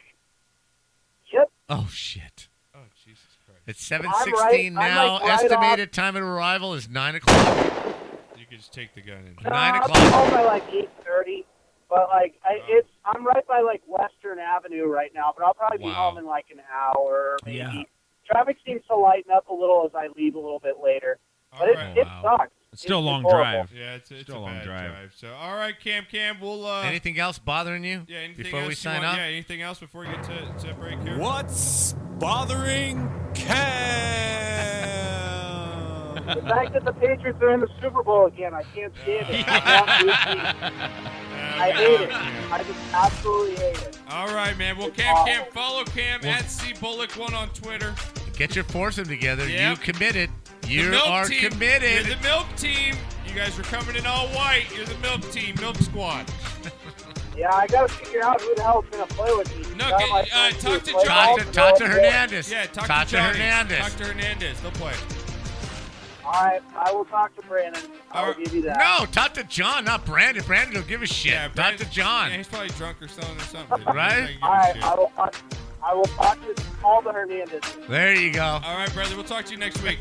Speaker 18: Yep.
Speaker 4: Oh shit!
Speaker 2: Oh Jesus Christ!
Speaker 4: It's seven
Speaker 18: right-
Speaker 4: sixteen
Speaker 18: I'm,
Speaker 4: now.
Speaker 18: like, right off-
Speaker 4: Estimated time of arrival is nine o'clock.
Speaker 2: You can just take the gun and.
Speaker 4: Nine
Speaker 18: "Nah,
Speaker 4: o'clock.
Speaker 18: I'm home by like 8:30, but like I, it's I'm right by like Western Avenue right now, but I'll probably be
Speaker 4: Wow.
Speaker 18: home in like an hour maybe.
Speaker 3: Yeah.
Speaker 18: Traffic seems to lighten up a little as I leave a little bit later, but it,
Speaker 2: Alright.
Speaker 18: it sucks.
Speaker 3: It's still a long
Speaker 18: horrible.
Speaker 3: drive.
Speaker 2: Yeah, it's, it's
Speaker 3: Still
Speaker 2: a
Speaker 3: a long
Speaker 2: bad drive.
Speaker 3: drive.
Speaker 2: So, all right, Cam, Cam, we'll uh,
Speaker 4: Anything else bothering you?
Speaker 2: Yeah, anything
Speaker 4: before
Speaker 2: else
Speaker 4: we
Speaker 2: you
Speaker 4: sign
Speaker 2: want-
Speaker 4: off.
Speaker 2: Yeah, anything else before we get to, to break here?
Speaker 15: What's bothering
Speaker 18: The
Speaker 15: Cam?
Speaker 18: fact that the Patriots are in the Super Bowl again, I can't stand it. I, want this team. I hate it. I just absolutely hate it.
Speaker 2: All right, man. Well, Cam, Cam, follow Cam at cbullock1 on Twitter.
Speaker 4: Get your foursome together.
Speaker 2: Yep.
Speaker 4: You committed. You
Speaker 2: the milk
Speaker 4: are
Speaker 2: team.
Speaker 4: committed.
Speaker 2: You're the milk team. You guys are coming in all white. You're the milk team, milk squad.
Speaker 18: Yeah, I gotta figure out who the hell is gonna play with me.
Speaker 2: No,
Speaker 18: Not
Speaker 2: get-
Speaker 18: my
Speaker 2: uh,
Speaker 18: friends
Speaker 2: talk
Speaker 18: who
Speaker 2: to
Speaker 18: play
Speaker 2: John.
Speaker 18: golf
Speaker 4: Talk to-
Speaker 18: and
Speaker 4: talk to
Speaker 18: all that.
Speaker 4: Hernandez.
Speaker 2: Yeah, talk
Speaker 4: Talk
Speaker 2: to
Speaker 4: to
Speaker 2: Johnny.
Speaker 4: Hernandez.
Speaker 2: Talk to Hernandez. They'll play.
Speaker 18: All right, I will talk to Brandon. I will give you that.
Speaker 4: No, talk to John, not Brandon. Brandon will give a shit. talk to John.
Speaker 2: Yeah, he's probably drunk or something or something.
Speaker 4: Right?
Speaker 18: All right, I will. talk- I will talk to all the Hernandez.
Speaker 4: There you go.
Speaker 2: All right, brother. We'll talk to you next week.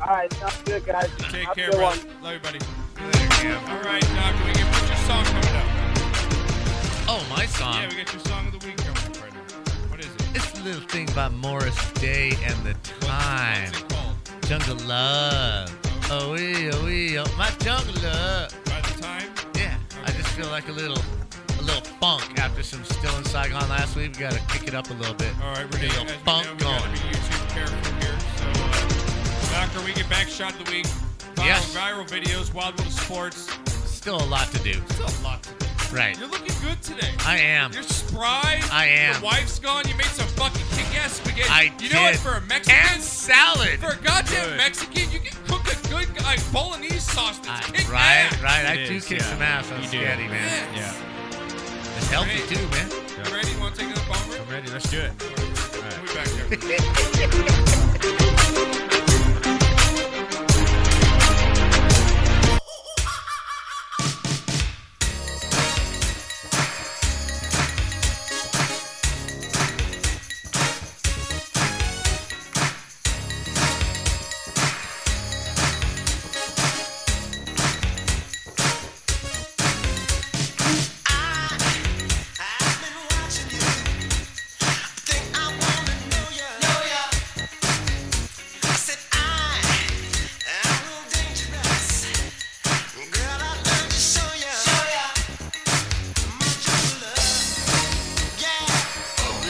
Speaker 18: All right, sounds good, guys.
Speaker 2: Take
Speaker 18: Have a
Speaker 2: care,
Speaker 18: good
Speaker 2: brother.
Speaker 18: one.
Speaker 2: Love you, buddy. All right, now can we get what's your song coming up?
Speaker 4: Oh, my song.
Speaker 2: Yeah, we got your song of the week coming up right now. What is it?
Speaker 4: It's a little thing about Morris Day and the time. Jungle Love. Oh, wee, oh, wee, oh, my jungle love.
Speaker 2: By the time?
Speaker 4: Yeah. I just feel like a little a little funk after some still in Saigon last week. We got to kick it up a little bit.
Speaker 2: All right, we're
Speaker 4: Get
Speaker 2: doing as
Speaker 4: a little
Speaker 2: we
Speaker 4: funk
Speaker 2: know, we
Speaker 4: going.
Speaker 2: gotta be YouTube careful here. So, uh, Docker, we get back shot of the week. Viral,
Speaker 4: Yes.
Speaker 2: viral videos, Wild World of Sports.
Speaker 4: Still a lot to do.
Speaker 2: Still a lot to do.
Speaker 4: Right.
Speaker 2: You're looking good today.
Speaker 4: I am.
Speaker 2: You're spry.
Speaker 4: I am.
Speaker 2: The wife's gone. You made some fucking kick-ass spaghetti.
Speaker 4: I
Speaker 2: You know what?
Speaker 4: did.
Speaker 2: For a Mexican
Speaker 4: And salad.
Speaker 2: For a goddamn
Speaker 4: Good.
Speaker 2: Mexican, you can cook a good like bolognese sauce that's kick
Speaker 4: Right,
Speaker 2: ass.
Speaker 4: right. I do kick some ass on spaghetti, man. Yeah. It's healthy,
Speaker 2: Right.
Speaker 4: too, man.
Speaker 2: You ready? You want to take another bomb rip?
Speaker 3: I'm ready. Let's do it.
Speaker 2: We'll be back here.
Speaker 14: I've been watching you. I think I wanna know ya. Know ya.
Speaker 19: Oh, oh.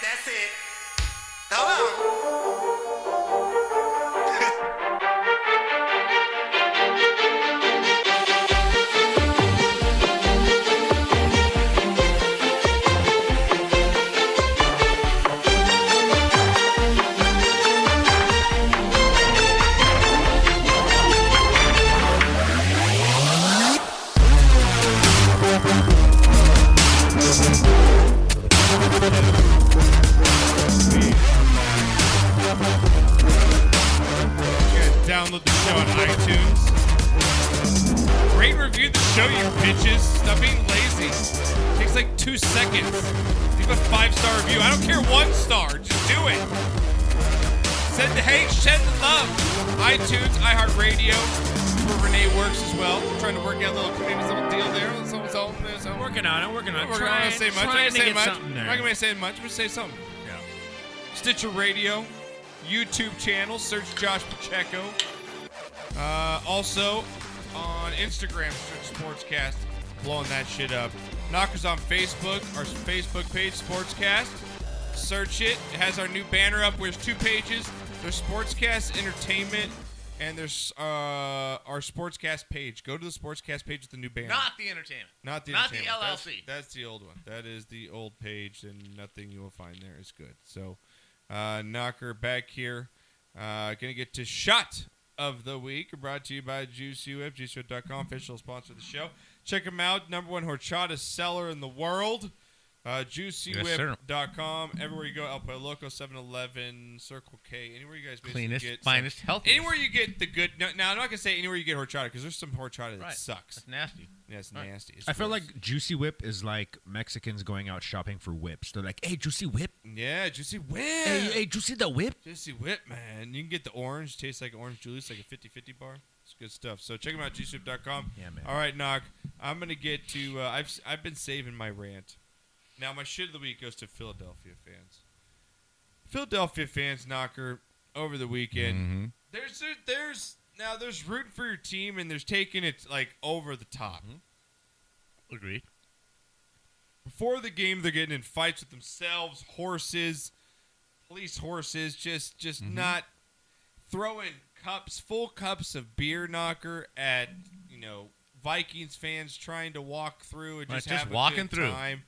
Speaker 14: That's it. Hold on.
Speaker 2: Download the show on iTunes. Rate and review the show, you bitches. Stop being lazy. takes like two seconds. Leave a five star review. I don't care one star. Just do it. Send the hate, send the love. iTunes, iHeartRadio, where Renee works as well. We're trying to work out a little, maybe some deal there. So, so, so.
Speaker 3: Working on it. Working on it.
Speaker 2: We're not
Speaker 3: Trying-
Speaker 2: gonna say much. I'm not
Speaker 3: trying
Speaker 2: gonna
Speaker 3: to
Speaker 2: say
Speaker 3: get
Speaker 2: much.
Speaker 3: something there.
Speaker 2: I'm not gonna say much. I'm gonna say something. Stitcher Radio, YouTube channel. Search Josh Pacheco. Uh, also on Instagram, search Sportscast. Blowing that shit up. Knockers on Facebook. Our Facebook page, Sportscast. Search it. It has our new banner up. There's two pages. There's Sportscast Entertainment. And there's uh, our sportscast page. Go to the sportscast page with the new banner.
Speaker 4: Not the entertainment.
Speaker 2: Not the
Speaker 4: Not the
Speaker 2: entertainment. That's-
Speaker 4: LLC.
Speaker 2: That's, the old one. That is the old page, and nothing you will find there is good. So, uh, Knocker back here. Uh, gonna get to shot of the week, brought to you by Juicy Whip, JuicyWhip.com, official sponsor of the show. Check them out. Number one horchata seller in the world. Uh, JuicyWhip.com. Everywhere you go, El Pollo Loco, 7-Eleven, Circle K, anywhere you guys basically
Speaker 4: Cleanest,
Speaker 2: get
Speaker 4: finest, healthiest.
Speaker 2: Anywhere you get the good. Now, now I'm not gonna say anywhere you get horchata because there's some horchata that
Speaker 4: Right.
Speaker 2: sucks.
Speaker 4: That's nasty.
Speaker 2: Yeah, it's
Speaker 4: Right.
Speaker 2: nasty. It's
Speaker 3: I feel
Speaker 2: gross.
Speaker 3: like Juicy Whip is like Mexicans going out shopping for whips. They're like, "Hey, Juicy Whip."
Speaker 2: Yeah, Juicy Whip.
Speaker 3: Hey, hey, Juicy the Whip.
Speaker 2: Juicy Whip, man. You can get the orange. Tastes like orange Julius, like a 50 50 bar. It's good stuff. So check them out, juicewhip.com.
Speaker 3: Yeah, man.
Speaker 2: All right, Knock. I'm going to get to. Uh, I've, s- I've been saving my rant. Now, my shit of the week goes to Philadelphia fans. Philadelphia fans, Knocker, over the weekend.
Speaker 3: Mm-hmm.
Speaker 2: There's, there's. Now, there's rooting for your team, and there's taking it, like, over the top.
Speaker 3: Mm-hmm.
Speaker 4: Agreed.
Speaker 2: Before the game, they're getting in fights with themselves, horses, police horses, just just
Speaker 4: Mm-hmm.
Speaker 2: not throwing cups, full cups of beer knocker at you know Vikings fans trying to walk through and
Speaker 4: Right,
Speaker 2: just,
Speaker 4: just
Speaker 2: have a
Speaker 4: walking
Speaker 2: good
Speaker 4: through.
Speaker 2: Time.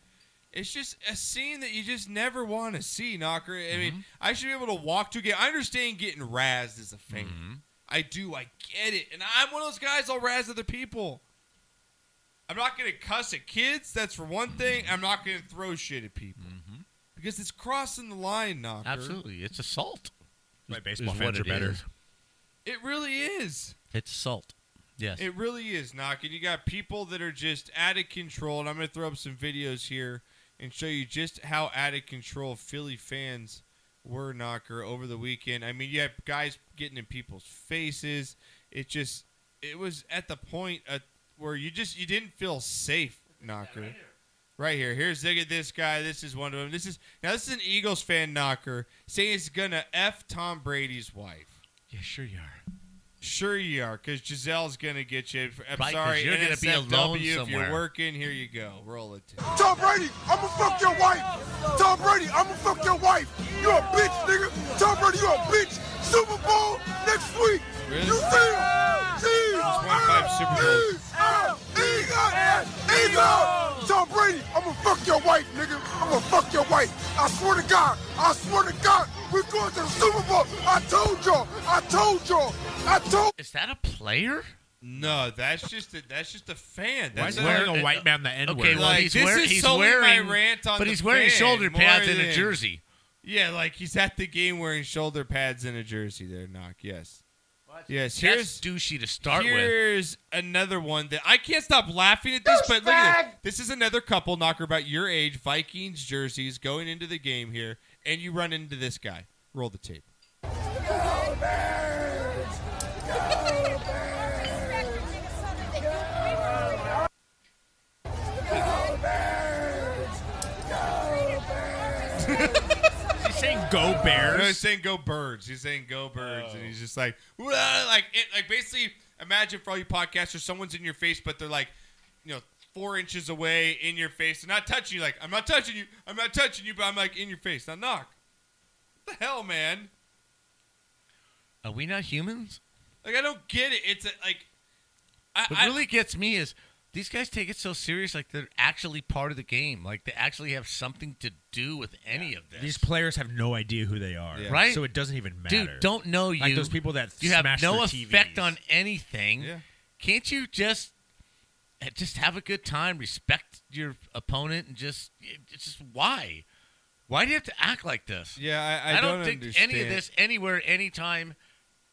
Speaker 2: It's just a scene that you just never want to see, knocker. I
Speaker 4: Mm-hmm.
Speaker 2: mean, I should be able to walk to a game. I understand getting razzed as a fan.
Speaker 4: Mm-hmm.
Speaker 2: I do. I get it, and I'm one of those guys. I'll razz other people. I'm not going to cuss at kids. That's for one thing. I'm not going to throw shit at people because it's crossing the line, knocker.
Speaker 4: Absolutely. It's assault.
Speaker 3: My
Speaker 4: Is-
Speaker 3: baseball
Speaker 4: is
Speaker 3: fans
Speaker 4: what
Speaker 3: are
Speaker 4: it
Speaker 3: better.
Speaker 4: is.
Speaker 2: It really is.
Speaker 4: It's assault. Yes.
Speaker 2: It really is, Knock. And you got people that are just out of control. And I'm going to throw up some videos here and show you just how out of control Philly fans were, Knocker, over the weekend. I mean, you have guys getting in people's faces. It just, it was at the point at where you just, you didn't feel safe, Knocker. Right here. Here's, look at this guy. This is one of them. This is, now this is an Eagles fan, Knocker, saying he's going to F Tom Brady's wife.
Speaker 4: yeah, sure you are.
Speaker 2: Sure you are, because Giselle's gonna get you. I'm
Speaker 4: Right, 'cause
Speaker 2: sorry,
Speaker 4: you're gonna be
Speaker 2: NSFW,
Speaker 4: alone
Speaker 2: If you're
Speaker 4: somewhere.
Speaker 2: working, here you go. Roll it.
Speaker 17: Tom Brady, I'ma fuck your wife. Tom Brady, I'ma fuck your wife. You a bitch, nigga. Tom Brady, you a bitch. Super Bowl next week. You feel? Eagles! Tom Brady, I'ma fuck your wife, nigga. I'ma fuck your wife. I swear to God, I swear to God, we're going to the Super Bowl. I told y'all, I told y'all, I told.
Speaker 4: Is that a player?
Speaker 2: No, that's just a, that's just a fan. That's
Speaker 4: Why is wearing a
Speaker 3: Uh,
Speaker 4: white man the N-word? Okay, well, he's wear- he's wearing-
Speaker 2: my rant on
Speaker 4: but
Speaker 2: the
Speaker 4: he's wearing
Speaker 2: fan
Speaker 4: shoulder
Speaker 2: more
Speaker 4: pads and a
Speaker 2: than-
Speaker 4: jersey.
Speaker 2: Yeah, like he's at the game wearing shoulder pads and a jersey. There, knock. Yes. Yes,
Speaker 4: That's
Speaker 2: here's
Speaker 4: douchey to start with.
Speaker 2: Here's another one that I can't stop laughing at this, but look at this. This is another couple knocker about your age, Vikings jerseys going into the game here, and you run into this guy. Roll the tape.
Speaker 3: He's saying go bears.
Speaker 2: No, he's saying go birds. Oh. He's saying go birds, and he's just like, "Wah," like it, like basically. Imagine for all you podcasters, someone's in your face, but they're like, you know, four inches away in your face and not touching you. Like, I'm not touching you. I'm not touching you, but I'm like in your face. Now knock. What the hell, man?
Speaker 4: Are we not humans?
Speaker 2: Like, I don't get it. It's a, like, I,
Speaker 4: what
Speaker 2: I-
Speaker 4: really gets me is these guys take it so serious, like they're actually part of the game. Like they actually have something to do with any of this.
Speaker 3: These players have no idea who they are,
Speaker 4: Right?
Speaker 3: So it doesn't even matter.
Speaker 4: Dude, don't know you.
Speaker 3: Like those people that
Speaker 4: you have
Speaker 3: smash
Speaker 4: no
Speaker 3: their
Speaker 4: effect
Speaker 3: TVs.
Speaker 4: on anything. Can't you just eh, just have a good time, respect your opponent, and just eh, it's just why? Why do you have to act like this?
Speaker 2: Yeah, I- I
Speaker 4: don't,
Speaker 2: don't
Speaker 4: think any of
Speaker 2: understand.
Speaker 4: this anywhere, anytime,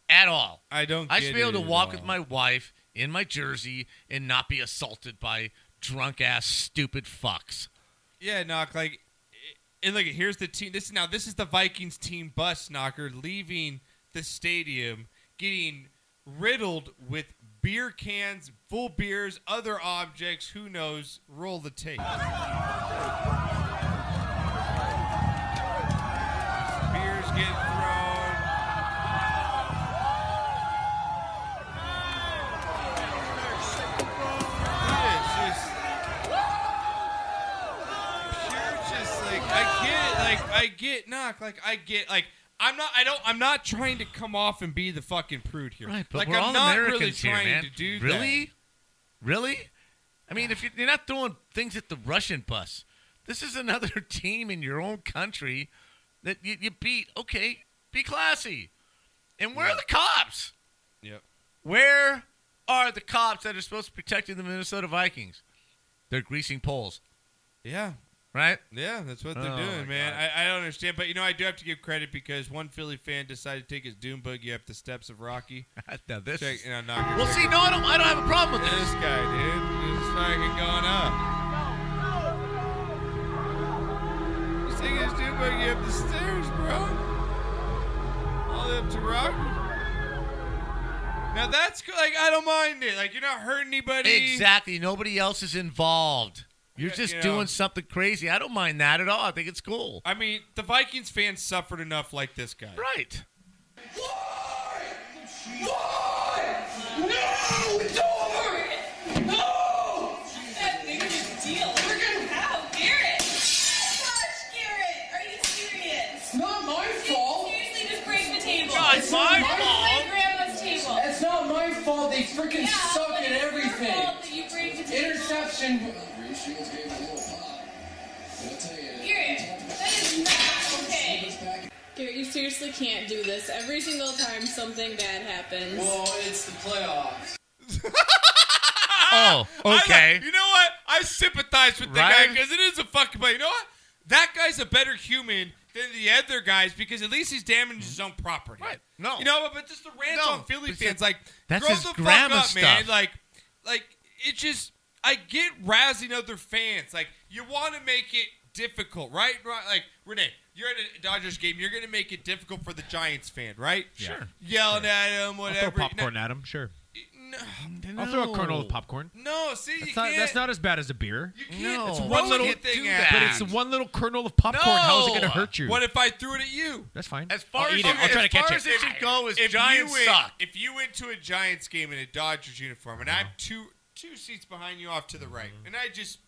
Speaker 4: at all.
Speaker 2: I don't.
Speaker 4: I should
Speaker 2: get
Speaker 4: be able to
Speaker 2: it at
Speaker 4: walk
Speaker 2: all.
Speaker 4: with my wife in my jersey and not be assaulted by drunk ass stupid fucks.
Speaker 2: Yeah, knock like, eh, and look, here's the team. This now, this is the Vikings team bus knocker leaving the stadium, getting riddled with beer cans, full beers, other objects. Who knows? Roll the tape. Beers get thrown. It is just just like I get it, like I get knock, like I get like I'm not I don't I'm not trying to come off and be the fucking prude here.
Speaker 4: Right, but
Speaker 2: like
Speaker 4: we're
Speaker 2: I'm
Speaker 4: all
Speaker 2: not
Speaker 4: Americans
Speaker 2: really
Speaker 4: here,
Speaker 2: trying
Speaker 4: man.
Speaker 2: to do
Speaker 4: really? Really? I mean, if you're, you're not throwing things at the Russian bus, this is another team in your own country that you, you beat. Okay, be classy. And where are the cops?
Speaker 2: that. Yep.
Speaker 4: Where are the cops that are supposed to protect the Minnesota Vikings? They're greasing poles.
Speaker 2: Yeah.
Speaker 4: Right?
Speaker 2: Yeah, that's what they're
Speaker 4: Oh, my
Speaker 2: doing, man. I, I don't understand, but you know I do have to give credit because one Philly fan decided to take his doom buggy up the steps of Rocky.
Speaker 4: now this
Speaker 2: Check,
Speaker 4: is-
Speaker 2: and I knock it
Speaker 4: Well,
Speaker 2: back.
Speaker 4: see, no, I don't- I don't have a problem with
Speaker 2: This
Speaker 4: this.
Speaker 2: guy, dude, is fucking going up. He's taking his doom buggy up the stairs, bro. All the way up to Rocky. Now that's co- like I don't mind it. Like you're not hurting anybody.
Speaker 4: Exactly. Nobody else is involved. You're
Speaker 2: Yeah,
Speaker 4: just
Speaker 2: you know.
Speaker 4: doing something crazy. I don't mind that at all. I think it's cool.
Speaker 2: I mean, the Vikings fans suffered enough like this guy.
Speaker 4: Right.
Speaker 14: It's not my fault. Seriously, just break the table.
Speaker 6: No, it's my
Speaker 14: not
Speaker 6: fault.
Speaker 14: Grandma's table.
Speaker 6: It's not my fault. They freaking
Speaker 14: Yeah,
Speaker 6: suck
Speaker 14: but
Speaker 6: at
Speaker 14: it's your
Speaker 6: everything.
Speaker 14: fault that you break the table.
Speaker 6: Interception.
Speaker 14: Garrett, that is not okay. Garrett, you seriously can't do this. Every single time something bad happens.
Speaker 6: Well,
Speaker 14: it's the playoffs.
Speaker 4: Oh, okay.
Speaker 2: Ah, you know what? I sympathize with the guy
Speaker 4: Right?
Speaker 2: because it is a fucking. But you know what? That guy's a better human than the other guys because at least he's damaged his own property. Right.
Speaker 4: No.
Speaker 2: You know, but just the rants
Speaker 4: No,
Speaker 2: on Philly
Speaker 4: but see,
Speaker 2: fans, like,
Speaker 4: that's
Speaker 2: grow
Speaker 4: his
Speaker 2: the fuck
Speaker 4: grandma
Speaker 2: up, man.
Speaker 4: stuff.
Speaker 2: Like, like it just. I get razzing other fans. Like, you want to make it difficult, right? Right? Like, Renee, you're at a Dodgers game. You're going to make it difficult for the Giants fan, right?
Speaker 3: Yeah. Sure.
Speaker 2: Yelling at him, whatever.
Speaker 3: I'll throw popcorn at him. Sure.
Speaker 2: No.
Speaker 3: I'll throw a kernel of popcorn.
Speaker 2: No, see, you
Speaker 3: That's not,
Speaker 2: can't.
Speaker 3: that's not as bad as a beer. You
Speaker 2: can't
Speaker 3: It's
Speaker 2: throw
Speaker 3: one little
Speaker 2: anything
Speaker 3: thing,
Speaker 2: at
Speaker 3: but
Speaker 2: me.
Speaker 3: it's one little kernel of popcorn. How is it going to hurt you?
Speaker 2: What if I threw it at you?
Speaker 3: That's fine.
Speaker 4: As
Speaker 3: I'll
Speaker 4: far as
Speaker 3: eat
Speaker 4: you-
Speaker 3: it. I'll try
Speaker 4: as
Speaker 3: to catch
Speaker 4: far
Speaker 3: it.
Speaker 4: as it should go is
Speaker 2: If
Speaker 4: Giants
Speaker 2: you went,
Speaker 4: suck.
Speaker 2: If you went to a Giants game and a Dodgers uniform, and I'm two two seats behind you off to the right, and I just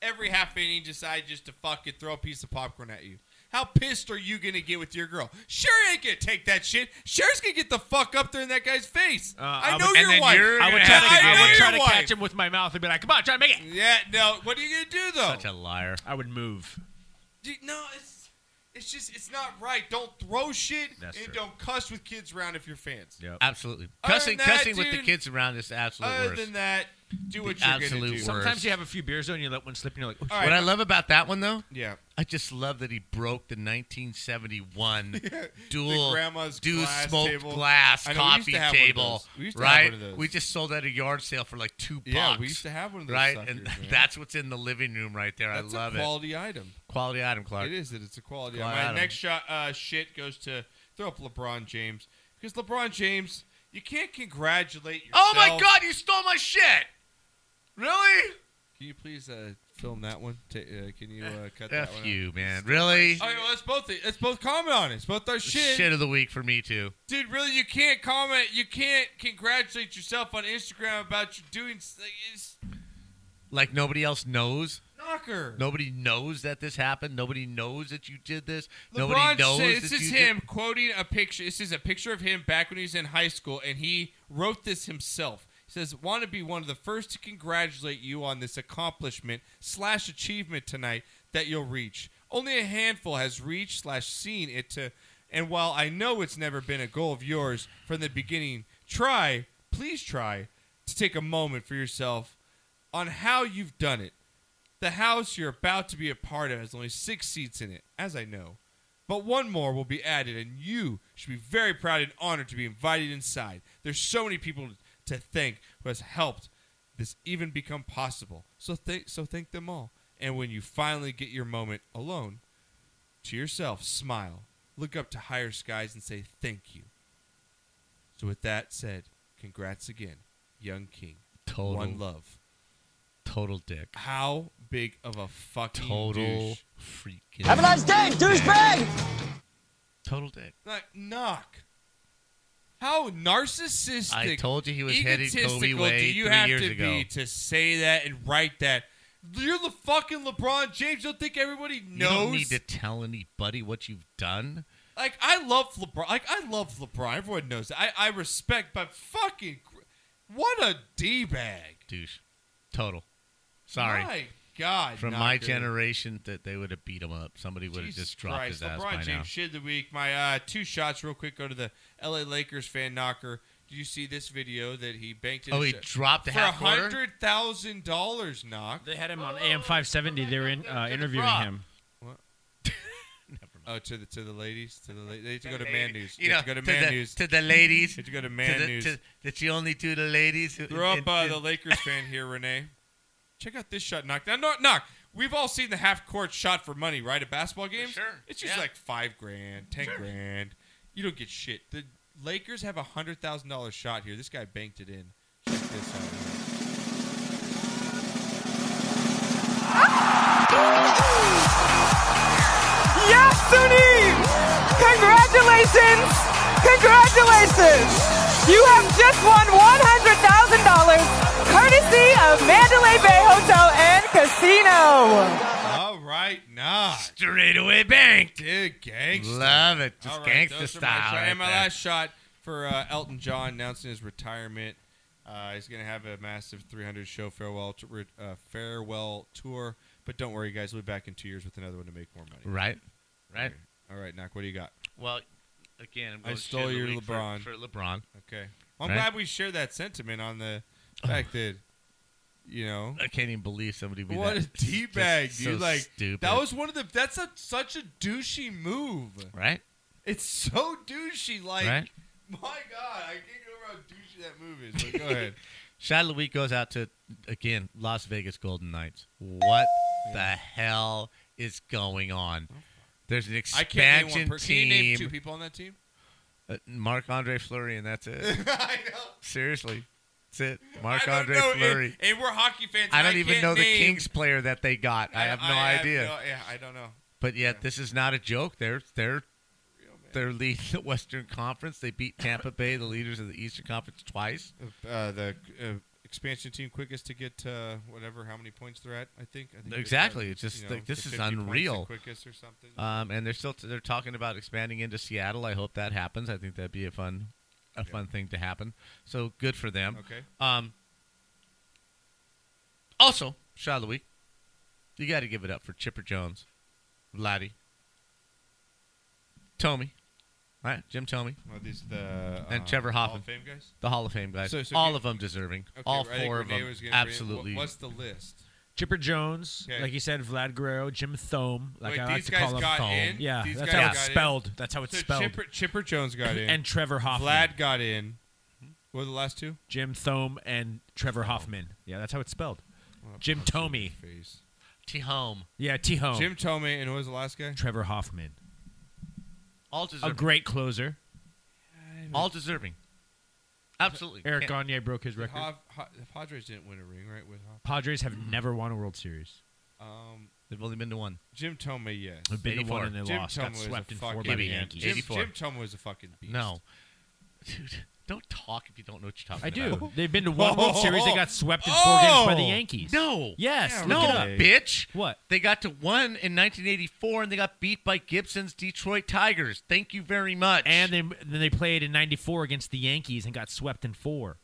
Speaker 2: every half inning decide just to fucking throw a piece of popcorn at you. How pissed are you gonna get with your girl? Sure ain't gonna take that shit. Sure's gonna get the fuck up there in that guy's face. I
Speaker 3: would-
Speaker 2: know
Speaker 3: and
Speaker 2: your
Speaker 3: then
Speaker 2: wife.
Speaker 3: you're
Speaker 2: I
Speaker 3: gonna
Speaker 2: would
Speaker 3: have
Speaker 2: try
Speaker 3: to- I would try
Speaker 2: to
Speaker 3: to catch him with my mouth and be like, "Come on, try to make it."
Speaker 2: Yeah, no. What are you gonna do though?
Speaker 4: a liar.
Speaker 3: I would move.
Speaker 2: Dude, no, it's it's just it's not right. Don't throw shit
Speaker 4: That's
Speaker 2: and
Speaker 4: true.
Speaker 2: don't cuss with kids around if you're fans.
Speaker 4: Absolutely.
Speaker 2: Other
Speaker 4: Cussing,
Speaker 2: than that,
Speaker 4: cussing with the
Speaker 2: dude,
Speaker 4: kids around is absolute
Speaker 2: Other
Speaker 4: worst.
Speaker 2: than that, do what
Speaker 4: The
Speaker 2: you're
Speaker 4: absolute
Speaker 2: gonna do.
Speaker 4: worst.
Speaker 3: Sometimes you have a few beers though, and you let one slip, and you're like, "Oh,
Speaker 2: All
Speaker 3: shit."
Speaker 4: What I love about that one, though,
Speaker 2: Yeah.
Speaker 4: I just love that he broke the 1971 dual
Speaker 2: The grandma's
Speaker 4: dual
Speaker 2: glass
Speaker 4: smoked
Speaker 2: table.
Speaker 4: glass
Speaker 2: I know, we used
Speaker 4: coffee
Speaker 2: to have one of
Speaker 4: table.
Speaker 2: those. We used to have
Speaker 4: right?
Speaker 2: one of those.
Speaker 4: We just sold at a yard sale for like two bucks.
Speaker 2: Yeah, we used to have one of those
Speaker 4: Right,
Speaker 2: suckers,
Speaker 4: and
Speaker 2: man.
Speaker 4: that's what's in the living room right there.
Speaker 2: That's
Speaker 4: I love
Speaker 2: a quality
Speaker 4: it.
Speaker 2: item.
Speaker 4: Quality item, Clark.
Speaker 2: It is it. It's a quality
Speaker 4: Quality
Speaker 2: item. My
Speaker 4: item.
Speaker 2: next shot uh, shit goes to throw up LeBron James because LeBron James, you can't congratulate
Speaker 4: Oh
Speaker 2: yourself.
Speaker 4: my God! You stole my shit. Really?
Speaker 2: Can you please uh, film that one? Ta- uh, can you uh, cut that
Speaker 4: F
Speaker 2: one? out?
Speaker 4: you, man. Really?
Speaker 2: Okay, well, let's both. Let's both comment on it. It's both our shit.
Speaker 4: Shit of the week for me too.
Speaker 2: Dude, really, you can't comment. You can't congratulate yourself on Instagram about you doing. s- Like, it's,
Speaker 4: Like nobody else knows.
Speaker 2: Knocker.
Speaker 4: Nobody knows that this happened. Nobody knows that you did this.
Speaker 2: LeBron
Speaker 4: nobody knows
Speaker 2: said,
Speaker 4: that
Speaker 2: this
Speaker 4: you
Speaker 2: is
Speaker 4: did-
Speaker 2: him quoting a picture. This is a picture of him back when he was in high school, and he wrote this himself. He says, "Want to be one of the first to congratulate you on this accomplishment slash achievement tonight that you'll reach. Only a handful has reached slash seen it to, and while I know it's never been a goal of yours from the beginning, try, please try, to take a moment for yourself on how you've done it." The house you're about to be a part of has only six seats in it, as I know. But one more will be added, and you should be very proud and honored to be invited inside. There's so many people to thank who has helped this even become possible. So thank, so thank them all. And when you finally get your moment alone, to yourself, smile, look up to higher skies, and say thank you. So with that said, congrats again, young king.
Speaker 4: Total-
Speaker 2: One love.
Speaker 4: Total dick.
Speaker 2: How big of a fucking
Speaker 4: Total
Speaker 2: douche.
Speaker 4: freaking.
Speaker 2: Have a nice day, douchebag!
Speaker 4: Total dick.
Speaker 2: Like knock. How narcissistic!
Speaker 4: I told you he was headed Kobe
Speaker 2: egotistical
Speaker 4: way
Speaker 2: do you
Speaker 4: three
Speaker 2: have
Speaker 4: years
Speaker 2: to
Speaker 4: ago.
Speaker 2: be to say that and write that? You're the fucking LeBron James. Don't think everybody knows.
Speaker 4: You don't need to tell anybody what you've done.
Speaker 2: Like I love LeBron. Like I love LeBron. Everyone knows that. I I respect, but fucking, cr- what a d bag.
Speaker 4: Douche. Total. Sorry.
Speaker 2: My God.
Speaker 4: From my
Speaker 2: Knocker.
Speaker 4: generation, that they would have beat him up. Somebody would have
Speaker 2: Jesus
Speaker 4: just dropped
Speaker 2: Christ,
Speaker 4: his ass
Speaker 2: LeBron
Speaker 4: by
Speaker 2: James
Speaker 4: now.
Speaker 2: shit of the week. My uh, two shots, real quick, go to the L.A. Lakers fan knocker. Did you see this video that he banked? In
Speaker 4: Oh,
Speaker 2: a
Speaker 4: he
Speaker 2: sh-
Speaker 4: dropped a
Speaker 2: for
Speaker 4: half quarter?
Speaker 2: hundred thousand dollars. Knock.
Speaker 3: They had him on AM 570. They were in, uh, interviewing
Speaker 2: Rob.
Speaker 3: him.
Speaker 2: What? Oh, to the to the ladies, to the ladies. They had to go to
Speaker 4: The
Speaker 2: man
Speaker 4: lady-
Speaker 2: news.
Speaker 4: You
Speaker 2: They
Speaker 4: know,
Speaker 2: had to go to,
Speaker 4: to
Speaker 2: man
Speaker 4: the,
Speaker 2: news.
Speaker 4: to the ladies.
Speaker 2: They had to go to man
Speaker 4: the-
Speaker 2: news.
Speaker 4: to- that you only do the ladies. who-
Speaker 2: Throw up
Speaker 4: and-
Speaker 2: uh,
Speaker 4: and-
Speaker 2: the Lakers fan here, Renee. Check out this shot knock. Now, knock, knock. We've all seen the half court shot for money, right? At basketball games,
Speaker 4: sure.
Speaker 2: It's just
Speaker 4: Yeah.
Speaker 2: like five grand, ten
Speaker 4: Sure.
Speaker 2: grand. You don't get shit. The Lakers have a hundred thousand dollar shot here. This guy banked it in. Check this out.
Speaker 14: Yes, Sunny! Congratulations! Congratulations! You have just won $100,000 courtesy of Mandalay Bay Hotel and Casino.
Speaker 2: All right, knock.
Speaker 4: Straight away banked.
Speaker 2: Dude, gangster.
Speaker 4: Love it. Just
Speaker 2: All
Speaker 4: gangsta
Speaker 2: those are my
Speaker 4: style
Speaker 2: shot-
Speaker 4: right
Speaker 2: and my
Speaker 4: there.
Speaker 2: last shot for uh, Elton John announcing his retirement. Uh, he's going to have a massive 300 show farewell to, re- uh, farewell tour. But don't worry, guys. We'll be back in two years with another one to make more money.
Speaker 4: Right. Right.
Speaker 2: All right, Knock. What do you got?
Speaker 4: Well, again, I'm
Speaker 2: I
Speaker 4: going
Speaker 2: stole
Speaker 4: shit of the
Speaker 2: your
Speaker 4: week for-
Speaker 2: LeBron.
Speaker 4: for LeBron.
Speaker 2: Okay. Well, I'm
Speaker 4: Right.
Speaker 2: glad we shared that sentiment on the fact that, you know,
Speaker 4: I can't even believe somebody would be
Speaker 2: what a
Speaker 4: that.
Speaker 2: d bag,
Speaker 4: Just
Speaker 2: dude!
Speaker 4: so
Speaker 2: like
Speaker 4: stupid.
Speaker 2: that was one of the. That's a, such a douchey move.
Speaker 4: right.
Speaker 2: It's so douchey. Like,
Speaker 4: Right.
Speaker 2: my God, I can't get over how douchey that move is. But go ahead.
Speaker 4: Shot of the week goes out to again Las Vegas Golden Knights. What the hell is going on? There's an
Speaker 2: Oh, I can't name
Speaker 4: expansion
Speaker 2: one person.
Speaker 4: team.
Speaker 2: Can you name two people on that team?
Speaker 4: Mark Andre Fleury, and that's it.
Speaker 2: I know.
Speaker 4: Seriously, that's it.
Speaker 2: I
Speaker 4: Mark
Speaker 2: don't
Speaker 4: Andre
Speaker 2: know, and-
Speaker 4: Fleury.
Speaker 2: And, we're hockey fans.
Speaker 4: I
Speaker 2: and
Speaker 4: don't even
Speaker 2: can't
Speaker 4: know the
Speaker 2: name-
Speaker 4: Kings player that they got. I, have no idea.
Speaker 2: no- yeah, I don't know.
Speaker 4: But yet, this is not a joke. They're they're they're leading the Western Conference. They beat Tampa Bay, the leaders of the Eastern Conference, twice.
Speaker 2: Uh, the uh, expansion team quickest to get uh, whatever how many points they're at. I think. I think they've
Speaker 4: Exactly.
Speaker 2: got,
Speaker 4: It's just
Speaker 2: you know,
Speaker 4: like this
Speaker 2: the
Speaker 4: is
Speaker 2: 50 points the
Speaker 4: unreal.
Speaker 2: Quickest or something.
Speaker 4: Um, and they're still t- they're talking about expanding into Seattle. I hope that happens. I think that'd be a fun, a fun thing to happen. So good for them.
Speaker 2: Okay.
Speaker 4: Um. Also, shot of the week. You got to give it up for Chipper Jones, Vladdy, Tommy, right? Jim Tomey.
Speaker 2: Are these the
Speaker 4: and
Speaker 2: uh,
Speaker 4: Trevor
Speaker 2: Hall
Speaker 4: Hoffman,
Speaker 2: of Fame guys?
Speaker 4: The Hall of Fame guys.
Speaker 2: So- so
Speaker 4: all
Speaker 2: you-
Speaker 4: of them deserving.
Speaker 2: Okay,
Speaker 4: all
Speaker 2: I think
Speaker 4: four of
Speaker 2: Renee
Speaker 4: them.
Speaker 2: was gonna bring it. What-
Speaker 4: Absolutely.
Speaker 2: What's the list?
Speaker 3: Chipper Jones,
Speaker 2: Okay.
Speaker 3: like you said, Vlad Guerrero, Jim Thome, like
Speaker 2: Wait,
Speaker 3: I like
Speaker 2: these
Speaker 3: to
Speaker 2: guys
Speaker 3: call him.
Speaker 2: got in.
Speaker 3: Yeah,
Speaker 2: These
Speaker 3: that's
Speaker 2: guys
Speaker 3: how
Speaker 2: got
Speaker 3: it's
Speaker 2: in?
Speaker 3: spelled. That's how it's
Speaker 2: so
Speaker 3: spelled.
Speaker 2: Chipper, Chipper Jones got in,
Speaker 3: And Trevor Hoffman.
Speaker 2: Vlad got in.
Speaker 4: Hmm?
Speaker 2: What were the last two?
Speaker 3: Jim Thome and Trevor Hoffman. Yeah, that's how it's spelled. Jim Tomey.
Speaker 4: T Home.
Speaker 3: Yeah, T
Speaker 4: Oh.
Speaker 3: Home.
Speaker 2: Jim Tomey, and who was the last guy?
Speaker 3: Trevor Hoffman.
Speaker 4: All
Speaker 3: A
Speaker 4: deserving.
Speaker 3: great closer.
Speaker 4: all deserving. Absolutely.
Speaker 3: Eric
Speaker 4: Can't-
Speaker 3: Gagne broke his record.
Speaker 2: Hoff, Ho- the Padres didn't win a ring, right? With Hoff.
Speaker 3: Padres have never won a World Series.
Speaker 2: Um,
Speaker 4: They've only been to one.
Speaker 2: Jim Tomey, yes.
Speaker 3: They've been to one and they
Speaker 2: Jim
Speaker 3: lost. Got
Speaker 2: Tomey was
Speaker 3: swept
Speaker 2: a
Speaker 3: in four by
Speaker 2: fucking-
Speaker 3: the Yankees.
Speaker 2: Jim,
Speaker 4: 84.
Speaker 2: Jim Tomey was a fucking beast.
Speaker 4: No. Dude. Don't talk if you don't know what you're
Speaker 3: I
Speaker 4: talking about.
Speaker 3: do. They've been to one World Series. They got swept in four games by the Yankees.
Speaker 4: Oh. No.
Speaker 3: Yes. look
Speaker 4: no,
Speaker 3: it up.
Speaker 4: bitch.
Speaker 3: What?
Speaker 4: They got to one in 1984 and they got beat by Gibson's Detroit Tigers. Thank you very much.
Speaker 3: And then, then they played in '94 against the Yankees and got swept in four.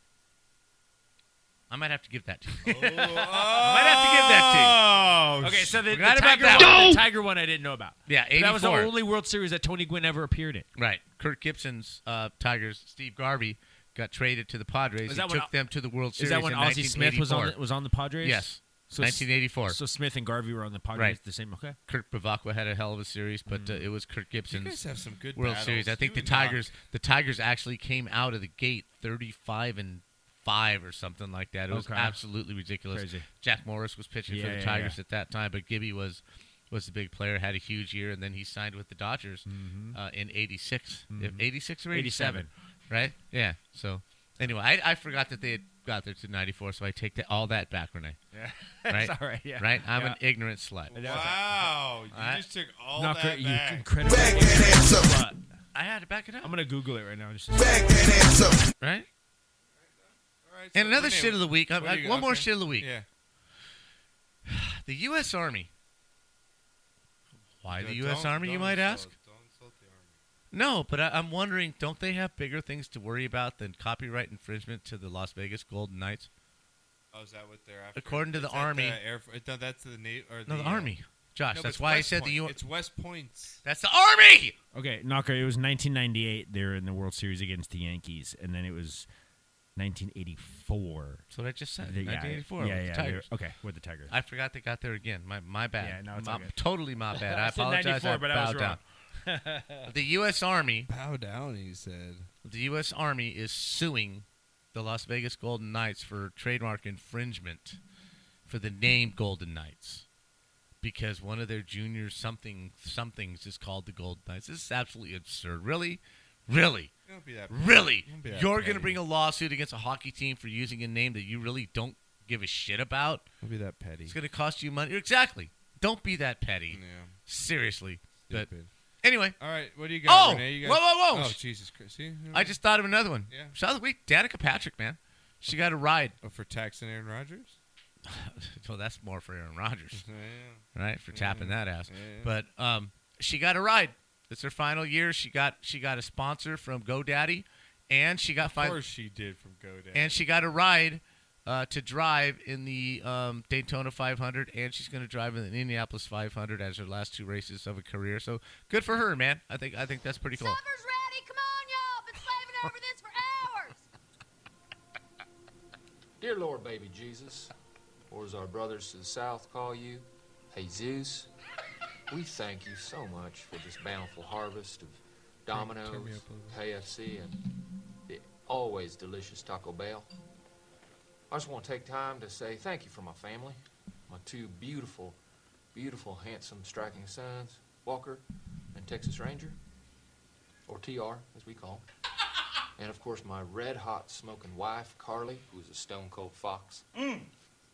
Speaker 4: I might have to give that to you.
Speaker 3: Oh.
Speaker 4: Might have to give that to you.
Speaker 3: Okay, so the, the
Speaker 4: Oh, Forgot about
Speaker 3: Tiger
Speaker 4: that
Speaker 3: one,
Speaker 4: one.
Speaker 3: the Tiger one I didn't know about.
Speaker 4: Yeah,
Speaker 3: But that was the
Speaker 4: 84.
Speaker 3: only World Series that Tony Gwynn ever appeared in.
Speaker 4: Right. Kurt Gibson's uh, Tigers, Steve Garvey, got traded to the Padres.
Speaker 3: Is that
Speaker 4: He
Speaker 3: when
Speaker 4: took
Speaker 3: Al-
Speaker 4: them to the World Series.
Speaker 3: Is that when
Speaker 4: in
Speaker 3: Ozzie Smith was on
Speaker 4: 1984.
Speaker 3: the, was on the Padres?
Speaker 4: Yes.
Speaker 3: So s-
Speaker 4: 1984.
Speaker 3: So Smith and Garvey were on the Padres
Speaker 4: Right.
Speaker 3: the same. Okay.
Speaker 4: Kurt Bavakwa had a hell of a series, but
Speaker 3: Mm.
Speaker 4: uh, it was Kurt Gibson's
Speaker 2: guys have some good
Speaker 4: World
Speaker 2: battles.
Speaker 4: Series. I think
Speaker 2: You
Speaker 4: the
Speaker 2: and Doc.
Speaker 4: Tigers, the Tigers actually came out of the gate 35 and five or something like that. It was
Speaker 3: Okay.
Speaker 4: absolutely ridiculous.
Speaker 3: Crazy.
Speaker 4: Jack Morris was pitching
Speaker 3: Yeah,
Speaker 4: for the
Speaker 3: yeah,
Speaker 4: Tigers at that time, but Gibby was was the big player, had a huge year, and then he signed with the Dodgers uh, in '86,
Speaker 3: Mhm.
Speaker 4: 86 or
Speaker 3: 87.
Speaker 4: '87, right? Yeah. So anyway, I, I forgot that they had got there to '94, so I take that, all that back, Renee.
Speaker 3: Yeah.
Speaker 4: Right.
Speaker 3: It's all right, yeah.
Speaker 4: Right. I'm
Speaker 3: Yeah.
Speaker 4: an ignorant slut.
Speaker 2: Wow, you
Speaker 4: Alright.
Speaker 2: just took all
Speaker 3: Knocker,
Speaker 2: that
Speaker 3: you
Speaker 2: back.
Speaker 3: incredible.
Speaker 4: I had to back it up.
Speaker 3: I'm gonna Google it right now. Just
Speaker 4: Right.
Speaker 2: so
Speaker 4: and another
Speaker 2: Renee,
Speaker 4: shit of the week. I'm,
Speaker 2: what do
Speaker 4: I-
Speaker 2: you-
Speaker 4: one more
Speaker 2: okay.
Speaker 4: shit of the week.
Speaker 2: Yeah.
Speaker 4: The U.S. Army. Why the
Speaker 2: Don't-
Speaker 4: U.S. Army? You
Speaker 2: don't
Speaker 4: might
Speaker 2: insult-
Speaker 4: ask. No, but I, I'm wondering, don't they have bigger things to worry about than copyright infringement to the Las Vegas Golden Knights?
Speaker 2: Oh, is that what they're after?
Speaker 4: According to the
Speaker 2: Is that
Speaker 4: Army-
Speaker 2: the Air Fo- no, that's the Navy. Or
Speaker 4: No, the
Speaker 2: uh,
Speaker 4: Army. Josh,
Speaker 2: no,
Speaker 4: that's
Speaker 2: but
Speaker 4: why I
Speaker 2: West
Speaker 4: said the
Speaker 2: Point.
Speaker 4: U-
Speaker 2: It's West Points.
Speaker 4: That's the Army.
Speaker 3: Okay, Knocker. It was 1998. They were in the World Series against the Yankees, and then it was 1984.
Speaker 4: That's what I just said.
Speaker 3: The- yeah,
Speaker 4: 1984.
Speaker 3: Yeah,
Speaker 4: Uh,
Speaker 3: yeah. they
Speaker 4: with the
Speaker 3: were-
Speaker 4: Tigers.
Speaker 3: Okay, with the Tigers.
Speaker 4: I forgot they got there again. My my bad.
Speaker 3: Yeah, no, it's
Speaker 4: My-
Speaker 3: all good.
Speaker 4: Totally my bad. I,
Speaker 3: I said
Speaker 4: apologize.
Speaker 3: 94, but I was
Speaker 4: bowed
Speaker 3: wrong.
Speaker 4: down. the U.S. Army.
Speaker 2: Bow down, he said.
Speaker 4: The U.S. Army is suing the Las Vegas Golden Knights for trademark infringement for the name Golden Knights because one of their junior something somethings is called the Golden Knights. This is absolutely absurd. Really, really,
Speaker 2: Don't be that-
Speaker 4: really,
Speaker 2: don't be that
Speaker 4: you're going to
Speaker 2: petty.
Speaker 4: bring a lawsuit against a hockey team for using a name that you really don't give a shit about.
Speaker 2: Don't be that petty.
Speaker 4: It's going to cost you money. Exactly. Don't be that petty.
Speaker 2: Mm-hmm.
Speaker 4: Seriously. But anyway.
Speaker 2: All right, what do you got?
Speaker 4: Oh,
Speaker 2: Renee? You
Speaker 4: whoa,
Speaker 2: got-
Speaker 4: whoa, whoa.
Speaker 2: Oh, Jesus Christ! See?
Speaker 4: I just thought of another one.
Speaker 2: Yeah.
Speaker 4: Shout out the week, Danica Patrick, man. She got a ride.
Speaker 2: Oh, for taxing Aaron Rodgers.
Speaker 4: well, that's more for Aaron Rodgers,
Speaker 2: Yeah.
Speaker 4: right? For tapping
Speaker 3: Mm-hmm.
Speaker 2: Yeah.
Speaker 4: that ass.
Speaker 2: Yeah.
Speaker 4: But um, she got a ride. It's her final year. She got she got a sponsor from GoDaddy, and she got
Speaker 2: Of
Speaker 4: fin-
Speaker 2: course she did from GoDaddy.
Speaker 4: and she got a ride uh, to drive in the um, Daytona 500, and she's going to drive in the Indianapolis 500 as her last two races of a career. So good for her, man. I think I think that's pretty cool.
Speaker 7: Supper's ready. Come on, y'all. Been slaving over this for hours.
Speaker 19: Dear Lord, baby Jesus, or as our brothers to the south call you, Jesus, we thank you so much for this bountiful harvest of Domino's, KFC, and the always delicious Taco Bell. I just want to take time to say thank you for my family, my two beautiful, beautiful, handsome, striking sons, Walker and Texas Ranger, or TR as we call him. And of course, my red hot smoking wife, Carly, who is a stone cold fox.
Speaker 6: Mm.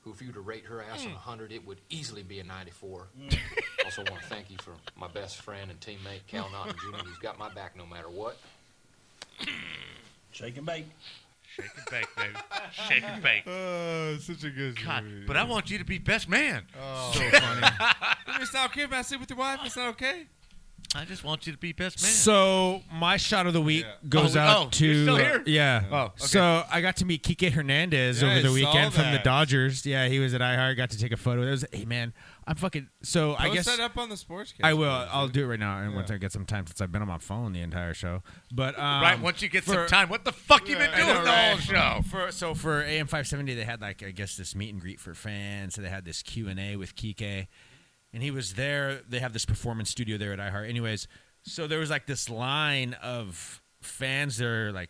Speaker 19: Who, if you were to rate her ass on
Speaker 20: Mm.
Speaker 19: 100, it would easily be a 94.
Speaker 6: Mm.
Speaker 19: also, want to thank you for my best friend and teammate, Cal Naughton Jr., who's got my back no matter what. Shake and bake.
Speaker 4: Shake and bake, baby. Shake and bake.
Speaker 2: Oh, it's such a good
Speaker 4: God,
Speaker 2: movie.
Speaker 4: but I want you to be best man.
Speaker 2: Oh,
Speaker 4: So
Speaker 2: funny. it's not okay if I sleep with your wife. It's not okay.
Speaker 4: I just want you to be best man.
Speaker 3: So my shot of the week goes
Speaker 4: Oh, we-
Speaker 3: out
Speaker 4: oh,
Speaker 3: to
Speaker 4: you're still here?
Speaker 3: yeah.
Speaker 4: Oh, okay.
Speaker 3: So I got to meet Kike Hernandez
Speaker 4: Yeah,
Speaker 3: over the
Speaker 4: I saw
Speaker 3: weekend from the
Speaker 4: that.
Speaker 3: Dodgers. Yeah, he was at iHeart. Got to take a photo. It was hey man, I'm fucking. So I
Speaker 2: Post
Speaker 3: guess
Speaker 2: that up on the Sportscast
Speaker 3: I will.
Speaker 2: page,
Speaker 3: I'll
Speaker 2: dude.
Speaker 3: do it right now. And once
Speaker 2: Yeah.
Speaker 3: I get some time, since I've been on my phone the entire show. But um,
Speaker 4: right, once you get some
Speaker 3: for-
Speaker 4: time, what the fuck you been
Speaker 3: I know,
Speaker 4: doing the whole
Speaker 3: right?
Speaker 4: show?
Speaker 3: For, so for AM 570, they had like I guess this meet and greet for fans. So they had this Q and A with Kike, and he was there. They have this performance studio there at iHeart. Anyways, so there was like this line of fans there, like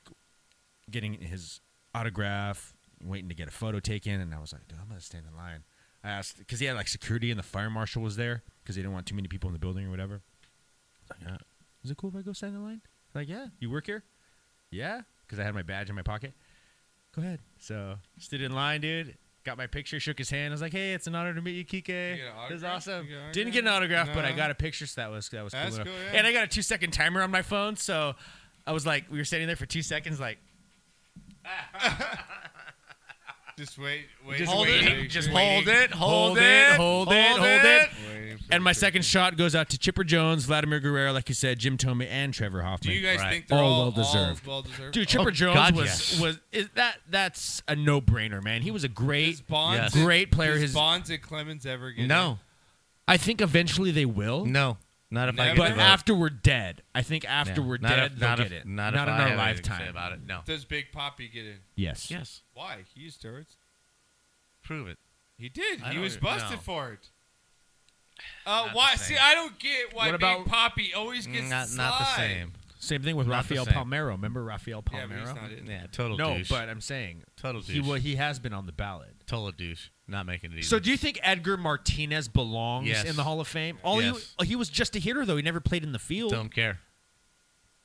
Speaker 3: getting his autograph, waiting to get a photo taken. And I was like, dude, I'm gonna stand in line. I asked because he had like security and the fire marshal was there because they didn't want too many people in the building or whatever. I was Like, "Uh, is it cool if I go stand in line? Like, yeah, you work here? Yeah, because I had my badge in my pocket. Go ahead. So stood in line, dude. Got my picture, shook his hand. I was like, "Hey, it's an honor to meet you, Kike. This is awesome." Didn't get an autograph, but I got a picture, so that was that was
Speaker 2: That's
Speaker 3: cool.
Speaker 2: cool,
Speaker 3: enough.
Speaker 2: yeah.
Speaker 3: And I got a two second timer on my phone, so I was like, we were standing there for two seconds, like,
Speaker 2: Just wait, wait,
Speaker 3: Just
Speaker 2: wait,
Speaker 3: wait,
Speaker 2: wait,
Speaker 3: just
Speaker 2: wait.
Speaker 3: hold it, hold it, hold it, hold it. And my second shot goes out to Chipper Jones, Vladimir Guerrero, like you said, Jim Tomey, and Trevor Hoffman.
Speaker 2: Do you guys
Speaker 3: Right.
Speaker 2: think they're all-
Speaker 3: well deserved?
Speaker 2: all well-deserved?
Speaker 3: Dude, Chipper
Speaker 2: Oh,
Speaker 3: Jones
Speaker 2: God,
Speaker 3: was
Speaker 2: yes.
Speaker 3: was is that that's a no brainer, man. He was a great,
Speaker 2: Bonds and-
Speaker 3: great player.
Speaker 2: does
Speaker 3: His
Speaker 2: Bonds and Clemens ever get
Speaker 3: no. I think eventually they will.
Speaker 4: No, not
Speaker 2: if I get
Speaker 3: But
Speaker 2: to vote.
Speaker 3: after we're dead, I think after we're
Speaker 4: Not
Speaker 3: dead,
Speaker 4: if-
Speaker 3: they'll
Speaker 4: not
Speaker 3: get
Speaker 4: if-
Speaker 3: it.
Speaker 4: not if
Speaker 3: in
Speaker 4: I
Speaker 3: our
Speaker 4: have anything to
Speaker 3: lifetime.
Speaker 4: say about it, no.
Speaker 2: Does Big Poppy get in?
Speaker 3: Yes.
Speaker 4: Yes.
Speaker 2: Why? He used steroids.
Speaker 4: Prove it.
Speaker 2: He did.
Speaker 4: I
Speaker 2: he
Speaker 4: don't
Speaker 2: was
Speaker 4: e-
Speaker 2: busted
Speaker 4: no.
Speaker 2: for it. Uh,
Speaker 4: Not
Speaker 2: why?
Speaker 4: the same.
Speaker 2: See, I don't get why
Speaker 4: What about-
Speaker 2: Big Poppy always gets
Speaker 4: Not-
Speaker 2: slide.
Speaker 4: not the same.
Speaker 3: Same thing with
Speaker 4: Not the
Speaker 3: Rafael
Speaker 4: same.
Speaker 3: Palmero. Remember Rafael
Speaker 4: Yeah,
Speaker 3: Palmero?
Speaker 4: but he's not in. Yeah, total
Speaker 3: No,
Speaker 4: douche.
Speaker 3: but I'm saying
Speaker 4: Total
Speaker 3: He
Speaker 4: douche.
Speaker 3: wa- he has been on the ballot.
Speaker 4: Total douche. Not making it easy.
Speaker 3: So do you think Edgar Martinez belongs
Speaker 4: Yes.
Speaker 3: in the Hall of Fame? All
Speaker 4: Yes.
Speaker 3: he he was just a hitter though. He never played in the field.
Speaker 4: Don't care.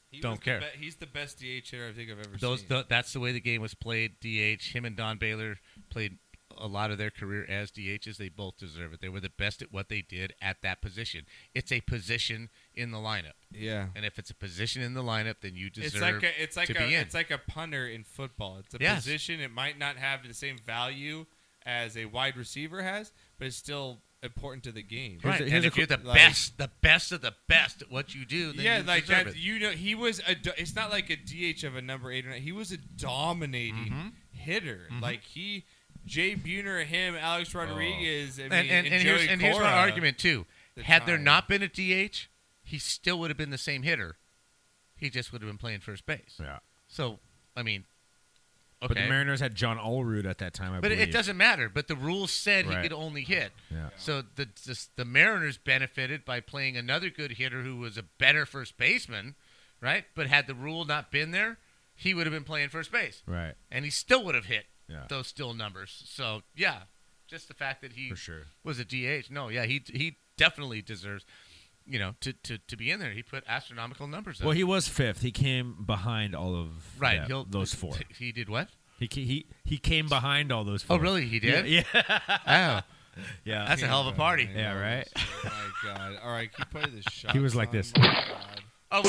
Speaker 2: He
Speaker 4: Don't
Speaker 2: was the
Speaker 4: care.
Speaker 2: be- he's the best DH hitter I think I've ever
Speaker 4: Those
Speaker 2: seen.
Speaker 4: th- that's the way the game was played. DH. Him and Don Baylor played a lot of their career as DHs. They both deserve it. They were the best at what they did at that position. It's a position in the lineup.
Speaker 2: Yeah.
Speaker 4: And if it's a position in the lineup, then you deserve
Speaker 2: it's like a, it's like
Speaker 4: to
Speaker 2: a,
Speaker 4: be in.
Speaker 2: it's like a punter in football. It's a
Speaker 4: Yes.
Speaker 2: position. It might not have the same value as a wide receiver has, but it's still important to the game.
Speaker 4: Right. and if you're the
Speaker 2: Like-
Speaker 4: best, the best of the best at what you do, then
Speaker 2: yeah,
Speaker 4: you
Speaker 2: like
Speaker 4: deserve
Speaker 2: that.
Speaker 4: it.
Speaker 2: You know, he was a. do- It's not like a DH of a number eight or nine. He was a dominating
Speaker 4: Mm-hmm.
Speaker 2: hitter.
Speaker 4: Mhm.
Speaker 2: Like he, Jay Buhner, him, Alex Rodriguez, I mean,
Speaker 4: Oh. and, and, and here's,
Speaker 2: Joey
Speaker 4: and here's my
Speaker 2: Cora.
Speaker 4: argument too.
Speaker 2: The
Speaker 4: Had there
Speaker 2: time.
Speaker 4: not been a DH, he still would have been the same hitter. He just would have been playing first base.
Speaker 3: Yeah.
Speaker 4: So I mean, okay,
Speaker 3: But the Mariners had John Allroot at that time. I
Speaker 4: But it-
Speaker 3: believe.
Speaker 4: it doesn't matter. But the rules said
Speaker 3: Right.
Speaker 4: he could only hit.
Speaker 3: Yeah.
Speaker 4: So the the- the Mariners benefited by playing another good hitter who was a better first baseman, right? But had the rule not been there, he would have been playing first base,
Speaker 3: Right.
Speaker 4: And he still would have hit
Speaker 3: Yeah.
Speaker 4: those still numbers. So yeah, just the fact that he
Speaker 3: For sure.
Speaker 4: was a DH. No, yeah, he he definitely deserves, you know, to to, to be in there. He put astronomical numbers. up.
Speaker 3: Well, he was fifth. He came behind all of
Speaker 4: Right,
Speaker 3: that-
Speaker 4: he'll-
Speaker 3: those four.
Speaker 4: He did what?
Speaker 3: He ca- he he came behind all those
Speaker 4: Oh,
Speaker 3: four.
Speaker 4: really? He did?
Speaker 3: Yeah. yeah.
Speaker 4: Oh.
Speaker 3: Yeah.
Speaker 4: That's a hell of a party.
Speaker 3: Yeah. Right.
Speaker 2: Oh my god! All right, can you play this shot?
Speaker 3: He was like this.
Speaker 4: Oh,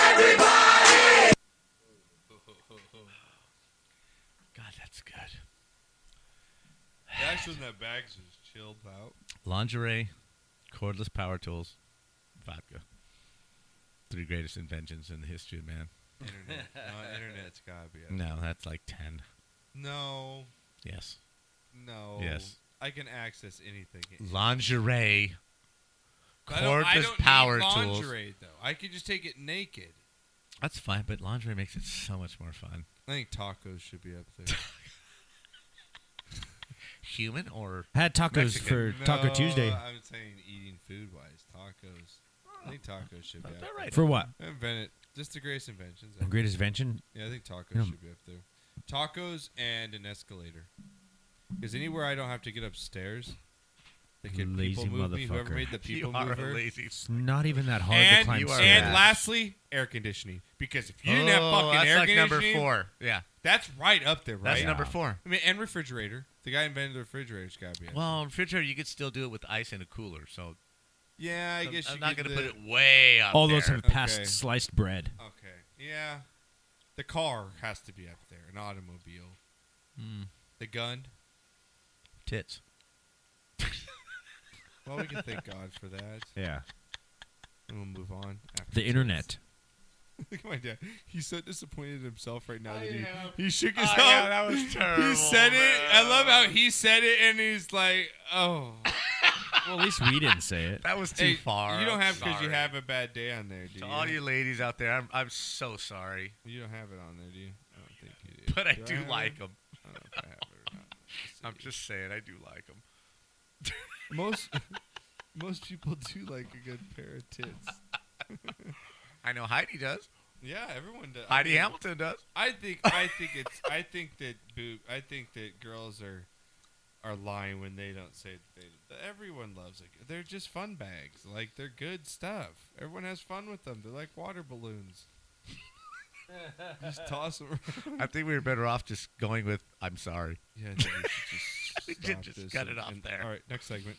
Speaker 14: Everybody!
Speaker 4: God, that's good.
Speaker 2: The action in that bags was chilled out.
Speaker 4: Lingerie, cordless power tools, vodka. Three greatest inventions in the history of man.
Speaker 2: Internet, no, internet's gotta be. up.
Speaker 4: No, that's like ten.
Speaker 2: No.
Speaker 4: Yes.
Speaker 2: No.
Speaker 4: Yes.
Speaker 2: I can access anything.
Speaker 4: Lingerie,
Speaker 2: I don't, I
Speaker 4: cordless
Speaker 2: don't
Speaker 4: power
Speaker 2: need
Speaker 4: tools.
Speaker 2: lingerie, though. I could just take it naked.
Speaker 4: That's fine, but lingerie makes it so much more fun.
Speaker 2: I think tacos should be up there.
Speaker 4: Human or
Speaker 3: Had tacos
Speaker 4: Mexican?
Speaker 3: for Taco
Speaker 2: No,
Speaker 3: Tuesday.
Speaker 2: I'm saying eating food wise, tacos. I think tacos should be up there.
Speaker 3: For what?
Speaker 2: Invent it. Just the greatest inventions.
Speaker 3: The greatest invention?
Speaker 2: Yeah, I think tacos
Speaker 3: Yeah.
Speaker 2: should be up there. Tacos and an escalator. Because anywhere I don't have to get upstairs, they can people
Speaker 3: Lazy
Speaker 2: move me. Whoever
Speaker 3: motherfucker.
Speaker 2: made the
Speaker 3: You
Speaker 2: people
Speaker 4: are a
Speaker 2: mover.
Speaker 4: lazy
Speaker 3: It's not even that hard to
Speaker 2: and
Speaker 3: climb
Speaker 2: you are-
Speaker 3: stairs.
Speaker 2: and lastly, air conditioning. Because if you didn't have
Speaker 4: Oh,
Speaker 2: fucking
Speaker 4: that's
Speaker 2: air
Speaker 4: like number
Speaker 2: conditioning,
Speaker 4: four. Yeah.
Speaker 2: that's right up there. Right,
Speaker 4: That's number Yeah. four.
Speaker 2: I mean, and refrigerator. The guy invented the refrigerator's got to be. up there.
Speaker 4: Well, refrigerator you could still do it with ice in a cooler. So
Speaker 2: Yeah, I
Speaker 4: I'm-
Speaker 2: guess
Speaker 4: I'm
Speaker 2: you
Speaker 4: not
Speaker 2: could
Speaker 4: gonna put
Speaker 2: do-
Speaker 4: it way up
Speaker 3: All those
Speaker 4: there.
Speaker 3: have passed
Speaker 2: Okay.
Speaker 3: sliced bread.
Speaker 2: Okay. Yeah. The car has to be up there. An automobile.
Speaker 4: Mm.
Speaker 2: The gun.
Speaker 4: tits.
Speaker 2: Well, we can thank God for that.
Speaker 3: Yeah.
Speaker 2: And we'll move on. After
Speaker 3: The internet.
Speaker 2: Look at my dad. He's so disappointed in himself right now that he,
Speaker 4: am.
Speaker 2: he shook his
Speaker 4: I
Speaker 2: head.
Speaker 4: am. That was
Speaker 2: He
Speaker 4: terrible,
Speaker 2: said it. I
Speaker 4: man.
Speaker 2: love how he said it, and he's like, "Oh,
Speaker 3: Well, at least we didn't say it.
Speaker 4: That was too
Speaker 2: Hey,
Speaker 4: far.
Speaker 2: You don't
Speaker 4: I'm
Speaker 2: have because you
Speaker 4: sorry.
Speaker 2: have a bad day on there, do
Speaker 4: To
Speaker 2: you?
Speaker 4: all you ladies out there, I'm, I'm so sorry.
Speaker 2: You don't have it on there, do you? I don't think you do.
Speaker 4: But I do
Speaker 2: have it?
Speaker 4: like 'em.
Speaker 2: I don't know if I have it or not.
Speaker 4: I'm just saying, I do like them.
Speaker 2: most most people do like a good pair of tits.
Speaker 4: I know Heidi does.
Speaker 2: Yeah, everyone does.
Speaker 4: Heidi Hamilton does.
Speaker 2: I think I think it's I think that boob I think that girls are are lying when they don't say that they that everyone loves it. They're just fun bags. Like they're good stuff. Everyone has fun with them. They're like water balloons. Just toss them.
Speaker 4: I think we were better off just going with "I'm sorry."
Speaker 2: Yeah, I think we should
Speaker 4: We
Speaker 2: just,
Speaker 4: could
Speaker 2: stop
Speaker 4: just
Speaker 2: this
Speaker 4: cut
Speaker 2: and-
Speaker 4: it off
Speaker 2: and-
Speaker 4: there.
Speaker 2: All right, next segment.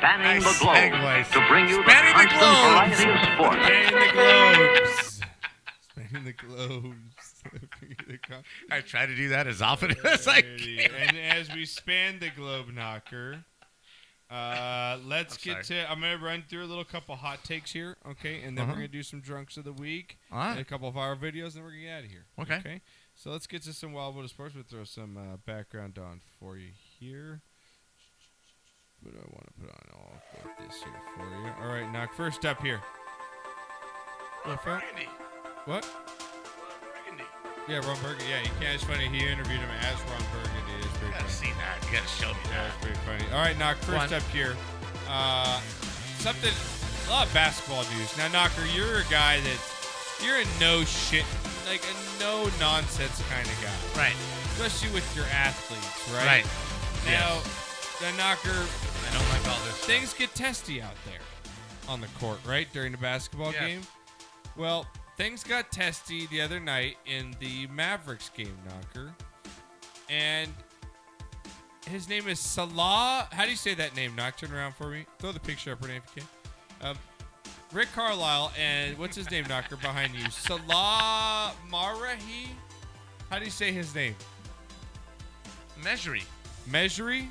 Speaker 14: Spanning
Speaker 4: the globe
Speaker 14: to bring you
Speaker 4: Spanning the globes.
Speaker 2: Spanning the globes. Spanning the globes.
Speaker 4: I try to do that as often as I
Speaker 2: Alrighty.
Speaker 4: can.
Speaker 2: And as we span the globe knocker, uh, let's get to. I'm gonna run through a little couple hot takes here, okay, and then we're
Speaker 4: Uh-huh.
Speaker 2: gonna do some drunks of the week,
Speaker 4: Alright.
Speaker 2: and a couple of our videos, and then we're gonna get out of here.
Speaker 4: Okay.
Speaker 2: Okay. So let's get to some Wild Wildwood Sports. We'll throw some uh, background on for you here. What do I want to put on? Oh, I'll put this here for you. All right, knock. First up here. What? Frank? What? Yeah, Ron Burgundy. Yeah, you can't. It's funny. He interviewed him as Ron Burgundy. It's pretty
Speaker 4: gotta
Speaker 2: funny.
Speaker 4: see that. You gotta show me that.
Speaker 2: That's pretty funny. All right, Knock. First
Speaker 4: One.
Speaker 2: up here, uh, something a lot of basketball news. Now, Knocker, you're a guy that's you're a no shit, like a no nonsense kind of guy,
Speaker 4: right?
Speaker 2: Especially with your athletes, right?
Speaker 4: Right.
Speaker 2: Now, the Knocker.
Speaker 4: I don't like all this.
Speaker 2: Things get testy out there on the court, right? During the basketball
Speaker 4: Yes.
Speaker 2: game. Well, things got testy the other night in the Mavericks game, Knocker. And his name is Salah. How do you say that name, Knock? Turn around for me. Throw the picture up, Renee, if you can. Um, Rick Carlisle and what's his name, Knocker, behind you? Salah Marahi? How do you say his name?
Speaker 4: Measury.
Speaker 2: Measury?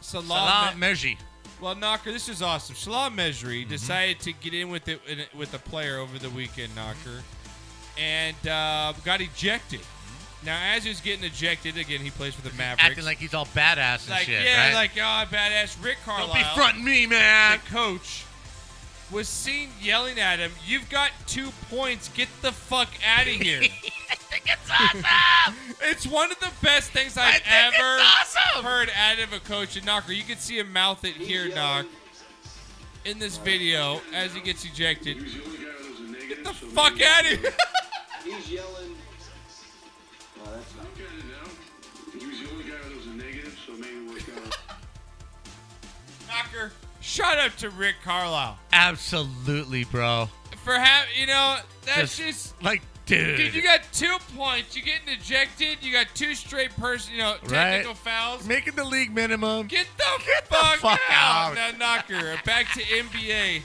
Speaker 2: Salah,
Speaker 4: Salah
Speaker 2: Me-
Speaker 4: Mejri.
Speaker 2: Well, Knocker, this is awesome. Salah Mejri
Speaker 4: Mm-hmm.
Speaker 2: decided to get in with it in it- with a player over the weekend, Knocker, and uh, got ejected. Now, as he was getting ejected, again, he plays for the Mavericks.
Speaker 4: Acting like he's all badass and
Speaker 2: Like,
Speaker 4: shit.
Speaker 2: yeah,
Speaker 4: right?
Speaker 2: like, oh, badass. Rick Carlisle.
Speaker 4: Don't be fronting me, man.
Speaker 2: The coach was seen yelling at him, You've got two points. Get the fuck out of here.
Speaker 14: it's awesome.
Speaker 2: It's one of the best things I've
Speaker 14: think it's
Speaker 2: ever
Speaker 14: awesome.
Speaker 2: heard out of a coach and knocker. You can see him mouth it here, knock, in this video as he gets ejected. Get the fuck out of here!
Speaker 14: He's yelling.
Speaker 10: Oh,
Speaker 2: knocker, shut up to Rick Carlisle
Speaker 4: Absolutely, bro.
Speaker 2: for having you know that's
Speaker 4: Just
Speaker 2: just.
Speaker 4: Like, dude.
Speaker 2: Dude, you got two points. You're getting ejected. You got two straight person, you know, technical
Speaker 4: Right.
Speaker 2: fouls.
Speaker 4: making the league minimum.
Speaker 2: Get the fuck, out, Now, knocker. Back to NBA.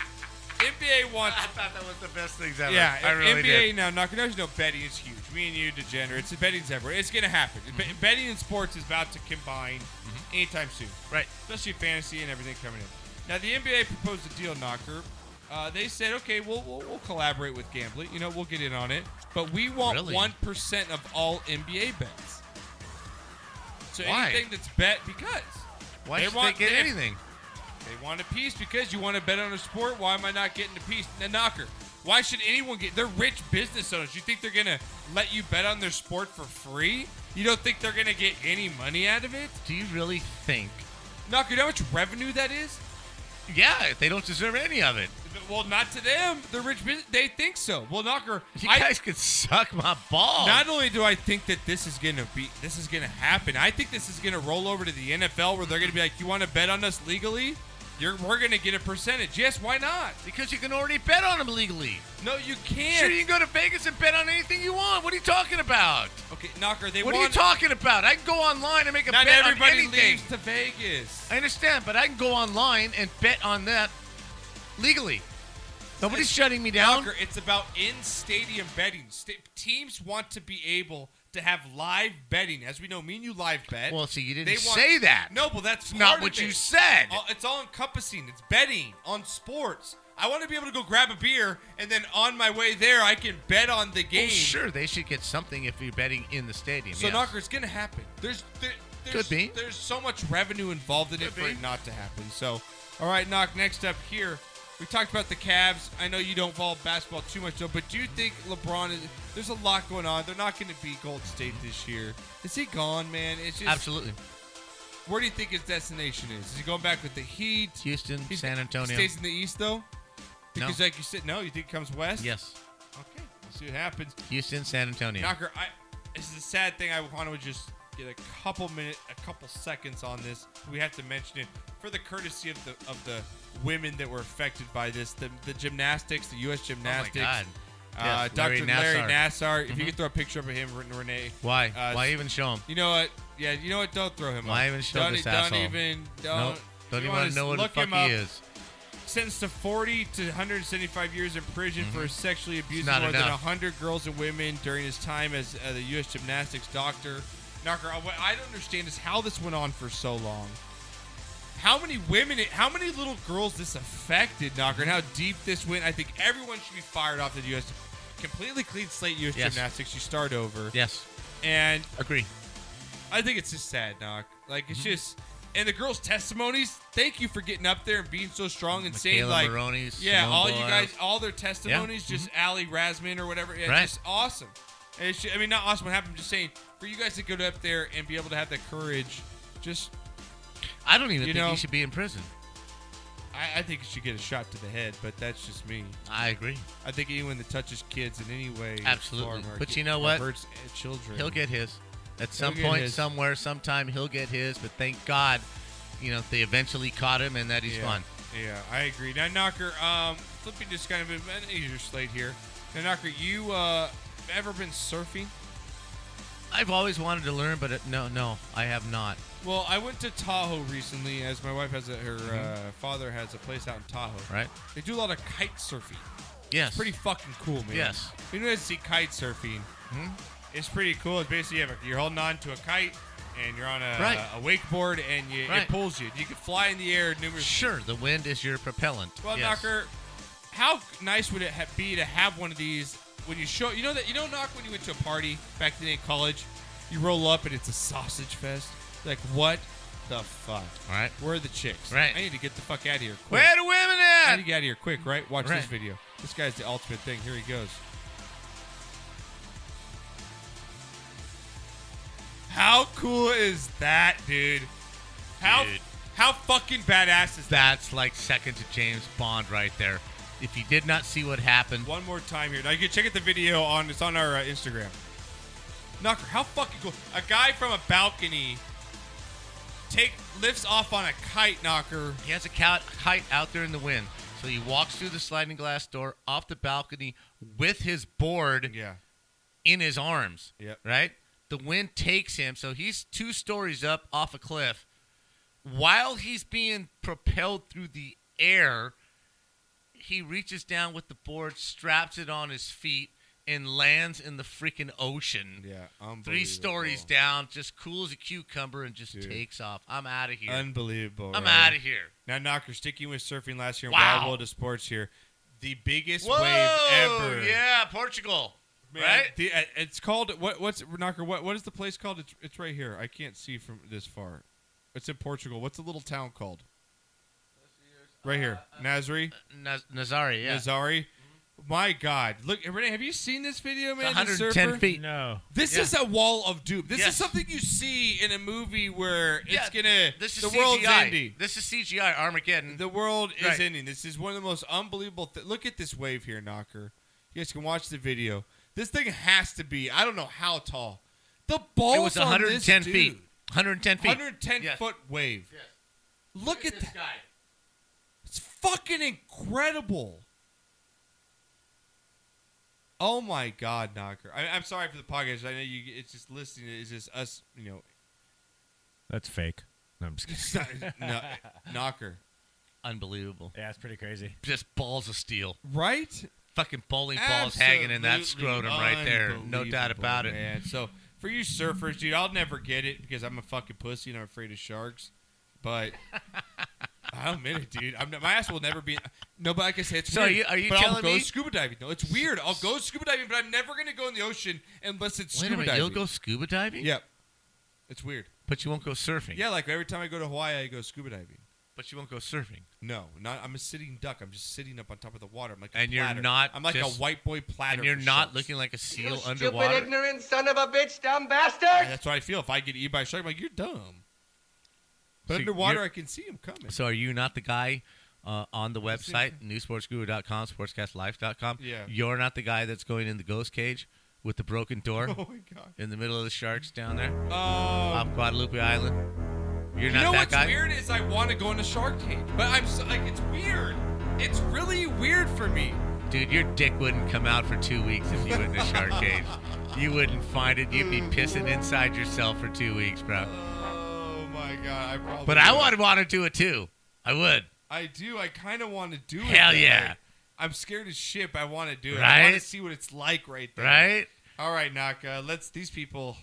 Speaker 2: NBA wants. I
Speaker 4: thought that was the best things ever.
Speaker 2: Yeah,
Speaker 4: I really
Speaker 2: NBA
Speaker 4: did.
Speaker 2: now, knocker. There's no betting is huge. Me and you degenerates. Betting's everywhere. It's gonna happen. Be- betting and sports is about to combine anytime soon.
Speaker 4: Right.
Speaker 2: Especially fantasy and everything coming in. Now the NBA proposed a deal, knocker. Uh, they said, okay, we'll, we'll we'll collaborate with gambling. You know, we'll get in on it, but we want
Speaker 4: Really?
Speaker 2: one percent of all NBA bets. So
Speaker 4: Why?
Speaker 2: anything that's bet because
Speaker 4: Why
Speaker 2: they
Speaker 4: should
Speaker 2: want
Speaker 4: they get
Speaker 2: if-
Speaker 4: anything?
Speaker 2: They want a piece because you want to bet on a sport. Why am I not getting a piece? The knocker. Why should anyone get? They're rich business owners. You think they're gonna let you bet on their sport for free? You don't think they're gonna get any money out of it?
Speaker 4: Do you really think?
Speaker 2: Knocker, you know how much revenue that is?
Speaker 4: Yeah, they don't deserve any of it.
Speaker 2: Well, not to them. They're rich business. They think so. Well, knocker,
Speaker 4: You
Speaker 2: I-
Speaker 4: guys could suck my balls.
Speaker 2: Not only do I think that this is gonna be this is gonna happen, I think this is gonna roll over to the NFL where they're gonna be like, "You want to bet on us legally? You're we're gonna get a percentage." Yes, why not?
Speaker 4: Because you can already bet on them legally.
Speaker 2: No, you can't.
Speaker 4: Sure, you can go to Vegas and bet on anything you want. What are you talking about?
Speaker 2: Okay, knocker. They
Speaker 4: what are you
Speaker 2: want-
Speaker 4: talking about? I can go online and make a
Speaker 2: Not
Speaker 4: bet
Speaker 2: everybody
Speaker 4: on anything.
Speaker 2: leaves to Vegas.
Speaker 4: I understand, but I can go online and bet on that legally. Nobody's shutting me down.
Speaker 2: Knocker, it's about in-stadium betting. Sta- teams want to be able to have live betting, as we know. Me and you live bet.
Speaker 4: Well, see, you didn't
Speaker 2: They want-
Speaker 4: say that. Oh,
Speaker 2: No, but that's
Speaker 4: It's not
Speaker 2: part of
Speaker 4: what you
Speaker 2: it.
Speaker 4: said.
Speaker 2: All- It's all encompassing. It's betting on sports. I want to be able to go grab a beer, and then on my way there, I can bet on the game.
Speaker 4: Well, sure, they should get something if you're betting in the stadium.
Speaker 2: So,
Speaker 4: yes.
Speaker 2: Knocker, it's gonna happen. There's there, there's,
Speaker 4: Could be.
Speaker 2: There's so much revenue involved in it
Speaker 4: Could
Speaker 2: for
Speaker 4: be.
Speaker 2: it not to happen. So, all right, Knock. Next up here, we talked about the Cavs. I know you don't follow basketball too much though, but do you think LeBron is? There's a lot going on. They're not going to be Gold State this year. Is he gone, man? It's just
Speaker 4: Absolutely.
Speaker 2: Where do you think his destination is? Is he going back with the Heat?
Speaker 4: Houston,
Speaker 2: He's-
Speaker 4: San Antonio.
Speaker 2: He stays in the East though.
Speaker 4: No.
Speaker 2: Because like you said, no. You think he comes west?
Speaker 4: Yes.
Speaker 2: Okay. We'll see what happens.
Speaker 4: Houston, San Antonio.
Speaker 2: Knocker, I, this is a sad thing I want to just get a couple minute, a couple seconds on this. We have to mention it for the courtesy of the of the women that were affected by this. The, the gymnastics, the U.S. gymnastics.
Speaker 4: Oh God.
Speaker 2: Uh,
Speaker 4: Yes,
Speaker 2: Dr.
Speaker 4: Larry
Speaker 2: Larry
Speaker 4: Nassar.
Speaker 2: Nassar. If you
Speaker 4: Mhm.
Speaker 2: could throw a picture up of him, Ren- Renee.
Speaker 4: Why?
Speaker 2: Uh,
Speaker 4: Why even show him?
Speaker 2: You know what? Yeah, you know what? Don't throw him.
Speaker 4: Why
Speaker 2: up.
Speaker 4: even show
Speaker 2: don't,
Speaker 4: this
Speaker 2: don't
Speaker 4: asshole?
Speaker 2: even. Don't.
Speaker 4: Nope. Don't
Speaker 2: you
Speaker 4: even
Speaker 2: wanna
Speaker 4: wanna know who the
Speaker 2: look
Speaker 4: fuck
Speaker 2: him
Speaker 4: he
Speaker 2: up.
Speaker 4: is.
Speaker 2: Sentenced to 40 to 175 years in prison for sexually abusing
Speaker 4: Mm-hmm. not
Speaker 2: more than
Speaker 4: enough.
Speaker 2: 100 girls and women during his time as uh, the U.S. gymnastics doctor. Knocker, uh, what I don't understand is how this went on for so long. How many women, how many little girls this affected, Knocker, and how deep this went. I think everyone should be fired off the U.S. Completely clean slate U.S.
Speaker 4: Yes.
Speaker 2: gymnastics. You start over.
Speaker 4: Yes.
Speaker 2: And
Speaker 4: agree.
Speaker 2: I think it's just sad, Knock. Like
Speaker 4: Mm-hmm.
Speaker 2: it's just and the girls' testimonies. Thank you for getting up there and being so strong and saying
Speaker 4: Michaela
Speaker 2: like,
Speaker 4: Maroney,
Speaker 2: yeah,
Speaker 4: Simone
Speaker 2: all you
Speaker 4: Biles.
Speaker 2: guys, all their testimonies,
Speaker 4: Yeah. mm-hmm.
Speaker 2: just Ali Rasman or whatever. Yeah,
Speaker 4: Right.
Speaker 2: Just awesome. And it's ju- I mean, not awesome. What happened? I'm just saying for you guys to go up there and be able to have the courage. Just
Speaker 4: I don't even
Speaker 2: You
Speaker 4: think
Speaker 2: know-
Speaker 4: he should be in prison.
Speaker 2: I, I think you should get a shot to the head, but that's just me.
Speaker 4: I agree.
Speaker 2: I think anyone that touches kids in any way,
Speaker 4: Absolutely.
Speaker 2: form, or
Speaker 4: But
Speaker 2: ki-
Speaker 4: you know
Speaker 2: or
Speaker 4: what?
Speaker 2: hurts uh, children.
Speaker 4: He'll get his. At some
Speaker 2: He'll get
Speaker 4: point,
Speaker 2: his.
Speaker 4: somewhere, sometime, he'll get his. But thank God, you know, they eventually caught him and that he's
Speaker 2: yeah.
Speaker 4: gone.
Speaker 2: Yeah, I agree. Now, Knocker, um, flipping just kind of an easier slate here. Now, Knocker, you uh, ever been surfing?
Speaker 4: I've always wanted to learn, but it, no, no, I have not.
Speaker 2: Well, I went to Tahoe recently, as my wife has a, her uh, father has a place out in Tahoe.
Speaker 4: Mm-hmm. Right.
Speaker 2: They do a lot of kite surfing.
Speaker 4: Yes.
Speaker 2: It's pretty fucking cool, man.
Speaker 4: Yes. Mm-hmm.
Speaker 2: You guys see kite surfing. It's pretty cool. It's basically you have a- you're holding on to a kite and you're on a,
Speaker 4: Right.
Speaker 2: a wakeboard and you,
Speaker 4: Right.
Speaker 2: it pulls you. You can fly in the air numerous
Speaker 4: Sure, the wind is your propellant.
Speaker 2: Well,
Speaker 4: yes.
Speaker 2: Knocker, how nice would it ha- be to have one of these when you show? You know that you know knock when you went to a party back then in college, you roll up and it's a sausage fest. Like what the fuck?
Speaker 4: All right,
Speaker 2: where are the chicks?
Speaker 4: Right.
Speaker 2: I need to get the fuck out of here. Quick.
Speaker 4: Where the women at?
Speaker 2: I need to get out of here quick. Right, watch
Speaker 4: Right.
Speaker 2: this video. This guy's the ultimate thing. Here he goes. How cool is that, dude? How
Speaker 4: Dude.
Speaker 2: how fucking badass is
Speaker 4: that? That's like second to James Bond right there. If you did not see what happened,
Speaker 2: one more time here. Now you can check out the video on it's on our uh, Instagram. Knocker, how fucking cool! A guy from a balcony take lifts off on a kite. Knocker.
Speaker 4: He has a cat, kite out there in the wind, so he walks through the sliding glass door off the balcony with his board.
Speaker 2: Yeah.
Speaker 4: In his arms.
Speaker 2: Yep.
Speaker 4: Right. The wind takes him, so he's two stories up off a cliff, while he's being propelled through the air. he reaches down with the board, straps it on his feet, and lands in the freaking ocean.
Speaker 2: Yeah,
Speaker 4: three stories down, just cool as a cucumber, and just takes off. I'm out of here.
Speaker 2: Unbelievable.
Speaker 4: I'm
Speaker 2: right?
Speaker 4: out of here.
Speaker 2: Now, Knocker, sticking with surfing last year, in
Speaker 4: Wow.
Speaker 2: Wild World of Sports here, the biggest
Speaker 4: Whoa!
Speaker 2: wave ever.
Speaker 4: Yeah, Portugal.
Speaker 2: Man,
Speaker 4: Right?
Speaker 2: the- uh, it's called what? What's Knocker? What? What is the place called? It's, it's right here. I can't see from this far. It's in Portugal. What's the little town called? Right here, Nazari.
Speaker 4: Naz- Nazari. Uh, Yeah.
Speaker 2: Nazari. My God! Look, Renee, have you seen this video, man? The
Speaker 4: 110
Speaker 2: surfer?
Speaker 4: feet.
Speaker 3: No.
Speaker 2: This
Speaker 4: Yeah.
Speaker 2: is a wall of doom. This
Speaker 4: Yes.
Speaker 2: is something you see in a movie where it's
Speaker 4: Yeah,
Speaker 2: gonna
Speaker 4: This is
Speaker 2: the
Speaker 4: CGI.
Speaker 2: world's ending.
Speaker 4: This is CGI Armageddon.
Speaker 2: The world is
Speaker 4: Right.
Speaker 2: ending. This is one of the most unbelievable. Th- Look at this wave here, Knocker. You guys can watch the video. This thing has to be. I don't know how tall. The balls.
Speaker 4: It was 110 feet. 110 feet.
Speaker 2: 110
Speaker 4: Yes.
Speaker 2: foot wave. Look at
Speaker 4: this guy.
Speaker 2: It's fucking incredible. Oh my God, Knocker! I, I'm sorry for the podcast. I know you. It's just listening. It's just us. You know,
Speaker 3: That's fake. No, I'm just kidding.
Speaker 2: no, Knocker.
Speaker 4: Unbelievable.
Speaker 3: Yeah, it's pretty crazy.
Speaker 4: Just balls of steel.
Speaker 2: Right?
Speaker 4: Fucking bowling balls hanging in that
Speaker 2: Absolutely
Speaker 4: scrotum right there. No doubt
Speaker 2: unbelievable,
Speaker 4: about it.
Speaker 2: Man. So for you surfers, dude, I'll never get it because I'm a fucking pussy and I'm afraid of sharks. But I admit it, dude. I'm not, my ass will never be. No, but like I said, it's
Speaker 4: So are
Speaker 2: weird.
Speaker 4: you- are you
Speaker 2: but I'll
Speaker 4: telling
Speaker 2: go
Speaker 4: me-
Speaker 2: scuba diving. No, it's weird. I'll go scuba diving, but I'm never gonna go in the ocean unless it's
Speaker 4: Wait a
Speaker 2: scuba
Speaker 4: minute,
Speaker 2: diving.
Speaker 4: you'll go scuba diving?
Speaker 2: Yep. It's weird.
Speaker 4: But you won't go surfing.
Speaker 2: Yeah, like every time I go to Hawaii, I go scuba diving.
Speaker 4: But you won't go surfing.
Speaker 2: No, not. I'm a sitting duck. I'm just sitting up on top of the water. I'm like a
Speaker 4: And you're
Speaker 2: platter.
Speaker 4: not.
Speaker 2: I'm like
Speaker 4: just-
Speaker 2: a white boy platter.
Speaker 4: And you're
Speaker 2: for
Speaker 4: not
Speaker 2: sharks.
Speaker 4: looking like a seal
Speaker 6: Stupid,
Speaker 4: underwater.
Speaker 6: ignorant son of a bitch, dumb bastard!
Speaker 2: And that's what I feel. If I get eaten by a shark, I'm like, you're dumb. But
Speaker 4: So
Speaker 2: underwater,
Speaker 4: you're-
Speaker 2: I can see him coming.
Speaker 4: So are you not the guy uh, on the
Speaker 2: What's his
Speaker 4: website, newsportsguru.com, sportscastlife.com?
Speaker 2: Yeah.
Speaker 4: You're not the guy that's going in the ghost cage with the broken door
Speaker 2: Oh my God.
Speaker 4: in the middle of the sharks down there
Speaker 2: Oh.
Speaker 4: off Guadalupe Island. You're not
Speaker 2: you know
Speaker 4: that
Speaker 2: what's
Speaker 4: guy.
Speaker 2: weird is I want to go into Shark Tank, but I'm so, like, it's weird. It's really weird for me.
Speaker 4: Dude, your dick wouldn't come out for two weeks if you went in the shark cage. You wouldn't find it. You'd be pissing inside yourself for two weeks, bro.
Speaker 2: Oh my god, I probably.
Speaker 4: But I would want to do it too. I would.
Speaker 2: I do. I kind of want to do it.
Speaker 4: Hell
Speaker 2: but,
Speaker 4: yeah.
Speaker 2: like, I'm scared as shit. But I want to do it. I want to
Speaker 4: Right?
Speaker 2: see what it's like right there.
Speaker 4: Right?
Speaker 2: All right, Naka. Let's. These people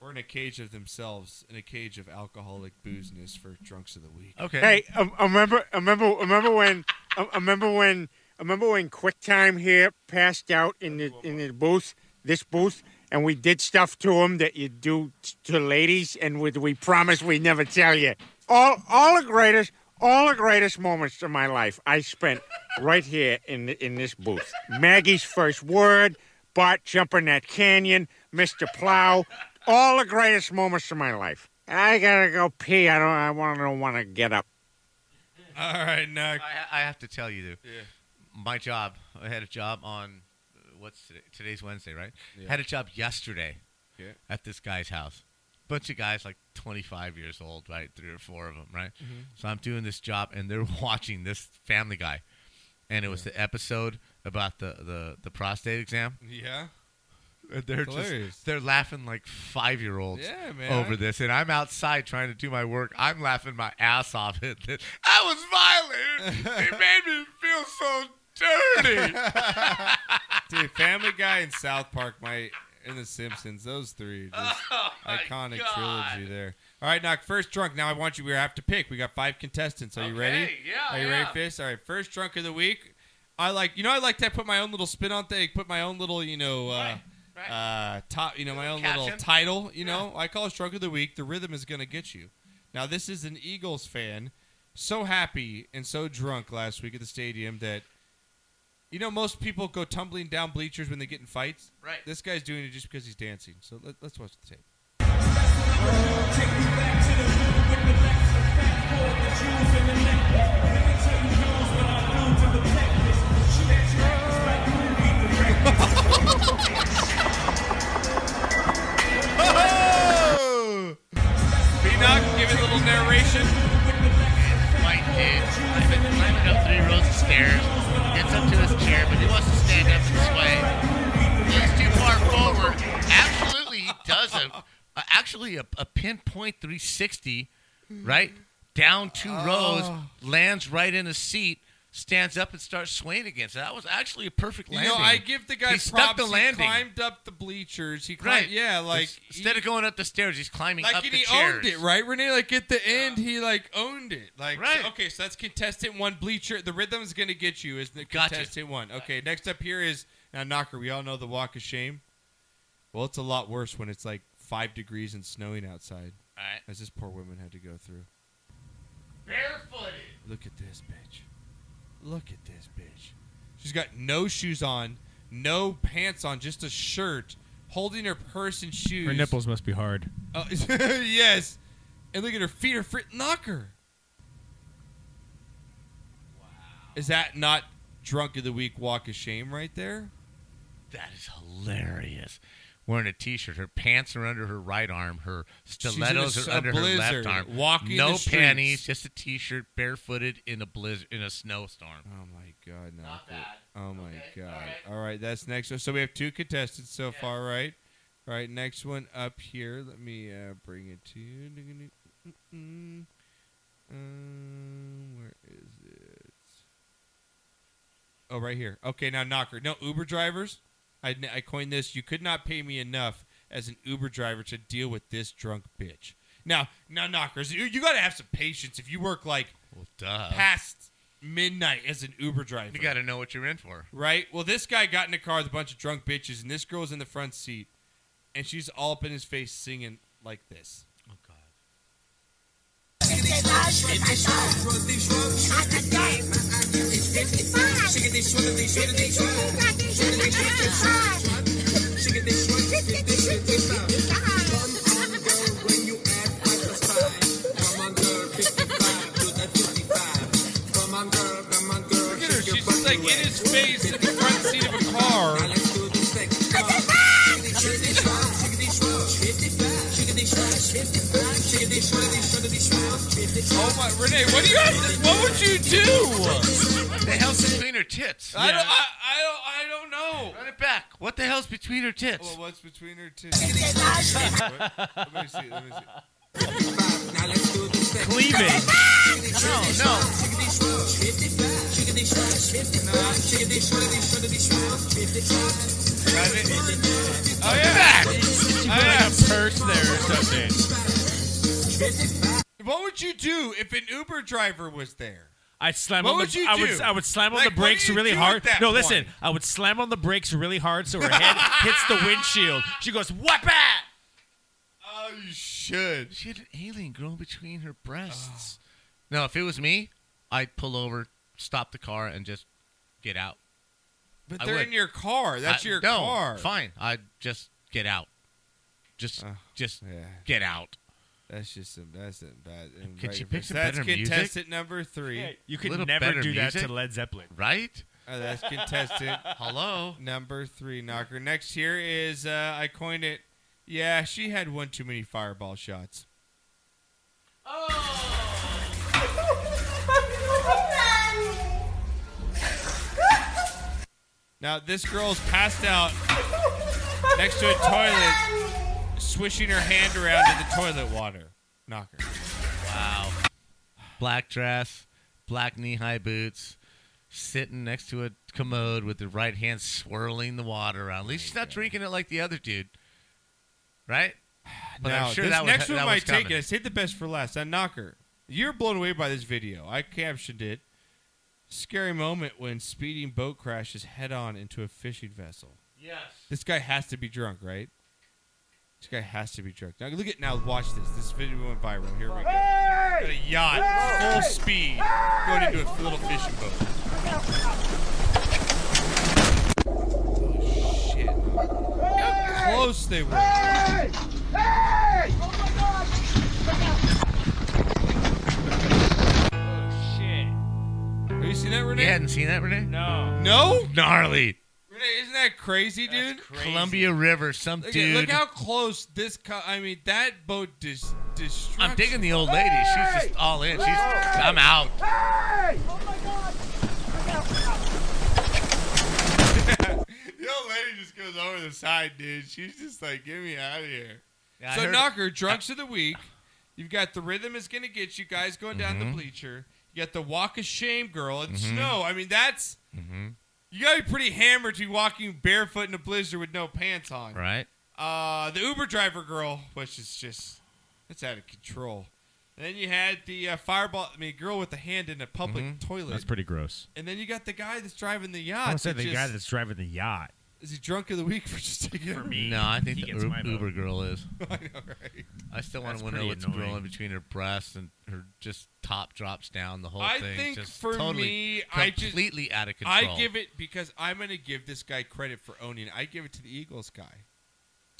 Speaker 2: were in a cage of themselves, in a cage of alcoholic boozeness for drunks of the week.
Speaker 20: Hey, I, I remember, I remember, I remember when, I, I remember when, I remember when QuickTime here passed out in the in the booth, this booth, and we did stuff to him that you do t- to ladies, and we, we promise we never tell you. All, all the greatest, all the greatest moments of my life I spent right here in the, in this booth. Maggie's first word, Bart jumping that canyon, Mister Plow, all the greatest moments of my life. I gotta go pee. I don't. I want to want to get up.
Speaker 2: All right, now
Speaker 4: I, I have to tell you, though.
Speaker 2: Yeah.
Speaker 4: My job. I had a job on uh, what's today? today's Wednesday, right?
Speaker 2: Yeah.
Speaker 4: Had a job yesterday.
Speaker 2: Yeah.
Speaker 4: At this guy's house. Bunch of guys like 25 years old, right? Three or four of them, right?
Speaker 2: Mhm.
Speaker 4: So I'm doing this job, and they're watching this Family Guy, and it was the episode about the the the prostate exam.
Speaker 2: Yeah.
Speaker 4: And they're
Speaker 2: Hilarious.
Speaker 4: just they're laughing like five year olds
Speaker 2: Yeah, man.
Speaker 4: over this, and I'm outside trying to do my work. I'm laughing my ass off at this. I was violated. it made me feel so dirty.
Speaker 2: Dude, Family Guy and South Park, my and The Simpsons, those three, are just
Speaker 4: Oh my
Speaker 2: iconic
Speaker 4: God.
Speaker 2: trilogy there. All right, knock first drunk. Now I want you. We have to pick. We got five contestants. Are you ready?
Speaker 4: yeah,
Speaker 2: Are you
Speaker 4: yeah.
Speaker 2: ready, Fist? All right, first drunk of the week. I like. You know, I like to put my own little spin on things. Put my own little, you know, uh, uh, top. You know, my own little
Speaker 4: caption.
Speaker 2: title. You know, I call it drunk of the week. The rhythm is gonna get you. Now, this is an Eagles fan, so happy and so drunk last week at the stadium that you know, most people go tumbling down bleachers when they get in fights.
Speaker 4: Right.
Speaker 2: This guy's doing it just because he's dancing. So let, let's watch the tape. Oh! Beanock, give it a little narration.
Speaker 4: White dude climbing, climbing up three rows of stairs, gets up to his chair, but he wants to stand up and sway. He's too far forward. Absolutely, he does a, a- actually a, a pinpoint 360, right down two
Speaker 2: Oh.
Speaker 4: rows, lands right in a seat. Stands up and starts swaying against it. That was actually a perfect
Speaker 2: You
Speaker 4: landing.
Speaker 2: know, I give the guy
Speaker 4: he
Speaker 2: props.
Speaker 4: stuck the
Speaker 2: He
Speaker 4: landing.
Speaker 2: climbed up the bleachers. He climbed,
Speaker 4: right.
Speaker 2: yeah, like
Speaker 4: instead of going up the stairs, he's climbing
Speaker 2: like
Speaker 4: up
Speaker 2: and
Speaker 4: the
Speaker 2: he
Speaker 4: chairs.
Speaker 2: owned it, right, Renee? Like at the end, he like owned it. Like right. okay, so that's contestant one bleacher. The rhythm's gonna get you is the
Speaker 4: Gotcha.
Speaker 2: contestant one. Okay, next up here is now knocker. We all know the walk of shame. Well, it's a lot worse when it's like five degrees and snowing outside.
Speaker 4: All right.
Speaker 2: As this poor woman had to go through.
Speaker 4: Barefooted.
Speaker 2: Look at this bitch. Look at this bitch. She's got no shoes on, no pants on, just a shirt, holding her purse and shoes.
Speaker 3: Her nipples must be hard.
Speaker 2: Oh, yes. And look at her feet are frit knocker. Is that not drunk of the week walk of shame right there?
Speaker 4: That is hilarious. Wearing a T-shirt, her pants are under her right arm, her
Speaker 2: in a
Speaker 4: stilettos
Speaker 2: s-
Speaker 4: are
Speaker 2: a
Speaker 4: under her
Speaker 2: blizzard,
Speaker 4: left arm.
Speaker 2: walking
Speaker 4: no
Speaker 2: the streets.
Speaker 4: panties, just a T-shirt, barefooted in a blizzard in a snowstorm.
Speaker 2: Oh my god, no. Oh my god. All right. that's next. So we have two contestants so far, right? All right, next one up here. Let me uh, bring it to you. Mm-mm. Um, where is it? Oh, right here. Okay, now knocker. No Uber drivers. I I coined this. You could not pay me enough as an Uber driver to deal with this drunk bitch. Now, now knockers, you, you got to have some patience if you work like past midnight as an Uber driver.
Speaker 4: You got to know what you're in for.
Speaker 2: Right? Well, this guy got in a car with a bunch of drunk bitches, and this girl's in the front seat, and she's all up in his face singing like this. Oh, God. Look at her. She's just like in his face in the front seat of a car. Oh my, Renee, what do you have? to- What would you do?
Speaker 4: The hell's between her tits?
Speaker 2: I don't.
Speaker 4: Yeah.
Speaker 2: I, I don't. I don't know.
Speaker 4: Run it back. What the hell's between her tits?
Speaker 2: Well, what's between her tits? What? Let me see. Let me see.
Speaker 3: Cleavage.
Speaker 4: No, no.
Speaker 2: Oh yeah.
Speaker 3: like a purse there or something.
Speaker 2: What would you do if an Uber driver was there?
Speaker 3: I'd slam
Speaker 2: What
Speaker 3: on the,
Speaker 2: would you
Speaker 3: I would
Speaker 2: do?
Speaker 3: I would slam on
Speaker 2: Like,
Speaker 3: the
Speaker 2: what
Speaker 3: brakes
Speaker 2: do you
Speaker 3: really
Speaker 2: do
Speaker 3: hard.
Speaker 2: at that
Speaker 3: no, listen,
Speaker 2: point?
Speaker 3: I would slam on the brakes really hard so her head hits the windshield. She goes, "What bat?"
Speaker 2: Oh, you should.
Speaker 4: She had an alien growing between her
Speaker 2: Oh.
Speaker 4: breasts. No, if it was me, I'd pull over, stop the car, and just get out.
Speaker 2: But
Speaker 4: I
Speaker 2: they're
Speaker 4: would.
Speaker 2: in your car. That's
Speaker 4: I-
Speaker 2: your
Speaker 4: no,
Speaker 2: car.
Speaker 4: Fine, I'd just get out. Just, just get out.
Speaker 2: That's just some. That's a bad.
Speaker 4: Could she
Speaker 2: right,
Speaker 4: pick some
Speaker 2: that's
Speaker 4: better music?
Speaker 2: contestant number three.
Speaker 4: Yeah,
Speaker 3: You
Speaker 4: A
Speaker 3: could
Speaker 4: little
Speaker 3: never
Speaker 4: better
Speaker 3: do that
Speaker 4: music?
Speaker 3: to Led Zeppelin.
Speaker 4: Right?
Speaker 2: Uh, that's contestant.
Speaker 4: Hello.
Speaker 2: Number three knocker. Next here is uh, I coined it. Yeah, she had one too many fireball shots. Now this girl's passed out next to a toilet, swishing her hand around in the toilet water. Knocker.
Speaker 4: Wow. Black dress, black knee-high boots, sitting next to a commode with the right hand swirling the water around. At least she's not drinking it like the other dude, right? But
Speaker 2: now
Speaker 4: I'm sure
Speaker 2: this
Speaker 4: that was-
Speaker 2: next one
Speaker 4: that was
Speaker 2: might take
Speaker 4: coming.
Speaker 2: it. Save the best for last. That knocker. You're blown away by this video. I captioned it. Scary moment when speeding boat crashes head on into a fishing vessel.
Speaker 4: Yes.
Speaker 2: This guy has to be drunk, right? This guy has to be drunk. Now look at now. Watch this. This video went viral. Here we go. Got a yacht, full speed, going into a little fishing boat. Oh shit! Look How close they were.
Speaker 3: Oh shit!
Speaker 2: Have you seen that, Renee?
Speaker 4: You hadn't seen that, Renee?
Speaker 3: No.
Speaker 2: No?
Speaker 4: Gnarly.
Speaker 2: Renee, isn't that crazy, dude?
Speaker 4: Columbia River, some
Speaker 2: Look, at,
Speaker 4: dude.
Speaker 2: look how close this. Co- I mean, that boat dis- destroyed.
Speaker 4: I'm digging the old lady. She's just all in. She's, I'm out.
Speaker 2: The old lady just goes over the side, dude. She's just like, "Get me out of here."
Speaker 4: Yeah, I
Speaker 2: so
Speaker 4: heard-
Speaker 2: Knocker, drunks of the week. You've got the rhythm is gonna get you guys going down
Speaker 4: Mhm.
Speaker 2: the bleacher. You got the walk of shame girl and
Speaker 4: Mhm.
Speaker 2: snow. I mean, that's
Speaker 4: Mhm.
Speaker 2: you gotta be pretty hammered to be walking barefoot in a blizzard with no pants on.
Speaker 4: Right?
Speaker 2: Uh, the Uber driver girl, which is just that's out of control. And then you had the uh, fireball. I mean, girl with the hand in a public
Speaker 4: Mm-hmm.
Speaker 2: toilet.
Speaker 3: That's pretty gross.
Speaker 2: And then you got the guy that's driving the
Speaker 3: I
Speaker 2: yacht.
Speaker 3: want to say
Speaker 2: that
Speaker 3: the
Speaker 2: just-
Speaker 3: guy that's driving the yacht.
Speaker 2: is he drunk of the week for just taking
Speaker 3: For me.
Speaker 4: No, I think
Speaker 3: He
Speaker 4: the
Speaker 3: gets
Speaker 4: Ub-
Speaker 3: my vote.
Speaker 4: Uber girl is.
Speaker 2: I know, right?
Speaker 4: I still want
Speaker 3: That's
Speaker 4: to wonder
Speaker 3: pretty
Speaker 4: what's
Speaker 3: annoying.
Speaker 4: growing between her breasts and her just top drops down. The whole
Speaker 2: I
Speaker 4: thing.
Speaker 2: think
Speaker 4: just
Speaker 2: for
Speaker 4: totally,
Speaker 2: me, I just
Speaker 4: completely out of control.
Speaker 2: I give it because I'm gonna give this guy credit for owning. it. I give it to the Eagles guy.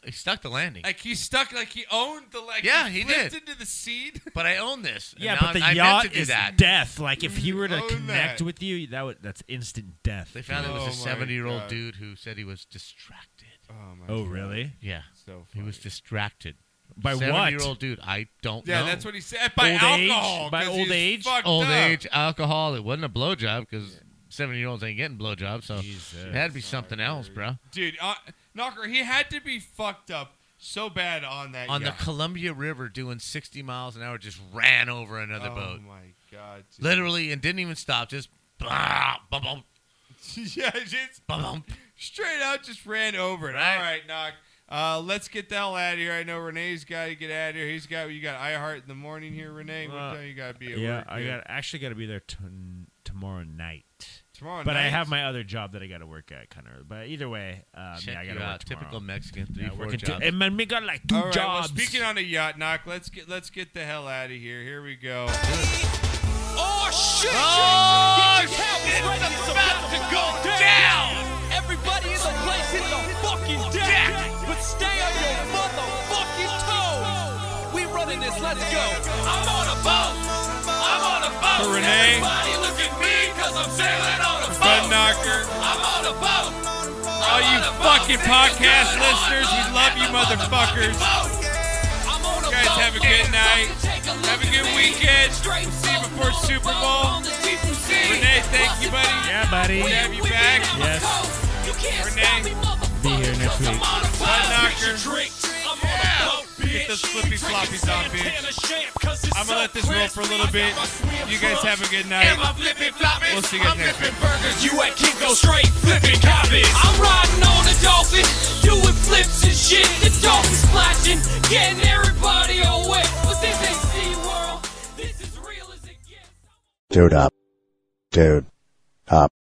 Speaker 4: He stuck the landing.
Speaker 2: Like he stuck, like he owned the, like
Speaker 4: Yeah, he
Speaker 2: flipped
Speaker 4: did.
Speaker 2: into the seed.
Speaker 4: but I own this.
Speaker 3: Yeah,
Speaker 4: and
Speaker 3: but
Speaker 4: I'm-
Speaker 3: the
Speaker 4: I meant
Speaker 3: yacht
Speaker 4: to do
Speaker 3: is
Speaker 4: that.
Speaker 3: death. Like if he were to
Speaker 2: Own
Speaker 3: connect
Speaker 2: that.
Speaker 3: with you, that would that's instant death.
Speaker 4: They found it was
Speaker 2: Oh my
Speaker 4: a 70 year old
Speaker 2: God.
Speaker 4: dude who said he was distracted.
Speaker 2: Oh my!
Speaker 3: Oh
Speaker 2: God.
Speaker 3: really?
Speaker 4: Yeah,
Speaker 2: So
Speaker 4: he was distracted
Speaker 3: By what?
Speaker 4: 70 year old dude. I don't
Speaker 2: Yeah,
Speaker 4: know.
Speaker 2: that's what he said. By
Speaker 3: Old age?
Speaker 2: alcohol.
Speaker 3: By
Speaker 2: 'cause
Speaker 3: old
Speaker 2: he's
Speaker 3: age?
Speaker 2: fucked
Speaker 4: old
Speaker 2: up.
Speaker 4: age, alcohol. It wasn't a blowjob because 70 year olds ain't getting blowjobs. So it had to be something else, bro.
Speaker 2: dude. Uh, Knocker, he had to be fucked up so bad on that.
Speaker 4: On
Speaker 2: yacht.
Speaker 4: the Columbia River doing 60 miles an hour, just ran over another
Speaker 2: oh
Speaker 4: boat.
Speaker 2: my god! dude.
Speaker 4: Literally, and didn't even stop. Just blah, bum, bum,
Speaker 2: yeah, just
Speaker 4: bum, bum.
Speaker 2: straight out, just ran over it. All right, knock. Uh, let's get the hell out of here. I know Renee's got to get out of here. He's got you got iHeart in the morning here, Renee. What
Speaker 3: Uh,
Speaker 2: time you got to be at
Speaker 3: Yeah,
Speaker 2: work?
Speaker 3: I
Speaker 2: dude?
Speaker 3: got actually got to be there ton- tomorrow night.
Speaker 2: Tomorrow
Speaker 3: but I
Speaker 2: night?
Speaker 3: have my other job that I got to work at kind of. But either way, um,
Speaker 4: Check
Speaker 3: yeah, I
Speaker 4: you
Speaker 3: got to work
Speaker 4: out.
Speaker 3: tomorrow.
Speaker 4: Typical Mexican, three,
Speaker 3: yeah,
Speaker 4: four
Speaker 3: working
Speaker 4: jobs.
Speaker 3: Two, and man, we got like two
Speaker 2: All right, well,
Speaker 3: jobs.
Speaker 2: speaking on a yacht, knock. Let's get let's get the hell out of here. Here we go.
Speaker 11: Oh shit!
Speaker 14: Oh,
Speaker 11: shit! It's about to go down. Everybody in the place hit the fucking deck, but stay on your motherfucking toes. We running this. Let's go. I'm on a boat. I'm on a boat.
Speaker 2: For Renee.
Speaker 11: Everybody look at me 'cause I'm sailing on a boat.
Speaker 2: Bud knocker.
Speaker 11: I'm on a boat.
Speaker 2: All you
Speaker 11: Oh.
Speaker 2: fucking podcast listeners, we love you, motherfuckers. You guys
Speaker 4: guys have a good night. Have a good weekend. We'll see you before Super Bowl. Renee, thank you, buddy.
Speaker 2: Yeah, buddy.
Speaker 4: Good to have you back.
Speaker 2: Yes.
Speaker 11: Oh,
Speaker 4: Renee,
Speaker 2: Be here next week.
Speaker 4: butt knocker. Get those flippy floppies off, bitch. I'm gonna let this roll for a little bit. You guys have a good night. We'll see you guys next week.
Speaker 19: You at Kinko straight flipping copies. I'm riding on a dolphin, doing flips and shit. The dolphin splashing, getting everybody all wet. But this ain't SeaWorld.
Speaker 21: Dude up. Dude up.